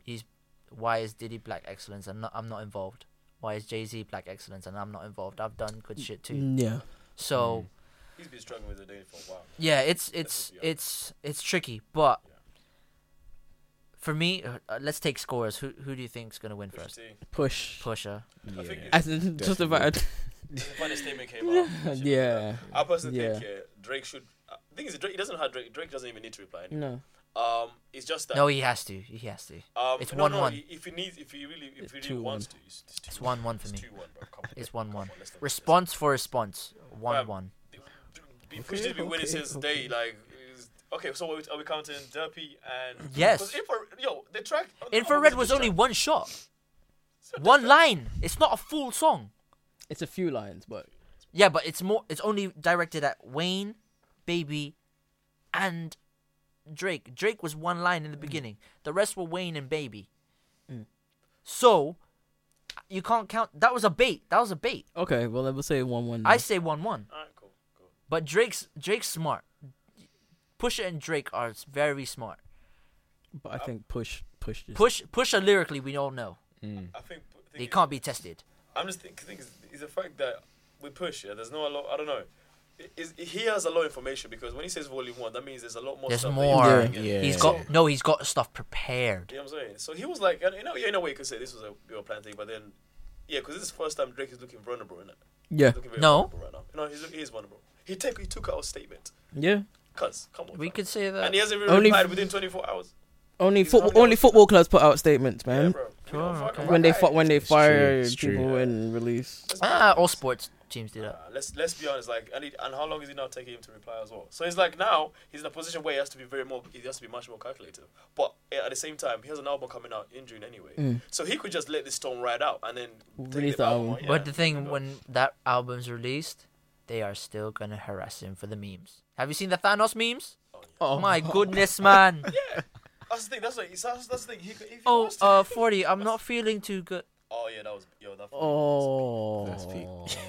he's why is diddy black excellence and not, i'm not involved why is jay-z black excellence and i'm not involved i've done good shit too Yeah. so He's been struggling with the day for a while. yeah it's it's be honest. it's it's tricky but for me uh, uh, let's take scores who who do you think's gonna win First, first Push. pusher Mm. I think As in, [laughs] just the fact. it's when the statement came [laughs] out. it should be Yeah. that. I personally think Yeah. yeah, Drake should. Uh, the thing is, Drake he doesn't have Drake. Drake doesn't even need to reply. Anymore. No. Um, it's just that. no he has to he has to um, it's no, one no, one. he- If he needs, if he really, if It's he 2-1. really wants to, it's, it's, It's 2-1. 1 1 for It's me. 2-1, bro. Come [laughs] on. It's 1 1. Come on, let's not- let's not- Response for response 1 Fam, 1. Be pushed to be winning since day. Like, is- okay, so are we, are we counting Derpy and Yes. 'cause Infra- yo, the track. oh, no, Infrared it was a only diss one shot, track. one line. It's not a full song. It's a few lines, but Yeah, but it's more. It's only directed at Wayne, Baby, and Drake. Drake was one line in the beginning. The rest were Wayne and Baby. So you can't count. That was a bait. That was a bait. okay. Well, let's say one one. I say one one. Alright, cool, cool. But Drake's Drake's smart. Pusha and Drake are very smart. but I think push push. Just, Push Pusha lyrically, we all know. I think. the thing They is- can't be tested. I'm just thinking, think is, is the fact that we push. Yeah, there's no a lot. I don't know. I- Is, he has a lot of information because when he says volume one, that means there's a lot more. There's stuff more. That He's he's doing again. Yeah. got no. He's got stuff prepared. You know what I'm saying? So he was like, you know, yeah, in a way you could say this was a, your plan thing, but then Yeah, because this is the first time Drake is looking vulnerable, isn't it? Yeah. He's looking very No. vulnerable Right now. No, he's look, he is vulnerable. He, take, he took out a statement. Yeah. Cuz, come on. We could say that. And he hasn't even Only- replied within 24 hours. Only football, only football clubs put out statements, man. When they fu- when they fire it's true. people and release. Ah, all sports teams do that. Let's let's be honest, like, and, he, and how long is it now taking him to reply as well? So it's like now he's in a position where he has to be very more, he has to be much more calculative. But eh, at the same time, he has an album coming out in June anyway, Mm. so he could just let this storm ride out and then take Release the album. out, yeah. But the thing, when that album's released, they are still gonna harass him for the memes. Have you seen the Thanos memes? Oh my goodness, [laughs] man. That's the thing. That's like that's, that's the thing. He, could- if he Oh, wants to- uh, 40, I'm not feeling too good. oh yeah, that was yo. That Oh. That's peak.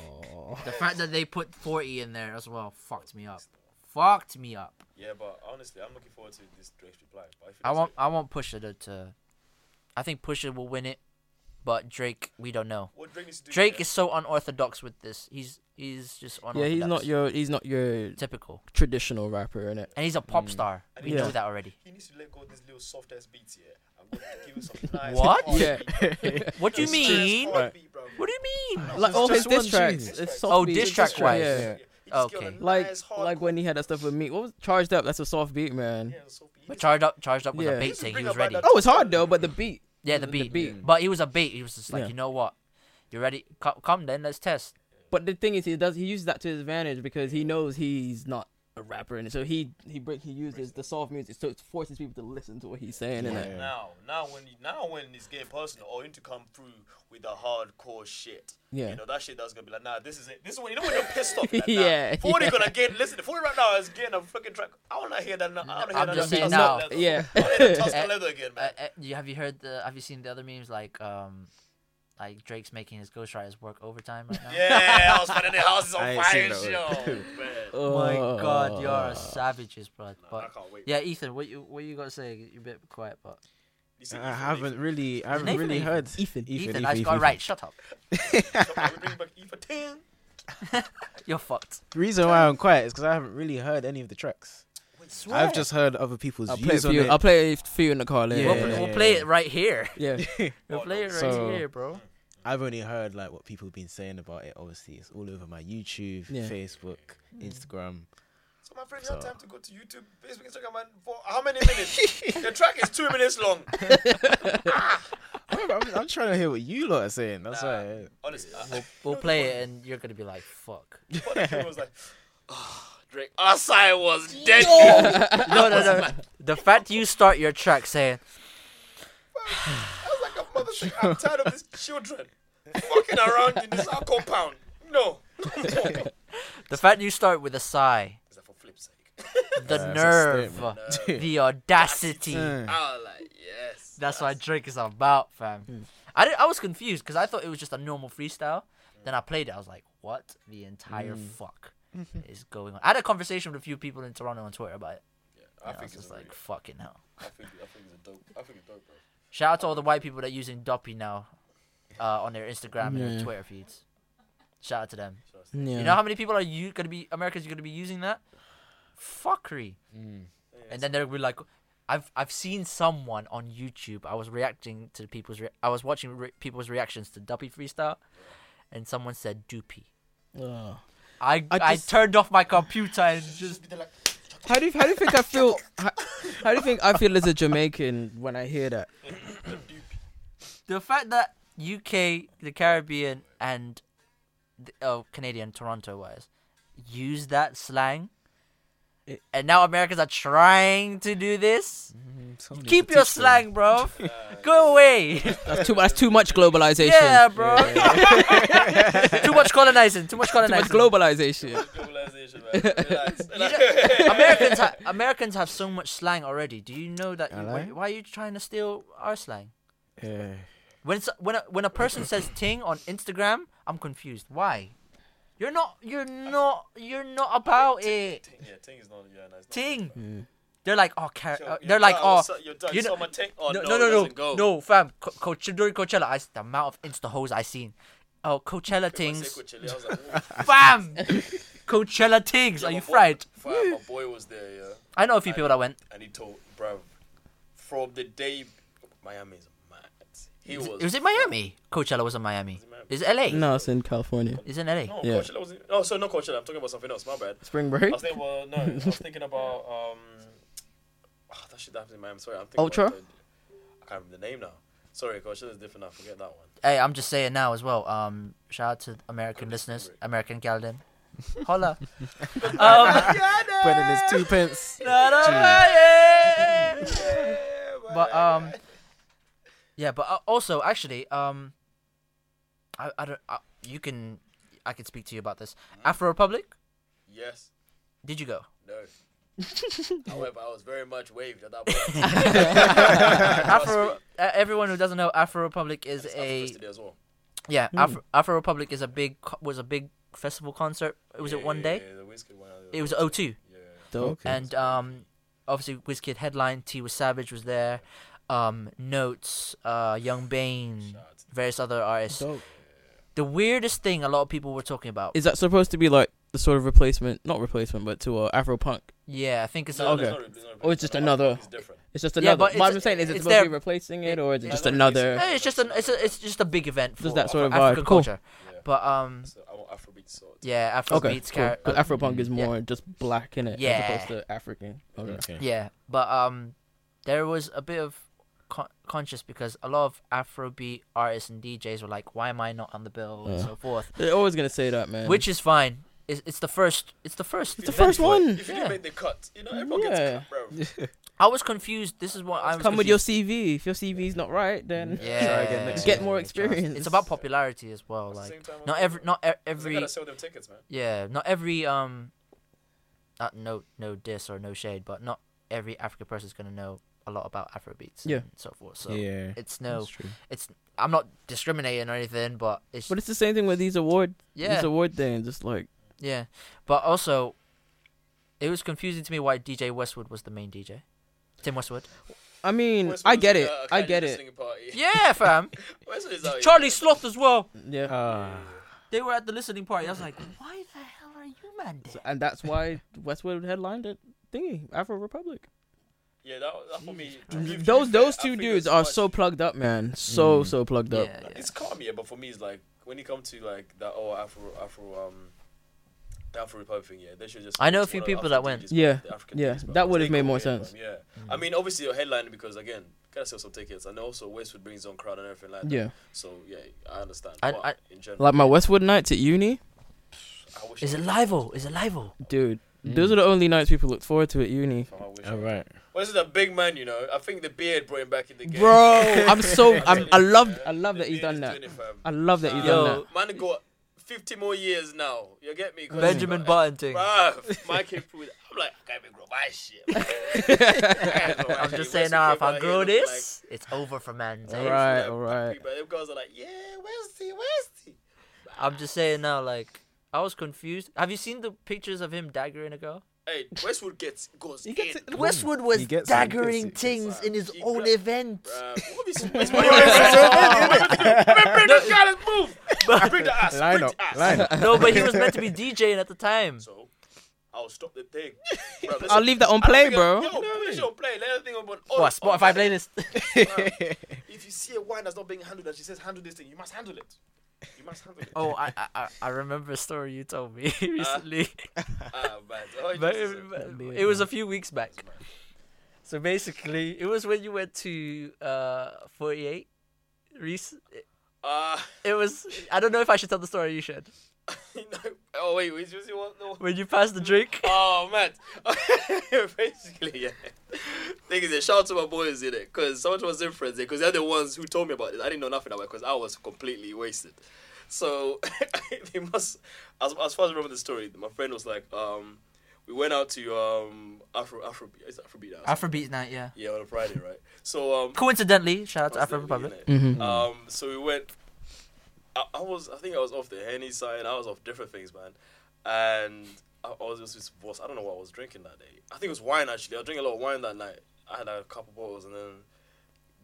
The fact that they put 40 in there as well fucked me up. Fucked me up. yeah, but honestly, I'm looking forward to this Drake's reply. But if he I doesn't- want uh, I want Pusha to, to I think Pusha will win it, but Drake, we don't know. What Drake needs to do Drake yeah. is so unorthodox with this. He's he's just Yeah, unorthodox. he's not your he's not your typical. traditional rapper in it. And he's a pop Mm. star. And We he know just- that already. He needs to let go of these little soft ass beats here. I'm gonna [laughs] give him some nice. What? [laughs] hard [laughs] Yeah. beat, bro. [laughs] What do you Nice mean? hard beat, bro. What do you mean? Like all his just diss one tracks. genius. It's Oh, soft diss beats, track wise. Yeah. He just gave Okay. a Like nice hard like when he had that stuff with me. What was charged up? That's a soft beat, man. Yeah, so he But just- charged up, charged up was Yeah. a He bait used to take. He bring was up like ready. that- Oh, it's hard though, but the beat. Yeah, the The beat. beat. But he was a bait. He was just like, Yeah. you know what? You ready? Co- come then, let's test. But the thing is, he does he uses that to his advantage because he knows he's not a rapper in it. So he he break he uses the soft music, so it forces people to listen to what he's saying. innit? Yeah. now, now when you, now when it's getting personal, or him to come through with the hardcore shit. Yeah. You know that shit that's gonna be like, nah, this is it. This is when you know when you're pissed [laughs] off. Like, nah, Yeah, Forty yeah. gonna get listen. Forty right now is getting a fucking track. I wanna hear that. I wanna hear I'm that. just Tuscan saying now. Leather. Yeah. I wanna hear [laughs] that Eh, Tuscan leather again, Uh, man. uh, you, have you heard the? Have you seen the other memes like um, like Drake's making his ghostwriters work overtime right now? [laughs] Yeah, I was finding the houses on I ain't fire seen and that shit. [laughs] Oh, man. Oh My God, you are savages, bro. I But can't wait. yeah, Ethan, what you what you gotta say? You're a bit quiet, but You see, I Ethan, haven't really, I haven't Nathan, really Nathan. heard Ethan. Ethan, I just got Ethan. right. Shut up. Ethan, [laughs] come on, we bring back Ethan. Ting. You're fucked. The reason why I'm quiet is because I haven't really heard any of the tracks. Swear. I've just heard other people's I'll play, a views on few, it. I'll play a few in the car We'll, Yeah, later. pl- yeah, we'll yeah, play yeah. it right here. [laughs] Yeah. We'll play it right So- here, bro. [laughs] I've only heard like what people have been saying about it. Obviously, it's all over my YouTube, Yeah. Facebook, Instagram. So my friend, you have So- time to go to YouTube, Facebook, Instagram, and for how many [laughs] minutes? the track is two minutes long. [laughs] I'm, I'm trying to hear what you lot are saying. That's why. Honestly, I- We'll, we'll play it, and you're gonna be like, "Fuck." But the dude was like, "Ah, Drake, Asai was [laughs] dead. No, no, no. [laughs] The fact you start your track saying, I was like, a mother saying, I'm tired of these children fucking around in this our compound. No. the fact you start with a sigh, Is that for flip's sake? the That's a nerve, [laughs] statement. the audacity. Mm. I was like, yes. That's what Drake is about, Hmm. fam. I did, I was confused because I thought it was just a normal freestyle. Then I played it. I was like, "What the entire Hmm. [laughs] fuck is going on?" I had a conversation with a few people in Toronto on Twitter about it. I and I was think it's just like, like, "Fucking hell." I think, I think it's a dope. I think it's dope, bro. Shout out to all the white people that are using Doppy now uh, on their Instagram and their Yeah. Twitter feeds. Shout out to them. Yeah. You know how many people are you gonna be Americans? You're gonna be using that fuckery, Mm. and then they'll be like, "I've I've seen someone on YouTube. I was reacting to people's. Re- I was watching re- people's reactions to Doppy freestyle, and someone said Doopy. Oh. I I, I just- turned off my computer and just How do you, how do you think I feel? How, how do you think I feel as a Jamaican when I hear that? the fact that UK, the Caribbean, and the, oh, Canadian, Toronto wise, use that slang. It- and now Americans are trying to do this. Keep your slang, bro. Uh, Go away. [laughs] That's too that's too much globalization. yeah, bro. too much colonizing. Too much Too much colonizing. globalization. Globalization, man. [laughs] Relax. [laughs] You know- Americans, ha- Americans have so much slang already. Do you know that? You, why, Hello? why are you trying to steal our slang? Yeah. When it's, when a, when a person says "ting" on Instagram, I'm confused. Why? You're not. You're not. You're not about it. Ting, yeah, Ting is not, yeah, no, it's not- Ting. They're like, oh, car- Yo, uh, you're they're like, done, oh, so- you're done. you know- Someone Ting. Oh, no, no, no, it no, doesn't go. no, no, fam. Co- Co- during Coachella, I, s- the amount of Insta hoes I seen. Oh, Coachella When I say things, Coachella, I was [laughs] like, "Ooh." fam. Coachella things. Yeah, Are my you boy- fried? Fam, my boy was there, yeah. I know a few people that went. And he told, bruv, from the day Miami is mad. He Is was. it- was it Miami? Coachella was in Miami. Is it LA? No, it's in California. Is it in LA? No, Yeah. Coachella was. Oh, so no Coachella. I'm talking about something else. My bad. Spring break? I was thinking about no. I was thinking about um. ah, that shit happened in Miami. Sorry, I'm thinking. Ultra? About, the- I can't remember the name now. Sorry, Coachella is different. I forget that one. Hey, I'm just saying now as well. Um, shout out to American listeners, American Galden. Holla. [laughs] Um, Brennan is two pence. but um, yeah. But uh, also, actually, um, I I don't. I, you can I can speak to you about this. Afro Republic. Yes. Did you go? No. However, I was very much waved at that point. [laughs] [laughs] Afro. Uh, everyone who doesn't know, Afro Republic is It's a Afro Christy as well. yeah. Hmm. Afro, Afro Republic is a big co- was a big festival concert. Was it one day? Yeah, the Wizkid one. It was O2. Dope. Okay. And um, obviously Wizkid headline. T was Savage was there. Um, Notes, uh, Young Bane, various other artists. The weirdest thing a lot of people were talking about. [laughs] Is that supposed to be like the sort of replacement? Not replacement, but to uh, Afro punk. Yeah, I think it's okay. or it's just another. It's, just Yeah, another. but but, it's- I'm saying, is it it's supposed to be their- replacing it, or is it Yeah, just no, another? Eh, It's just an it's a, it's just a big event for Just that sort for of vibe. African Cool. culture. But um, I want Afrobeat sort. yeah, Afro Okay, beats. cool. Car- But Afropunk is more just black in it Yeah. as opposed to African. Okay. Yeah, but um, there was a bit of con- conscious because a lot of Afrobeat artists and DJs were like, "Why am I not on the bill?" and Yeah. so forth. They're always gonna say that, man. Which is fine. It's, it's the first. It's the first. It's the event first for it. one. If you didn't make the cut, you know everyone gets cut, bro. I was confused. This is what I was Come with your confused. CV. If your CV's not right, then Yeah, [laughs] get more experience. It's about popularity as well. Like not every, not e- every. gotta sell them tickets, man. Yeah, not every um, not, no no diss or no shade, but not every African person is gonna know a lot about Afrobeats. Yeah. and so forth. So Yeah, it's no, that's true. it's I'm not discriminating or anything, but it's But it's the same thing with these award. Yeah. These award things, just like yeah, but also it was confusing to me why DJ Westwood was the main DJ. Tim Westwood. I mean, I get uh, it. I get it. [laughs] Yeah, Oh, fam. Westwood is out here. Charlie Sloth as well. Yeah. They were at the listening party. I was like, why the hell are you man? So- and that's why Westwood headlined it thingy Afro Republic. Yeah, that, that for me. Those those two dudes are so plugged up, man. So Mm. so plugged up. It's calm, yeah, but for me, it's like when you come to like that oh Afro Afro um Afro Republic thing, yeah, they should just. I know a it's few one of the people Afro that went. DJs, bro, Yeah, the African yeah, DJs, bro, that because would they have made go more in, fam, sense. Yeah, I mean, obviously you're headlining because again, gotta sell some tickets, and also Westwood brings on crowd and everything like that. Yeah. So yeah, I understand. I- but I- in general, Like my Westwood nights at uni, I wish Is it Livo? Is it Livo? dude. Those are the only nights people look forward to at uni. All right. Well, this is a big man, you know. I think the beard brought him back in the game. [laughs] Bro, I'm so I'm, I love I love that he's done that. I love that he's done that. Yo, man, got 50 more years now. You get me? 'Cause Benjamin he's got- Button thing. Bruv, my [laughs] kid food. I'm like, I can't even grow my shit. [laughs] man. I'm Westwood [laughs] just saying now, if came out I here grow looking this, it's over for man. All eh? right, all right. But them girls are like, yeah, Westy, Westy. I'm just saying now, like, I was confused. Have you seen the pictures of him daggering a girl? Hey, Westwood gets goes in. Westwood was He gets it, he gets daggering it. things in his He own gra- event. Bruv, what [laughs] is- Westwood- [laughs] Bring the guy, let's move. Bring the ass. Line Bring up, the ass. [laughs] line up. No, but he was meant to be DJing at the time. So, I'll stop the [laughs] thing. Bruv, listen, I'll leave that on I don't play, think I- bro. Yo, finish your play. Let everything on. on- What on- Spotify playlist? [laughs] If you see a wine that's not being handled and she says handle this thing, you must handle it. You must [laughs] handle it. [laughs] oh, I, I I- I remember a story you told me [laughs] recently. Ah, man. Oh, but Jesus. it, it was a few weeks back. So basically, it was when you went to uh 48. Reese, Ah, it was. I don't know if I should tell the story. You should. [laughs] you know. Oh wait, we just want the. When you passed the drink. Oh man, [laughs] basically yeah. Thing is, yeah, shout out to my boys in it because so much was different because eh, they're the ones who told me about this. I didn't know nothing about it because I was completely wasted. So [laughs] they must. As, as far as I remember the story, my friend was like, um, we went out to um Afro Afro is it Afrobeat house? Afrobeat night, yeah. yeah on a Friday right. So um, Coincidentally, shout out to I was Afro there, Republic. you know. Um, so we went. I, I was, I think I was off the henny side. I was off different things, man. And I, I was just with boss. I don't know what I was drinking that day. I think it was wine actually. I drank a lot of wine that night. I had a couple bottles and then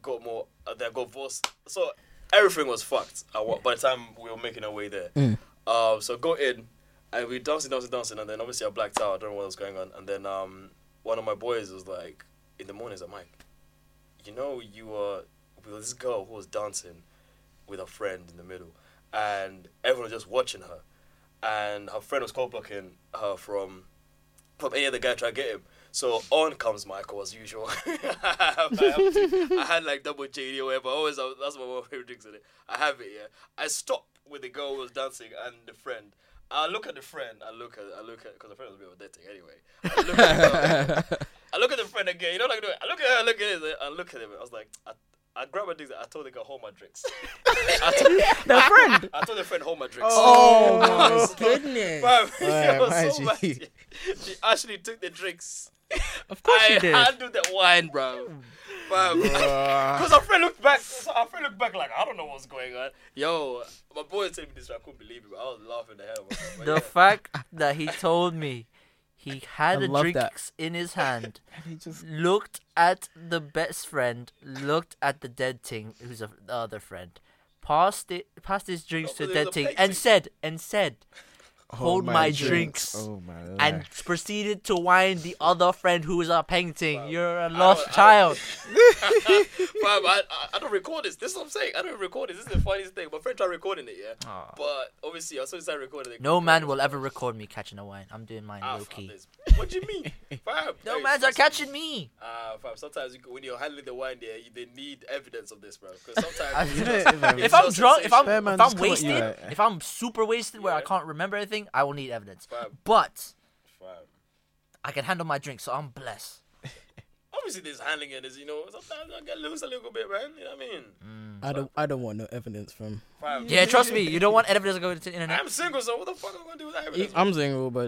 got more. uh, Then I got boss. So everything was fucked. I, wa- by the time we were making our way there, um, so go in and we dancing, dancing, dancing, and then obviously I blacked out. I don't know what was going on. And then um, one of my boys was like, in the morning, he's like, Mike, you know, you were There was this girl who was dancing with her friend in the middle, and everyone was just watching her. And her friend was cold blocking her from from any other guy trying to get him. So on comes Michael as usual. [laughs] I, have to- I had like double JD or whatever. I always I, that's my one of my favorite drinks in it. I have it. Yeah. I stop with the girl who was dancing and the friend. I look at the friend. I look at I look at because the friend was a bit of a dead thing anyway. I look at the girl. I look at the friend again. You know, like I look at her, I look at him, I look at him. I was like, I, I grabbed my drinks. I told the girl hold my drinks. [laughs] I told, The friend? I told the friend hold my drinks. [laughs] Oh, my goodness. Bruv, Why, it was why so did bad. you- She actually took the drinks. [laughs] Of course I you did. handled that wine, bro. [laughs] Because our friend looked back. so Our friend looked back like I don't know what's going on. Yo, my boy told me this. I couldn't believe it. Bro. I was laughing the hell. Bro. But The yeah. fact that he told me he had I the love that. drinks in his hand, looked at the best friend, looked at the dead thing, who's a, the other friend, passed it, passed his drinks No, but to the dead Oh, there's a thing, peg and thing. said, and said, hold, my, drinks. Oh my And life. proceeded to wind the other friend who was a painting. You're a don't- I lost don't- [laughs] child. Fam, I, I, I don't record this. This is what I'm saying. I don't record this. This is the funniest thing. My friend tried recording it, yeah. But obviously, as soon as I recorded it, No man will ever record me catching a wine. I'm doing mine Ah, low fam, key. this- What do you [laughs] mean? Fam, No hey, man's are listen. catching me. Ah, fam. Sometimes you, when you're handling the wine, there, you, they need evidence of this, bro. Because [laughs] sometimes You it's know, just- if I'm- it's [laughs] if I'm just drunk, if I'm, sensational. Fair man if I'm just come at you, wasted, right? if I'm super wasted where I Yeah. can't remember anything, I will need evidence. Fam. But Fam. I can handle my drink, so I'm blessed. Obviously, there's handling it. Is you know, sometimes I get loose a little bit, man. You know what I mean? I don't. I don't want no evidence from. Fam. Yeah, trust me, you don't want evidence going to the internet. I'm single, so what the fuck am I gonna do with that evidence? I'm single, but I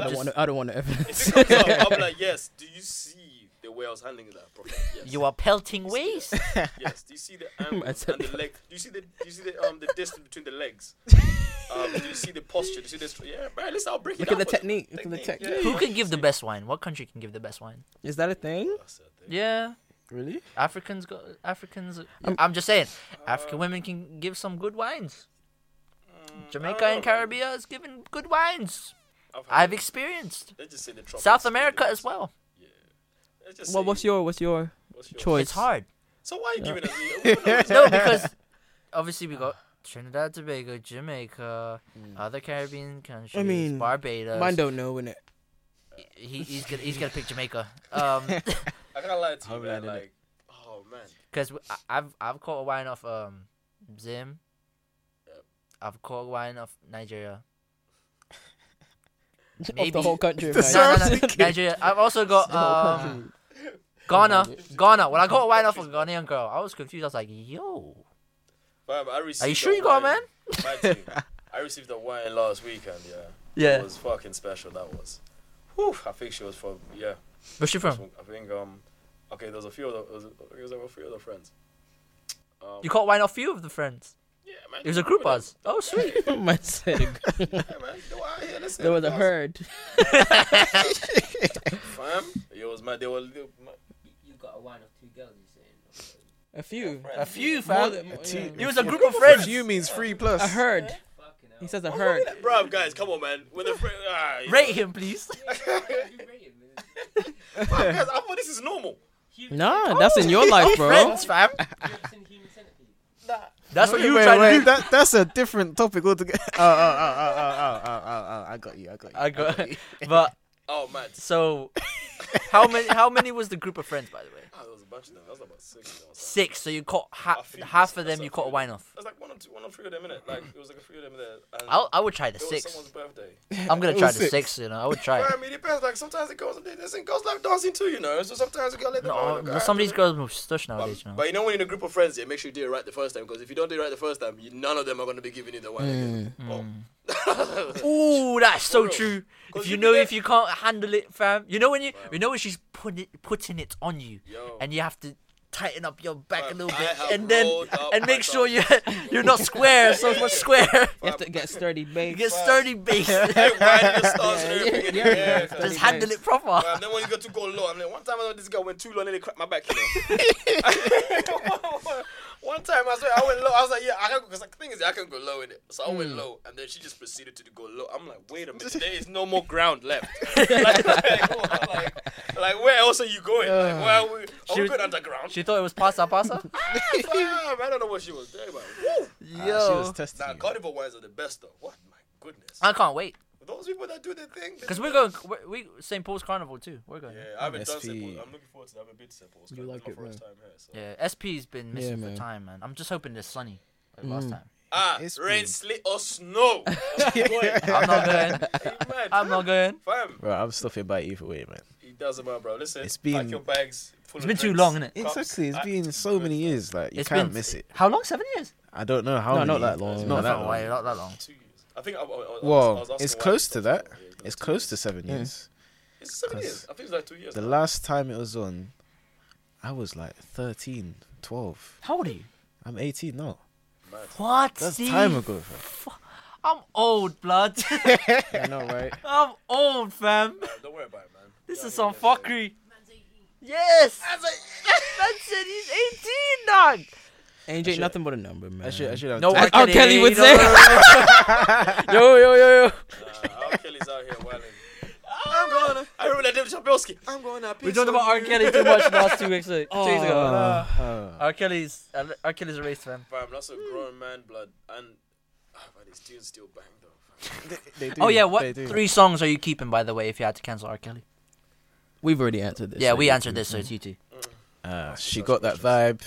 don't just- want. I don't want no If evidence. it comes up, [laughs] I'm like, yes. Do you see the way I was handling that, bro? Yes. You are pelting [laughs] waste. Yes. Do you see [laughs] the angle Man and said- the leg? Do you see the do you see the um the distance between the [laughs] legs? Um, do you see the posture? Do you see this? Yeah, man. Listen, I'll break [laughs] Look at it the down for you. technique. Look at the Technique, technique. yeah. Who can give the best wine? What country can give the best wine? Is that a thing? That's the thing. Yeah, Really? Africans go. Africans. I'm, just saying, African women can give some good wines. Jamaica Mm, know, and man. Caribbean is giving good wines. I've had I've it. experienced. Let's just say the trumpets. South America as well. Let's just Well, say- what's your what's your what's your- choice? It's hard. So why are you giving us? we [laughs] don't know what's- no, because obviously we got Trinidad, Tobago, Jamaica, other Caribbean countries, mean, Barbados. Mine don't know, innit? He, he's gonna he's gonna pick Jamaica. Um, [laughs] I can't lie to you, Homeland, man. innit? Like, oh man, because I've I've caught a wine off um Zim. I've caught a wine off Nigeria. Of the [laughs] whole country. No, man. no, no, Nigeria. I've [laughs] also got The whole um, country. Ghana. Ghana. When I got a wine off a Ghanaian girl, I was confused. I was like, "Yo, Fam, I received. sure a you wine- got a man? my [laughs] team. I received a wine last weekend. Yeah. Yeah. [laughs] It was fucking special. That was. Whew, I think she was from yeah. where's she from? from- I think um, okay, there was a few other, there was, there was a few other friends. Um, You caught wine off few of the friends. yeah, man. [laughs] It was a group Yeah, buzz. Oh, sweet." Man said it. man. They were out here, listen, there was a buzz, herd. Fam, it was my. They were. They were my, You got a wine of two girls, you saying? A few. A few, fam. A two- It was a group of friends. You means three plus. A herd. Fucking hell. He says a herd. bro, guys, come on, man. When the [laughs] friend, ah, you Rate [laughs] him, please. You rate him, man. know, fam, guys, I thought this is normal. Nah, that's in your life, bro. Friends, fam. You've seen Human Centipede. That's what Wait, you were wait, trying wait, to do. That, that's a different topic altogether. [laughs] Oh, oh, oh, oh, oh, oh, oh, oh, I got you. I got you. I got, [laughs] but Oh man, so, how many? How many was the group of friends, by the way? ah, there was a bunch of them. That was about six. That was, Six. So you caught ha- A few, half that's- of that's them. You a caught a few. wine off. that was like one or two, one or three of them in it. Like it was like a few of them there. And I'll, I would try the it was six. someone's [laughs] birthday. I'm gonna It try was the six. six. You know, I would [laughs] try. it. Fam, it depends. Like sometimes it goes, listen, girls like dancing too, you know. So sometimes you gotta let them. No, know, well, some of these guys. girls move stush nowadays. But, You know. but you know when you're in a group of friends, yeah, make sure you do it right the first time because if you don't do it right the first time, you, none of them are going to be giving you the wine again. Oh. Ooh, that's so Bro, true. 'cause If you you know can if you can't handle it, fam. You know when you you know when she's putting it, putting it on you, Yo. and you have to tighten up your back a Fam, little I bit, have and then rolled up and my make sure you tongue. you're not square. So much [laughs] square. You have to get sturdy, You babe. get sturdy [laughs] base. Hey, wine in the stars and everything. Yeah, fam. Just handle it proper. Fam, then when you got to [laughs] go low, I'm like, [laughs] one time I know this guy went too low and then he cracked my back. You know? one time I swear I went low. I was like, yeah, I can go. Cause the thing is, I can go low in it. So I went Hmm. low, and then she just proceeded to go low. I'm like, wait a [laughs] minute, there is no more ground left. [laughs] like, like, oh, I'm like, like, where else are you going? Like, where are we? Are She we was- going underground? She thought it was pasa pasa. [laughs] Yes, I am. I don't know what she was doing, but woo. Yo, was Nah, carnival wines are the best though. What my goodness. I can't wait Those people that do their thing. they because do we're their- going. We're, we St Paul's Carnival too. We're going. Yeah, I haven't done SP. St. Paul's. I'm looking forward to. That. I haven't been to St. Paul's. You It's like my it, first man. time here. So. Yeah, SP's been missing Yeah, man. for time, man. I'm just hoping it's sunny like last time. Ah, It's rain, been- sleet, or snow. [laughs] Oh, I'm going. I'm not going. Amen. I'm not going. Fam, Bro, I'm stopping by either way, man. it doesn't matter, bro. Listen, It's pack been- your bags. Full It's of been too drinks, long, innit? cups. Exactly. It's Ah, been so many years. Like you It's can't been- miss it. How long? Seven years? I don't know how. No, not many. that long. It's Not Not that No long. way, not that long. Two years. I think I, I, I, I was- I Well, was asking it's why close it's to so that. long. Yeah, it's It's two close years. to seven years. It's seven 'Cause years. I think it's like two years. The now. last time it was on, I was like 13, 12. How old are you? I'm 18 now. What? That's Steve? time ago. Bro. [laughs] I'm old, blood. [laughs] I know, right? I'm old, fam. Don't worry about it, man. This is some fuckery. Yes. [laughs] Man said he's 18, dog. Age ain't nothing but a number, man. I should, I should have. No, tagged- R. As R. Kelly would say. yo, yo, yo, yo. Nah, R. Kelly's out here [laughs] wilding. I'm going. I remember that David Chappelski. I'm going to. We talked about R. Kelly [laughs] too much last two weeks, like, two days ago. Oh. Uh, R. Kelly's R. Kelly's a race fam. Fam, that's a grown man blood, and ah, but these tunes still bang though. they do, Oh yeah, they what do. three songs are you keeping by the way? If you had to cancel R. Kelly, We've already answered this. yeah, so we you answered can- this, so it's you two. Uh, she got that vibe.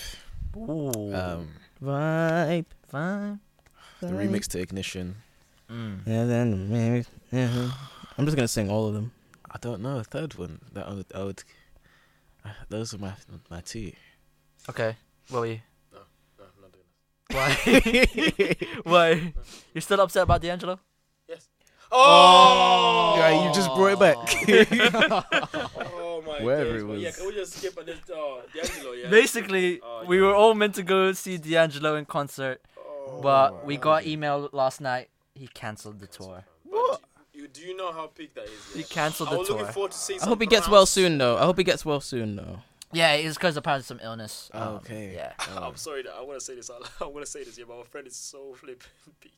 Ooh, Um, Vibe. fine. the remix to Ignition. Mm. Yeah, then maybe. Yeah. I'm just gonna sing all of them. I don't know a third one that I would. I would uh, those are my my two. Okay, what were you? No, I'm not doing that. Why? [laughs] Why? You're still upset about D'Angelo? Oh, Yeah, you just brought it back. oh my Wherever days, it man. Yeah, was. can we just skip and just oh, D'Angelo? Yeah. Basically, Oh, we yeah. were all meant to go see D'Angelo in concert, Oh, but we got email last night. He cancelled the tour. What? Do you, do you know how peak that is? He Yeah? cancelled I the was looking tour. forward to seeing. I some hope he gets well rounds. soon, though. I hope he gets well soon, though. Yeah, it's because apparently some illness. Um, Okay. [laughs] Yeah. I'm sorry, that I want to say this. out loud. [laughs] I want to say this, yeah, but my friend is so flipping [laughs] peak.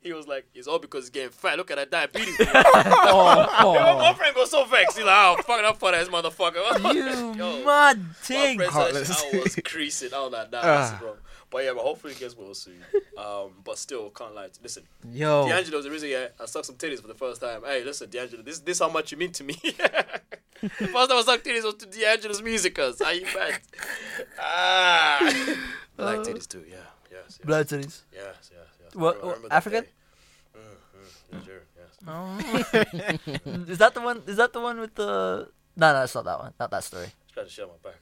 He was like, "It's all because he's getting fat. Look at that [laughs] diabetes." Yo, my friend got so vexed. He's like, "Oh, fuck up for this motherfucker." [laughs] You Yo. mad My thing. friend said Heartless. [laughs] I was creasing. I was like, nah, that's Ah. wrong. But yeah, but hopefully it gets well soon. Um, but still, can't lie. Listen, Yo, D'Angelo's the reason yeah, I sucked some titties for the first time. Hey, listen, D'Angelo, this this how much you mean to me. [laughs] the first time I sucked titties was to D'Angelo's music, cause are you mad? Ah, I like titties too. Yeah, yes, yes, blood titties. yes, yes. yes. Uh. What- I remember that African? day. Mm, mm, yeah, sure, yes. [laughs] is that the one? Is that the one with the? No, no, it's not that one. Not that story. Just tried to shut my back.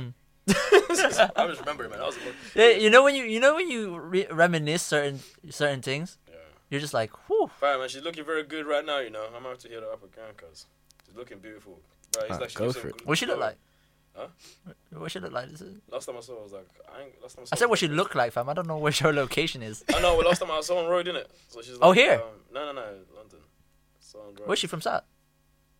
Mm. [laughs] I just remember it, man. I was like, Yeah, you know when you you know when you re- reminisce certain certain things, yeah. you're just like, whew. Fine, man. She's looking very good right now, you know. I'm out to hear her up again because she's looking beautiful. Bro, it's Ah, like she go gives her for it. good What she look glow. like? Huh? What she look like? Is it? Last time I saw her, I was like, I ain't. Last time I, saw I said her- what she look like, fam. I don't know where her location is. I know, well, last time I saw her on road, didn't it? So she's like, Oh, here? Um, no, no, no, London. So on road. Where's she from, South?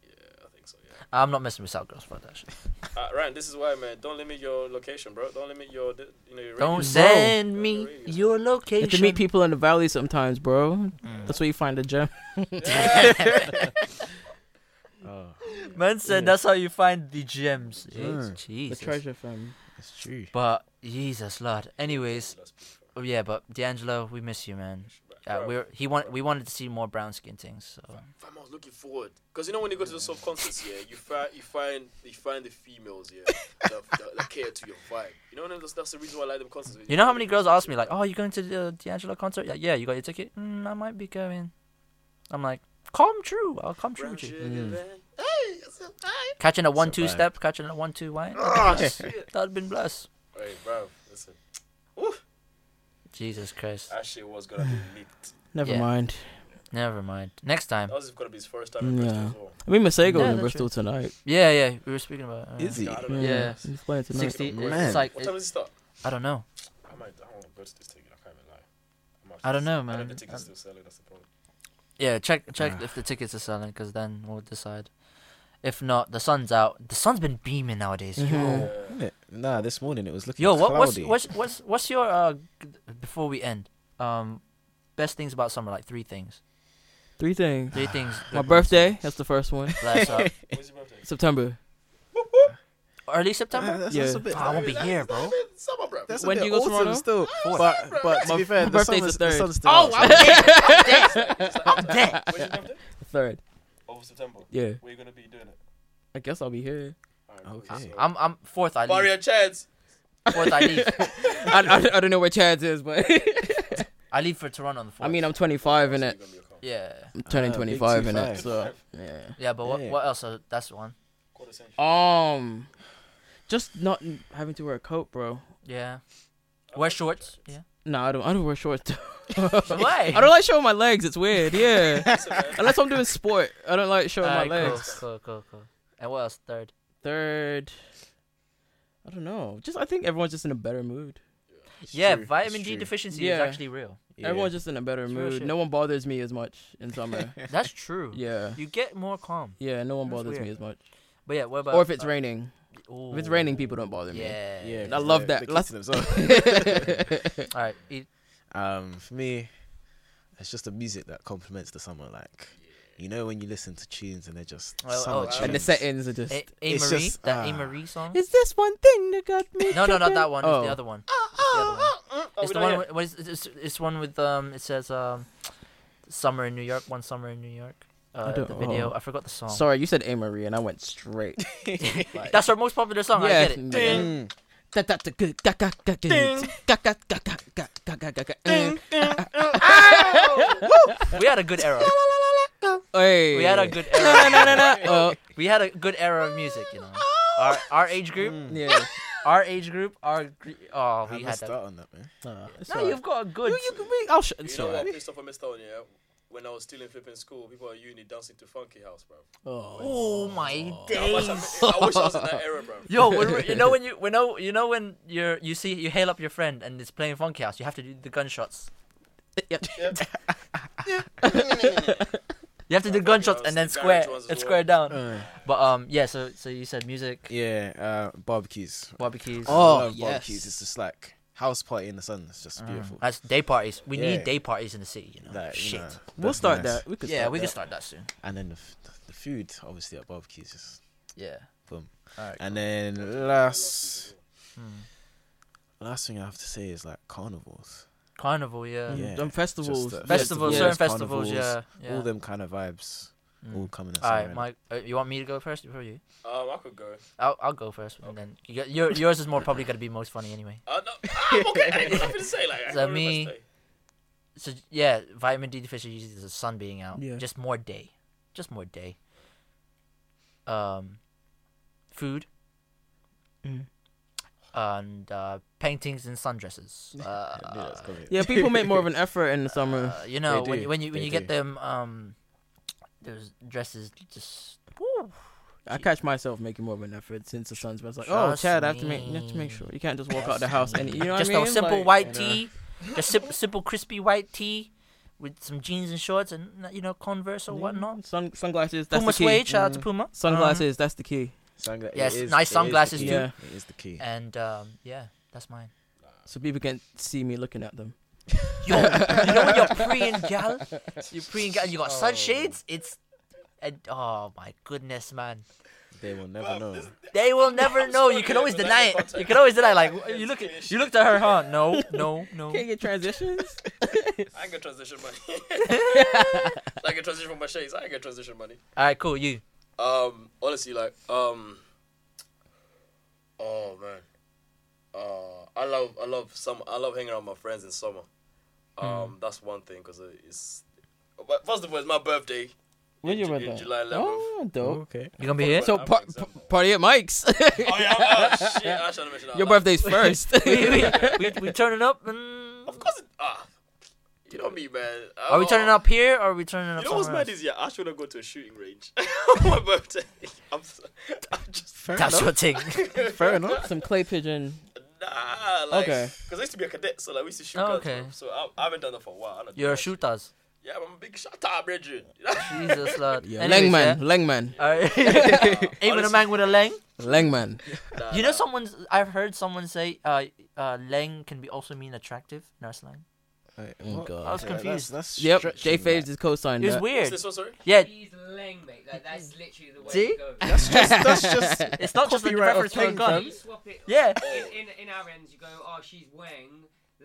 Yeah, I think so, yeah. [laughs] I'm not messing with South girls, bro. That shit. Uh, Ryan, this is why, man. Don't limit your location, bro. Don't limit your, di- you know, your Don't radius. send Bro, me your radius. your You location. have to meet people in the valley sometimes, bro. Mm. That's where you find the gem. [laughs] Oh, Man said that's how you find the gems. Yeah. [laughs] Jesus. fam. it's true. But Jesus, Lord. Anyways, Let's be fair. oh yeah, but D'Angelo, we miss you, man. Uh, Bro, we're he want we wanted to see more brown skin things. So Fam, I was looking forward because you know when you go to the soft concerts, yeah, you find you find you find the females, [laughs] yeah, that, that, that care to your vibe. You know, what I mean? that's, that's the reason why I like them concerts. you know how many girls ask me like, "Oh, you going to the D'Angelo concert? Yeah, yeah. You got your ticket? Mm, I might be going." I'm like, "Come true, I'll come true Brown with you." sugar, man. Catching a one-two Survive. step, catching a one-two wine. That'd been blessed. Hey, bro, listen. Jesus Christ. Actually, it was gonna be leaked. Never Yeah. mind. Never mind. Next time. That was gonna be his first time in Bristol Yeah. as well. I mean, Masego Yeah, in that's Bristol tonight. Yeah, yeah. We were speaking about. Uh, Is he? I don't know. Yeah, Yeah. he's playing tonight. Sixty. Man. It's like What time it, does it start? I don't know. I might. I don't want to go to this ticket. I can't even lie. might I don't just- know, I man. the tickets I- [laughs] still selling. That's the problem. Ah. Yeah, check check if the tickets are selling, because then we'll decide. If not, the sun's out. The sun's been beaming nowadays. Mm-hmm. Yo. [laughs] Isn't it? Nah, this morning it was looking Yo, what, what's cloudy. what's what's what's your uh g- before we end um best things about summer like three things Three things. three things My birthday. That's the first one. [laughs] Bless up. September. early September Ah, [laughs] that's, Yeah. that's a bit. Oh, I won't be here bro Summer, bro. That's When a do you bit go to autumn Toronto? Still, Fourth. but but to My be fair, the birthday's sun is the the third. sun's still Oh, out. I'm dead. I'm dead. I'm dead. When's your birthday? The third. Of September. Yeah. Where you gonna be doing it? I guess I'll be here. Okay. I'm I'm fourth I leave Mario Chance. fourth [laughs] I leave I, I, I don't know where Chad's is, but [laughs] I leave for Toronto on the fourth I mean I'm 25 in it. yeah I'm turning Uh, big 25 in it. 25. So yeah. yeah but what Yeah. what else Uh, that's one Um, just not having to wear a coat, bro. yeah Oh, wear shorts yeah [laughs] No, I don't. I don't wear shorts. [laughs] why I don't like showing my legs. It's weird. [laughs] Yeah. Unless I'm doing sport, I don't like showing my Alright, legs. cool cool cool cool and what else third Third. I don't know. Just I think everyone's just in a better mood. yeah true, vitamin it's G true. deficiency is Yeah. actually [laughs] real Yeah. Everyone's just in a better It's real mood. shit. No one bothers me as much in summer. [laughs] that's true yeah. you get more calm Yeah. No one That's bothers me weird. as much. but yeah what about or if it's uh, [laughs] raining. If it's ooh, raining, people don't bother me. yeah Yeah, I love that. Let's. Let's- all right E-, eat um, for me, it's just the music that complements the summer. Like, you know, when you listen to tunes and they're just Oh, summer oh, tunes. [laughs] and the settings are just. uh, A, a It's Marie, just, that A ah. Marie song. Is this one thing that got me? [laughs] No, no, not tripping? that one. It's Oh. the other one. It's the other one. Oh, It's the one. with- What is it's, it's one with um? It says um, summer in New York. One summer in New York. Uh, don't- the video. oh. I forgot the song. Sorry, you said A Marie, and I went [laughs] straight. That's our most popular song. [laughs] I get it. Mm, Ding. Ding. We had a good era. Hey. We had a good [laughs] No, no, era. no, no. Oh, we had a good era of music. You know, our our age group, yeah. our age group, our gr- oh, I we had missed that. out on that, man. No, it's No, alright. you've got a good. You- you can be- I'll sh- it's You know what alright. Christopher missed out on, yeah? When I was still in flipping school, people at uni dancing to Funky House, bro. Oh. oh my I wish I, days. I wish I was in that era, bro. [laughs] Yo, when, we- you know when you, when know, you know when you're you see you hail up your friend and it's playing Funky House, you have to do the gunshots. You have to do gunshots House, and then the garage square ones as well. and square down. Uh, But um, yeah. So so you said music, yeah, uh, barbecues. barbecues. I Oh, love barbecues. yes. It's just like house party in the sun. It's Uh-huh. just beautiful. uh, That's day parties. We Yeah. need day parties in the city. You know. That, you Shit. know, We'll that's start nice. that. We could yeah, start we that. can start that soon. And then the, f- the food, obviously, at barbecues. Just, Yeah. Boom. Alright, Hmm. and then last, last thing I have to say is like carnivals. Carnival. Yeah. Yeah. Them festivals. Just, uh, Festivals. [laughs] Festivals, certain festivals. Yeah. carnivals, yeah. Hmm. Mm. All them kind of vibes. All coming. All right, Mike. Uh, you want me to go first before you? Um, I could go. I'll I'll go first, and then you got, your yours is more probably gonna be most funny anyway. Uh, no, I'm okay. I ain't got nothing to say. Like, I [laughs] ain't Is that got nothing me? to say. So yeah, vitamin D deficiency usually is the sun being out. Yeah. Just more day. Just more day. Um food. Mm. And uh, paintings and [laughs] sundresses. Uh, Yeah, people make more of an effort in the summer. uh, you know They when do, you, when you when they you get do. them um those dresses just woo, I catch myself making more of an effort since the sun's been like, oh, Trust Chad, I have to make, you have to make me. sure you can't just walk out the house and you know what just I mean. a simple Like, white you know. tee, just sim- simple crispy white tee with some jeans and shorts and you know Converse or whatnot. Sun sunglasses. That's Puma the key. suede, shout out to Puma. Um, Sunglasses. that's the key. Sungla- it Yes, is- nice it is the sunglasses key. too. Yeah. It is the key. and um, yeah, that's mine. So people can see me looking at them. Yo, [laughs] you know when you're [laughs] preying gal, you're preying gal, you got Oh. sunshades. It's and oh my goodness, man, They will never know. they [laughs] will never know. You can always deny it. You can always deny. Like you look at you looked at her, huh? No, no, [laughs] no. Can't get transitions. I ain't got transition [laughs] money. [laughs] I get transition from my shades. I ain't got transition money. All right, cool. You. Um, honestly, like, um, oh man, uh, I love, I love some, I love hanging out with my friends in summer. Um, Hmm. that's one thing because it's. But first of all, it's my birthday. Where's your Ju- birthday? July 11th. Oh, dope. Okay. You gonna be here? So I'm par- example. p- party at Mike's. [laughs] Oh yeah, [laughs] oh, shit! I should have mentioned that. your Like, birthday's first. [laughs] we, we, [laughs] we, we turning up. Mm, And... Of course, it, ah, you know me, man. Are we turning up here or are we turning up Oh. You know what's somewhere mad else? is yeah, I should have gone to a shooting range [laughs] on my birthday. I'm, so, I'm just Fair That's your thing. [laughs] Fair enough. [laughs] Some clay pigeon. nah, like, Okay. because I used to be a cadet, so like we used to shoot Oh, guns. okay. bro. So I, I haven't done that for a while. I don't do You're that shit. shooters. Yeah, I'm a big shut up, brethren. [laughs] Jesus, Lord. Yeah, Anyways, Lengman, Lengman. yeah. Alright. [laughs] Even a man with a leng. Uh, Lengman. you know, someone's. I've heard someone say, uh, uh, leng can be also mean attractive. in our slang. Oh uh, God. I was confused. that's Yep, J Faves is co-signed. It was that. [laughs] weird. this one, sorry? Yeah. He's leng, mate. Like, that's literally the way See? to go. That's just [laughs] that's [laughs] just It's not just a copyright reference to a thing, gun. [laughs] You swap it. Yeah. In, in, in our ends, you go, oh, she's Wang.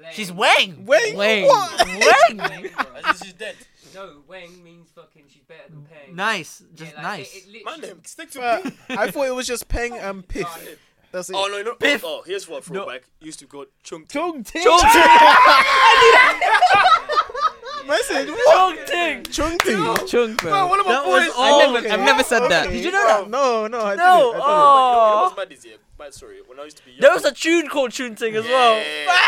Leng. She's Wang. Wait, Wang. what? Wang. Wang, bro. As if she's dead. No, Wang means fucking she's better than Peng. Nice. Just Yeah, like, nice. [laughs] It, it My literally- name, stick to Uh, me. I thought it was just Peng and Piff. That's it. Oh, no, no. Biff. Oh, here's what throwback. Used to go chung ting. Chung Ting. Message. Chong Ting. Chung Ting. Chunk, bro. One of my That boys. was- I never, I've never said that. Okay. Did you know that? No, no, No. I didn't. I It Oh. was mad this year. Bad story. When I used to be young. There was a tune called Chun Ting as well. Yeah.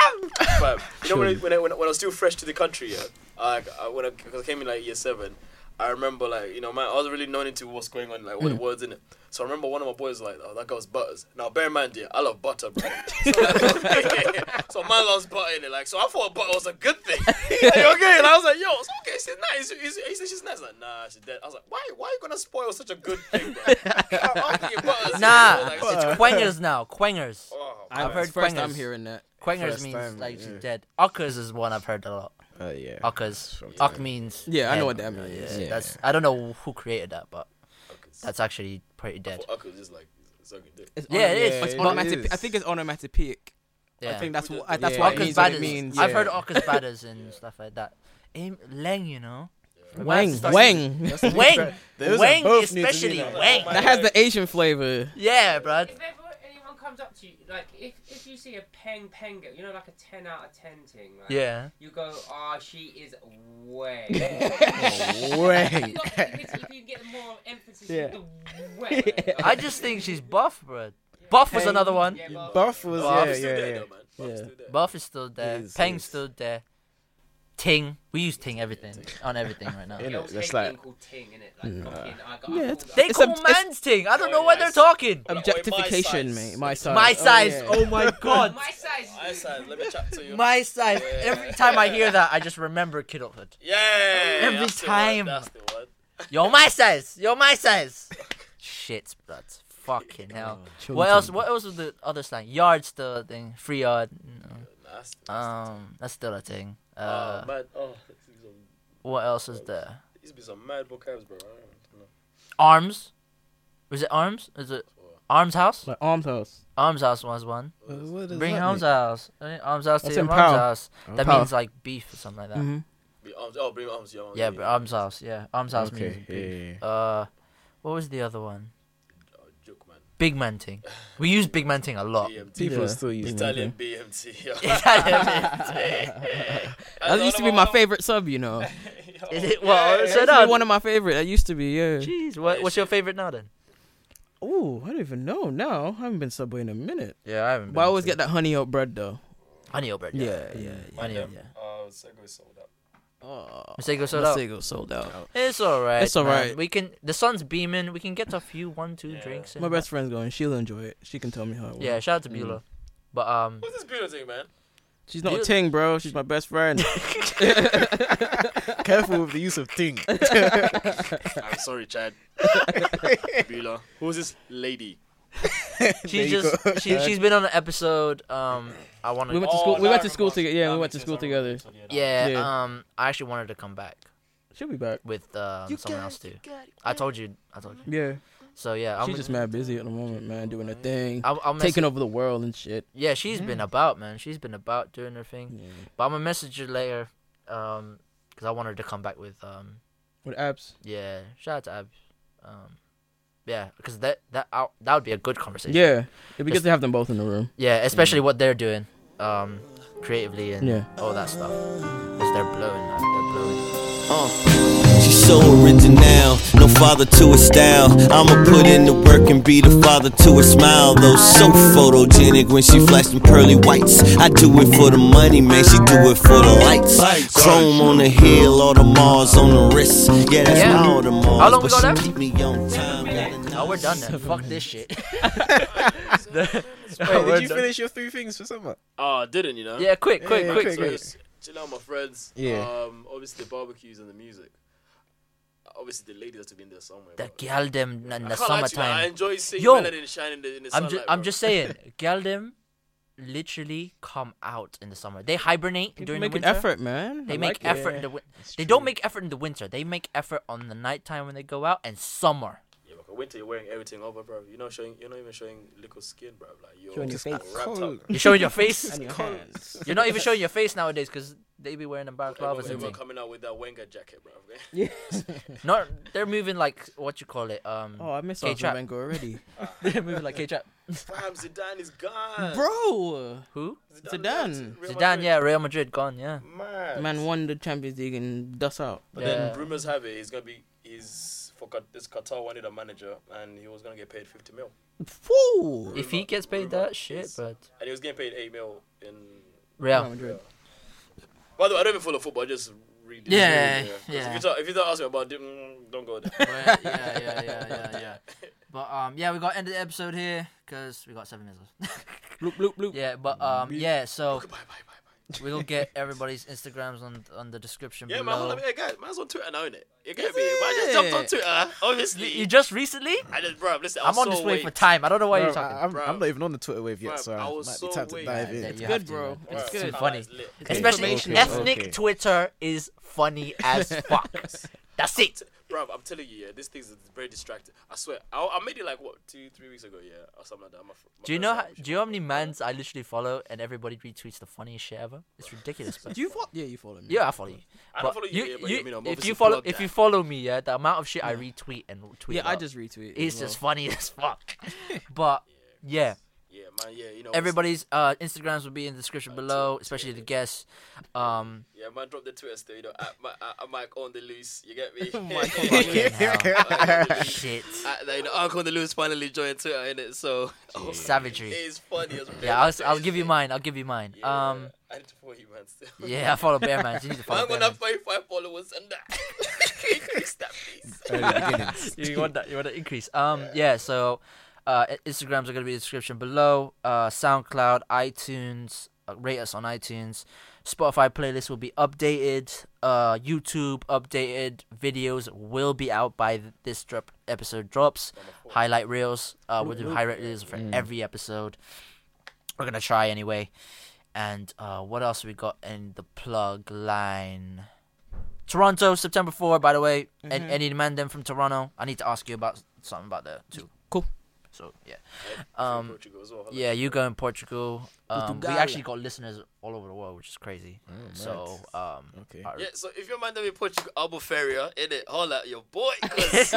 Fam. You know when I, when, I, when I was still fresh to the country, yeah, I, I, when I, cause I came in like year seven, I remember like you know man, I was really known into what's going on, like Mm. what the words in it. So I remember one of my boys was like, oh that girl's butters. Now bear in mind, yeah, I love butter, [laughs] bro. So, [laughs] so man loves butter in it, like so I thought butter was a good [laughs] thing. Like, okay, and I was like, yo, it's okay, she's nice. He's, he's, he said she's nice. Like nah, she's dead. I was like, why, why are you gonna spoil such a good thing, [laughs] bro? I'm thinking butters. Nah, Like, uh, it's quangers now. Quangers. oh, I've I've heard first quangers. time hearing that. Quangers First means time, like she's yeah. dead. Uckers is one I've heard a lot. didn't. Uh, yeah. Uckers. Uck means. Yeah, I know head. what that means. Yeah, That's. I don't know who created that, but Uckers. that's actually pretty dead. Well, Uckles is like sucking dick. It's Yeah, it is. onomat- It's Yeah, it onomatopoeic. is. I think it's onomatopoeic. Yeah. I think that's what I- Yeah. that's Yeah, what it it means. Orcas means What badders. it means. I've heard yeah. [laughs] orcas badders and stuff like that. Im- Leng, you know. Wang, [laughs] That's- Wang. That's the Wang, different- Those are Wang, both new to me especially now. Wang. That has the Asian flavor. Yeah, bruh. If ever anyone comes up to you, like if, if you see a peng peng girl, you know, like a ten out of ten thing, right? Yeah. You go, ah, she is way. Oh, Wang. if you get more emphasis, Yeah. the way. [laughs] I just think she's buff, bruh. Buff was another one. Yeah, but Buff was Well, yeah, I'm still yeah, there, yeah. though, man. I'm Yeah. still there. Buff is still there. He is, he Peng's is. still there. Ting. We use Ting everything on everything right now. Yeah. the old That's Ting like- thing called ting, innit? Like fucking, I got. Yeah, I it's- called They up- call ob- man's Ting. I don't know Oh, why they're Nice. talking. Wait, Objectification, my size. mate. My size. My size. Uh, yeah. [laughs] Oh my god. My size. My size, let me chat to you. My size. Every time I hear that, I just remember kidulthood. yeah. Every that's the time. One, that's the one. Yo, my size. Yo, my size. Shit, blood. Fucking hell. Oh, What else? What else was the other slang? Yard still a thing. Free yard. no. Nasty. Um, that's still a thing. oh, Uh, man. Oh, these are- what else is there? these be some mad vocabs, bro. I don't know. Arms. Was it arms? Is it arms house? Like arms house. Arms house was one. Bring arms house. Eh, Arms house to That's your in Oh, mom's pow. house. That Pow. means like beef or something like that. Mhm. Be arms. Oh, bring arms. Yeah, Yeah, but arms house. Yeah, arms house Okay, means yeah, beef. yeah, Uh, what was the other one? Oh, joke, man. Big man ting. We use big man ting [laughs] a lot. [laughs] BMT. People Yeah. still use Italian BMT. [laughs] That used to be my favorite sub, you know. Is it That well? so used to now- be one of my favorite. That used to be, yeah. Jeez, what, what's your favorite now then? Ooh, I don't even know now. I haven't been Subway in a minute. Yeah, I haven't. But I always get that honey oat bread though. Mm. honey oat bread. Yeah, yeah, yeah. honey oat. Oh, Segway sold out. Oh, Masego sold out. Masego sold out. It's all right. It's all man. right. We can. The sun's beaming. We can get a few one two drinks. in, My but- best friend's going. She'll enjoy it. She can tell me how. It Yeah, went. shout out to Beulah. But um, What's this beautiful thing, [laughs] man? she's not You- a ting, bro. She's my best [laughs] friend. Ting. Careful with the use of ting. I'm sorry, [laughs] Chad. Bula. Who's this lady? she you just she she's been on an episode. Um, I wanted. we went to school. We Oh, went to school together. Yeah, we went to school together. yeah, Yeah. Um, I actually wanted to come back She'll be back. with um, someone else too. I told you. I told you. Yeah, So yeah, I'm she's just mad busy at the moment, man, doing her thing, I'll, I'll message- taking over the world and shit. Yeah, she's been about, man. She's been about doing her thing. But I'm gonna message her later, um, because I want her to come back with, um, With abs. yeah. Shout out to Ab, um, yeah, because that that out that would be a good conversation. Yeah, it'd be good to have them both in the room. yeah, especially what they're doing, um, creatively and Yeah. all that stuff. Because they're blowing, like, they're blowing. She's so original, no father to her style. I'ma put in the work and be the father to her smile. Though so photogenic when she flashing pearly whites. I do it for the money, man. She do it for the lights. Chrome on the heel, all the Mars on the wrist. Yeah, that's Yeah. why all the Mars. How long we but got she left? Keep me on time. Oh, we're done now. Fuck this shit. [laughs] Wait, did you finish your three things for summer? Oh, I didn't, you know? yeah, quick, quick, Yeah, quick. quick, So it's Chill out, my friends. Yeah. Um, obviously the barbecues and the music. Obviously the ladies have to be in there somewhere. The bro. girl them in I the can't lie to you, summertime. I enjoy seeing Yo, Melody and Shine in the, in the I'm, sunlight. ju- I'm bro. just [laughs] saying, girl them literally come out in the summer. They hibernate People during make the an winter. effort, man. They I make like it. effort Yeah, in the winter. They don't make effort in the winter. They make effort on the nighttime when they go out and summer. yeah, but winter you're wearing everything over, bro. You're not showing. You're not even showing little skin, bro. Like you're Showing your just face. wrapped up. You're showing your [laughs] face. And your hands. You're not even showing your face nowadays because they be wearing them balaclavas and Everyone thing. coming out with that Wenger jacket, bro. [laughs] Not they're moving like what you call it. Um. Oh, I miss K-trap. Arsene Wenger [laughs] already. [laughs] they're moving like K-trap. Fam, Zidane is gone. Bro, Who? Zidane. Real Zidane. Yeah, Real Madrid gone. Yeah. Man. Man won the Champions League and dust out. But Yeah. then rumors have it he's gonna be he's for Qat- this Qatar wanted a manager and he was gonna get paid fifty mil. Woo! If he gets paid that shit, Yes. but And he was getting paid eight mil in Real. Real Madrid. by the way, I don't even follow football, I just read this. Yeah, Because yeah. If you talk, if you don't ask me about it, mm, don't go [laughs] there. yeah, yeah, yeah, yeah, yeah. [laughs] But um, yeah, we got to end of the episode here because we got seven minutes left. [laughs] Bloop, bloop, bloop. yeah, but um, yeah. So bye bye bye we'll get everybody's Instagrams on on the description bye. Yeah, man, below. hold up. Hey, guys, man's on Twitter now, innit? You get me? Man, just jumped on Twitter, obviously. you just recently? I just, bro, listen, I I'm was on so display awake. for time. I don't know why you're Bro, I- talking. I'm, I'm not even on the Twitter wave yet, Bro, so I I was might be so time to wake. dive Yeah, you in. good, have to, bro. man. It's Bro, good. too nah, funny. it's lit. Especially Okay, ethnic okay. Twitter is [laughs] funny as fuck. That's it. [laughs] Bro, I'm telling you, yeah, this thing's very distracting. I swear, I, I made it like what two, three weeks ago, yeah, or something like that. My, fr- my Do you friend's know? like, How, we should do you know how go. many mans I literally follow and everybody retweets the funniest shit ever? It's ridiculous. Bro. Do you follow? Yeah, you follow me. Yeah, I follow you. I But don't follow you, yeah, but you mean I'm if obviously you follow plugged if at. you follow me, yeah, the amount of shit I retweet and tweet. Yeah, I out, just retweet. it's as just funny [laughs] [laughs] as fuck. but yeah, Yeah, man, yeah, you know. everybody's uh, Instagrams will be in the description below, especially the guests. [laughs] Um, Yeah, man, drop the Twitter still, you know, at, my, at, at Mike on the loose, you [laughs] get me? [laughs] Oh fucking [laughs] hell. shit, At, like, you know, Uncle on the loose finally joined Twitter, innit? So, Oh, savagery. it's funny as Yeah, I'll, s- I'll give you mine. I'll give you mine. Yeah, Um, I need to follow you, man, still. yeah, I follow Bearman. You need to [laughs] follow I'm gonna have Bearman. 35 followers and that. Can you increase that, [laughs] please? you want that? You want to increase? Um, yeah. so, uh, I- Instagrams are gonna be in the description below. Uh, SoundCloud, iTunes, uh, rate us on iTunes. Spotify playlist will be updated. Uh, YouTube updated videos will be out by th- this drop episode drops. Highlight reels. Uh, we'll do highlight reels for every episode. We're gonna try anyway. And uh, what else we got in the plug line? Toronto, September 4, by the way. and Any, man them from Toronto? I need to ask you about something about that too. Cool. So, yeah. From Um, Portugal as well, hello. yeah, you go in Portugal. Um, we Portugal. actually got listeners all over the world, which is crazy. so, um, Okay. our- Yeah, so if your man don't be Portugal, Albufeira, innit? Holla at your boy. [laughs] 'cause-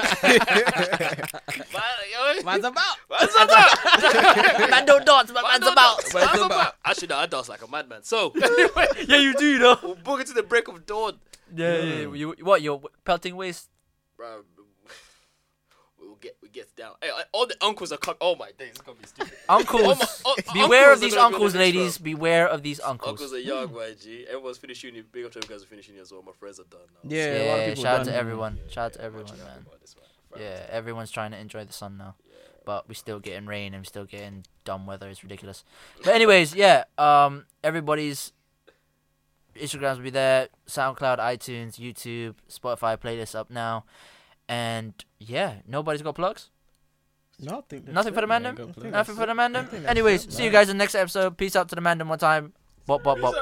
man, yo, [laughs] Man's about. what's up, man? [laughs] man don't dance, but man's about. Man's about. Actually, no, I dance like a madman. [laughs] So, anyway, yeah, you do, though. we'll book it to the break of dawn. Yeah, yeah, yeah. You, what, you're pelting waist? Bro, we'll get, we [laughs] get down. Hey, I- all the uncles are coming. Oh, my days, it's going to be stupid. Uncles. oh, Beware uncles are of these gonna be on uncles, the next ladies. round. Beware of these uncles. Uncles are young, YG. Everyone's finishing uni. Big up to everyone guys who finished uni as well. My friends are done now. Yeah, a lot of people shout out done. to everyone. Shout out to everyone, Happy man. about this one. Yeah, everyone's trying to enjoy the sun now. But we're still getting rain and we're still getting dumb weather. It's ridiculous. But anyways, yeah. Um, everybody's Instagrams will be there. SoundCloud, iTunes, YouTube, Spotify playlist up now. And yeah, nobody's got plugs. No, I think that's Nothing it, for the man. mandem. I think that's Nothing for the mandem. that's Anyways, see you guys in the next episode. Peace out to the mandem one time. Bop bop bop.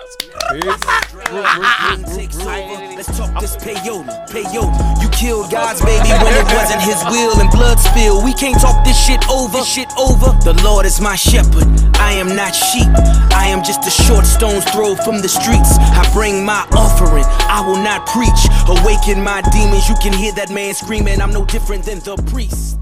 Mind takes over. Let's talk this peyote, peyote. You killed God's baby when it wasn't his will and blood spill. We can't talk this shit over. This shit over. The Lord is my shepherd. I am not sheep. I am just a short stone's throw from the streets. I bring my offering. I will not preach. Awaken my demons. You can hear that man screaming. I'm no different than the priest.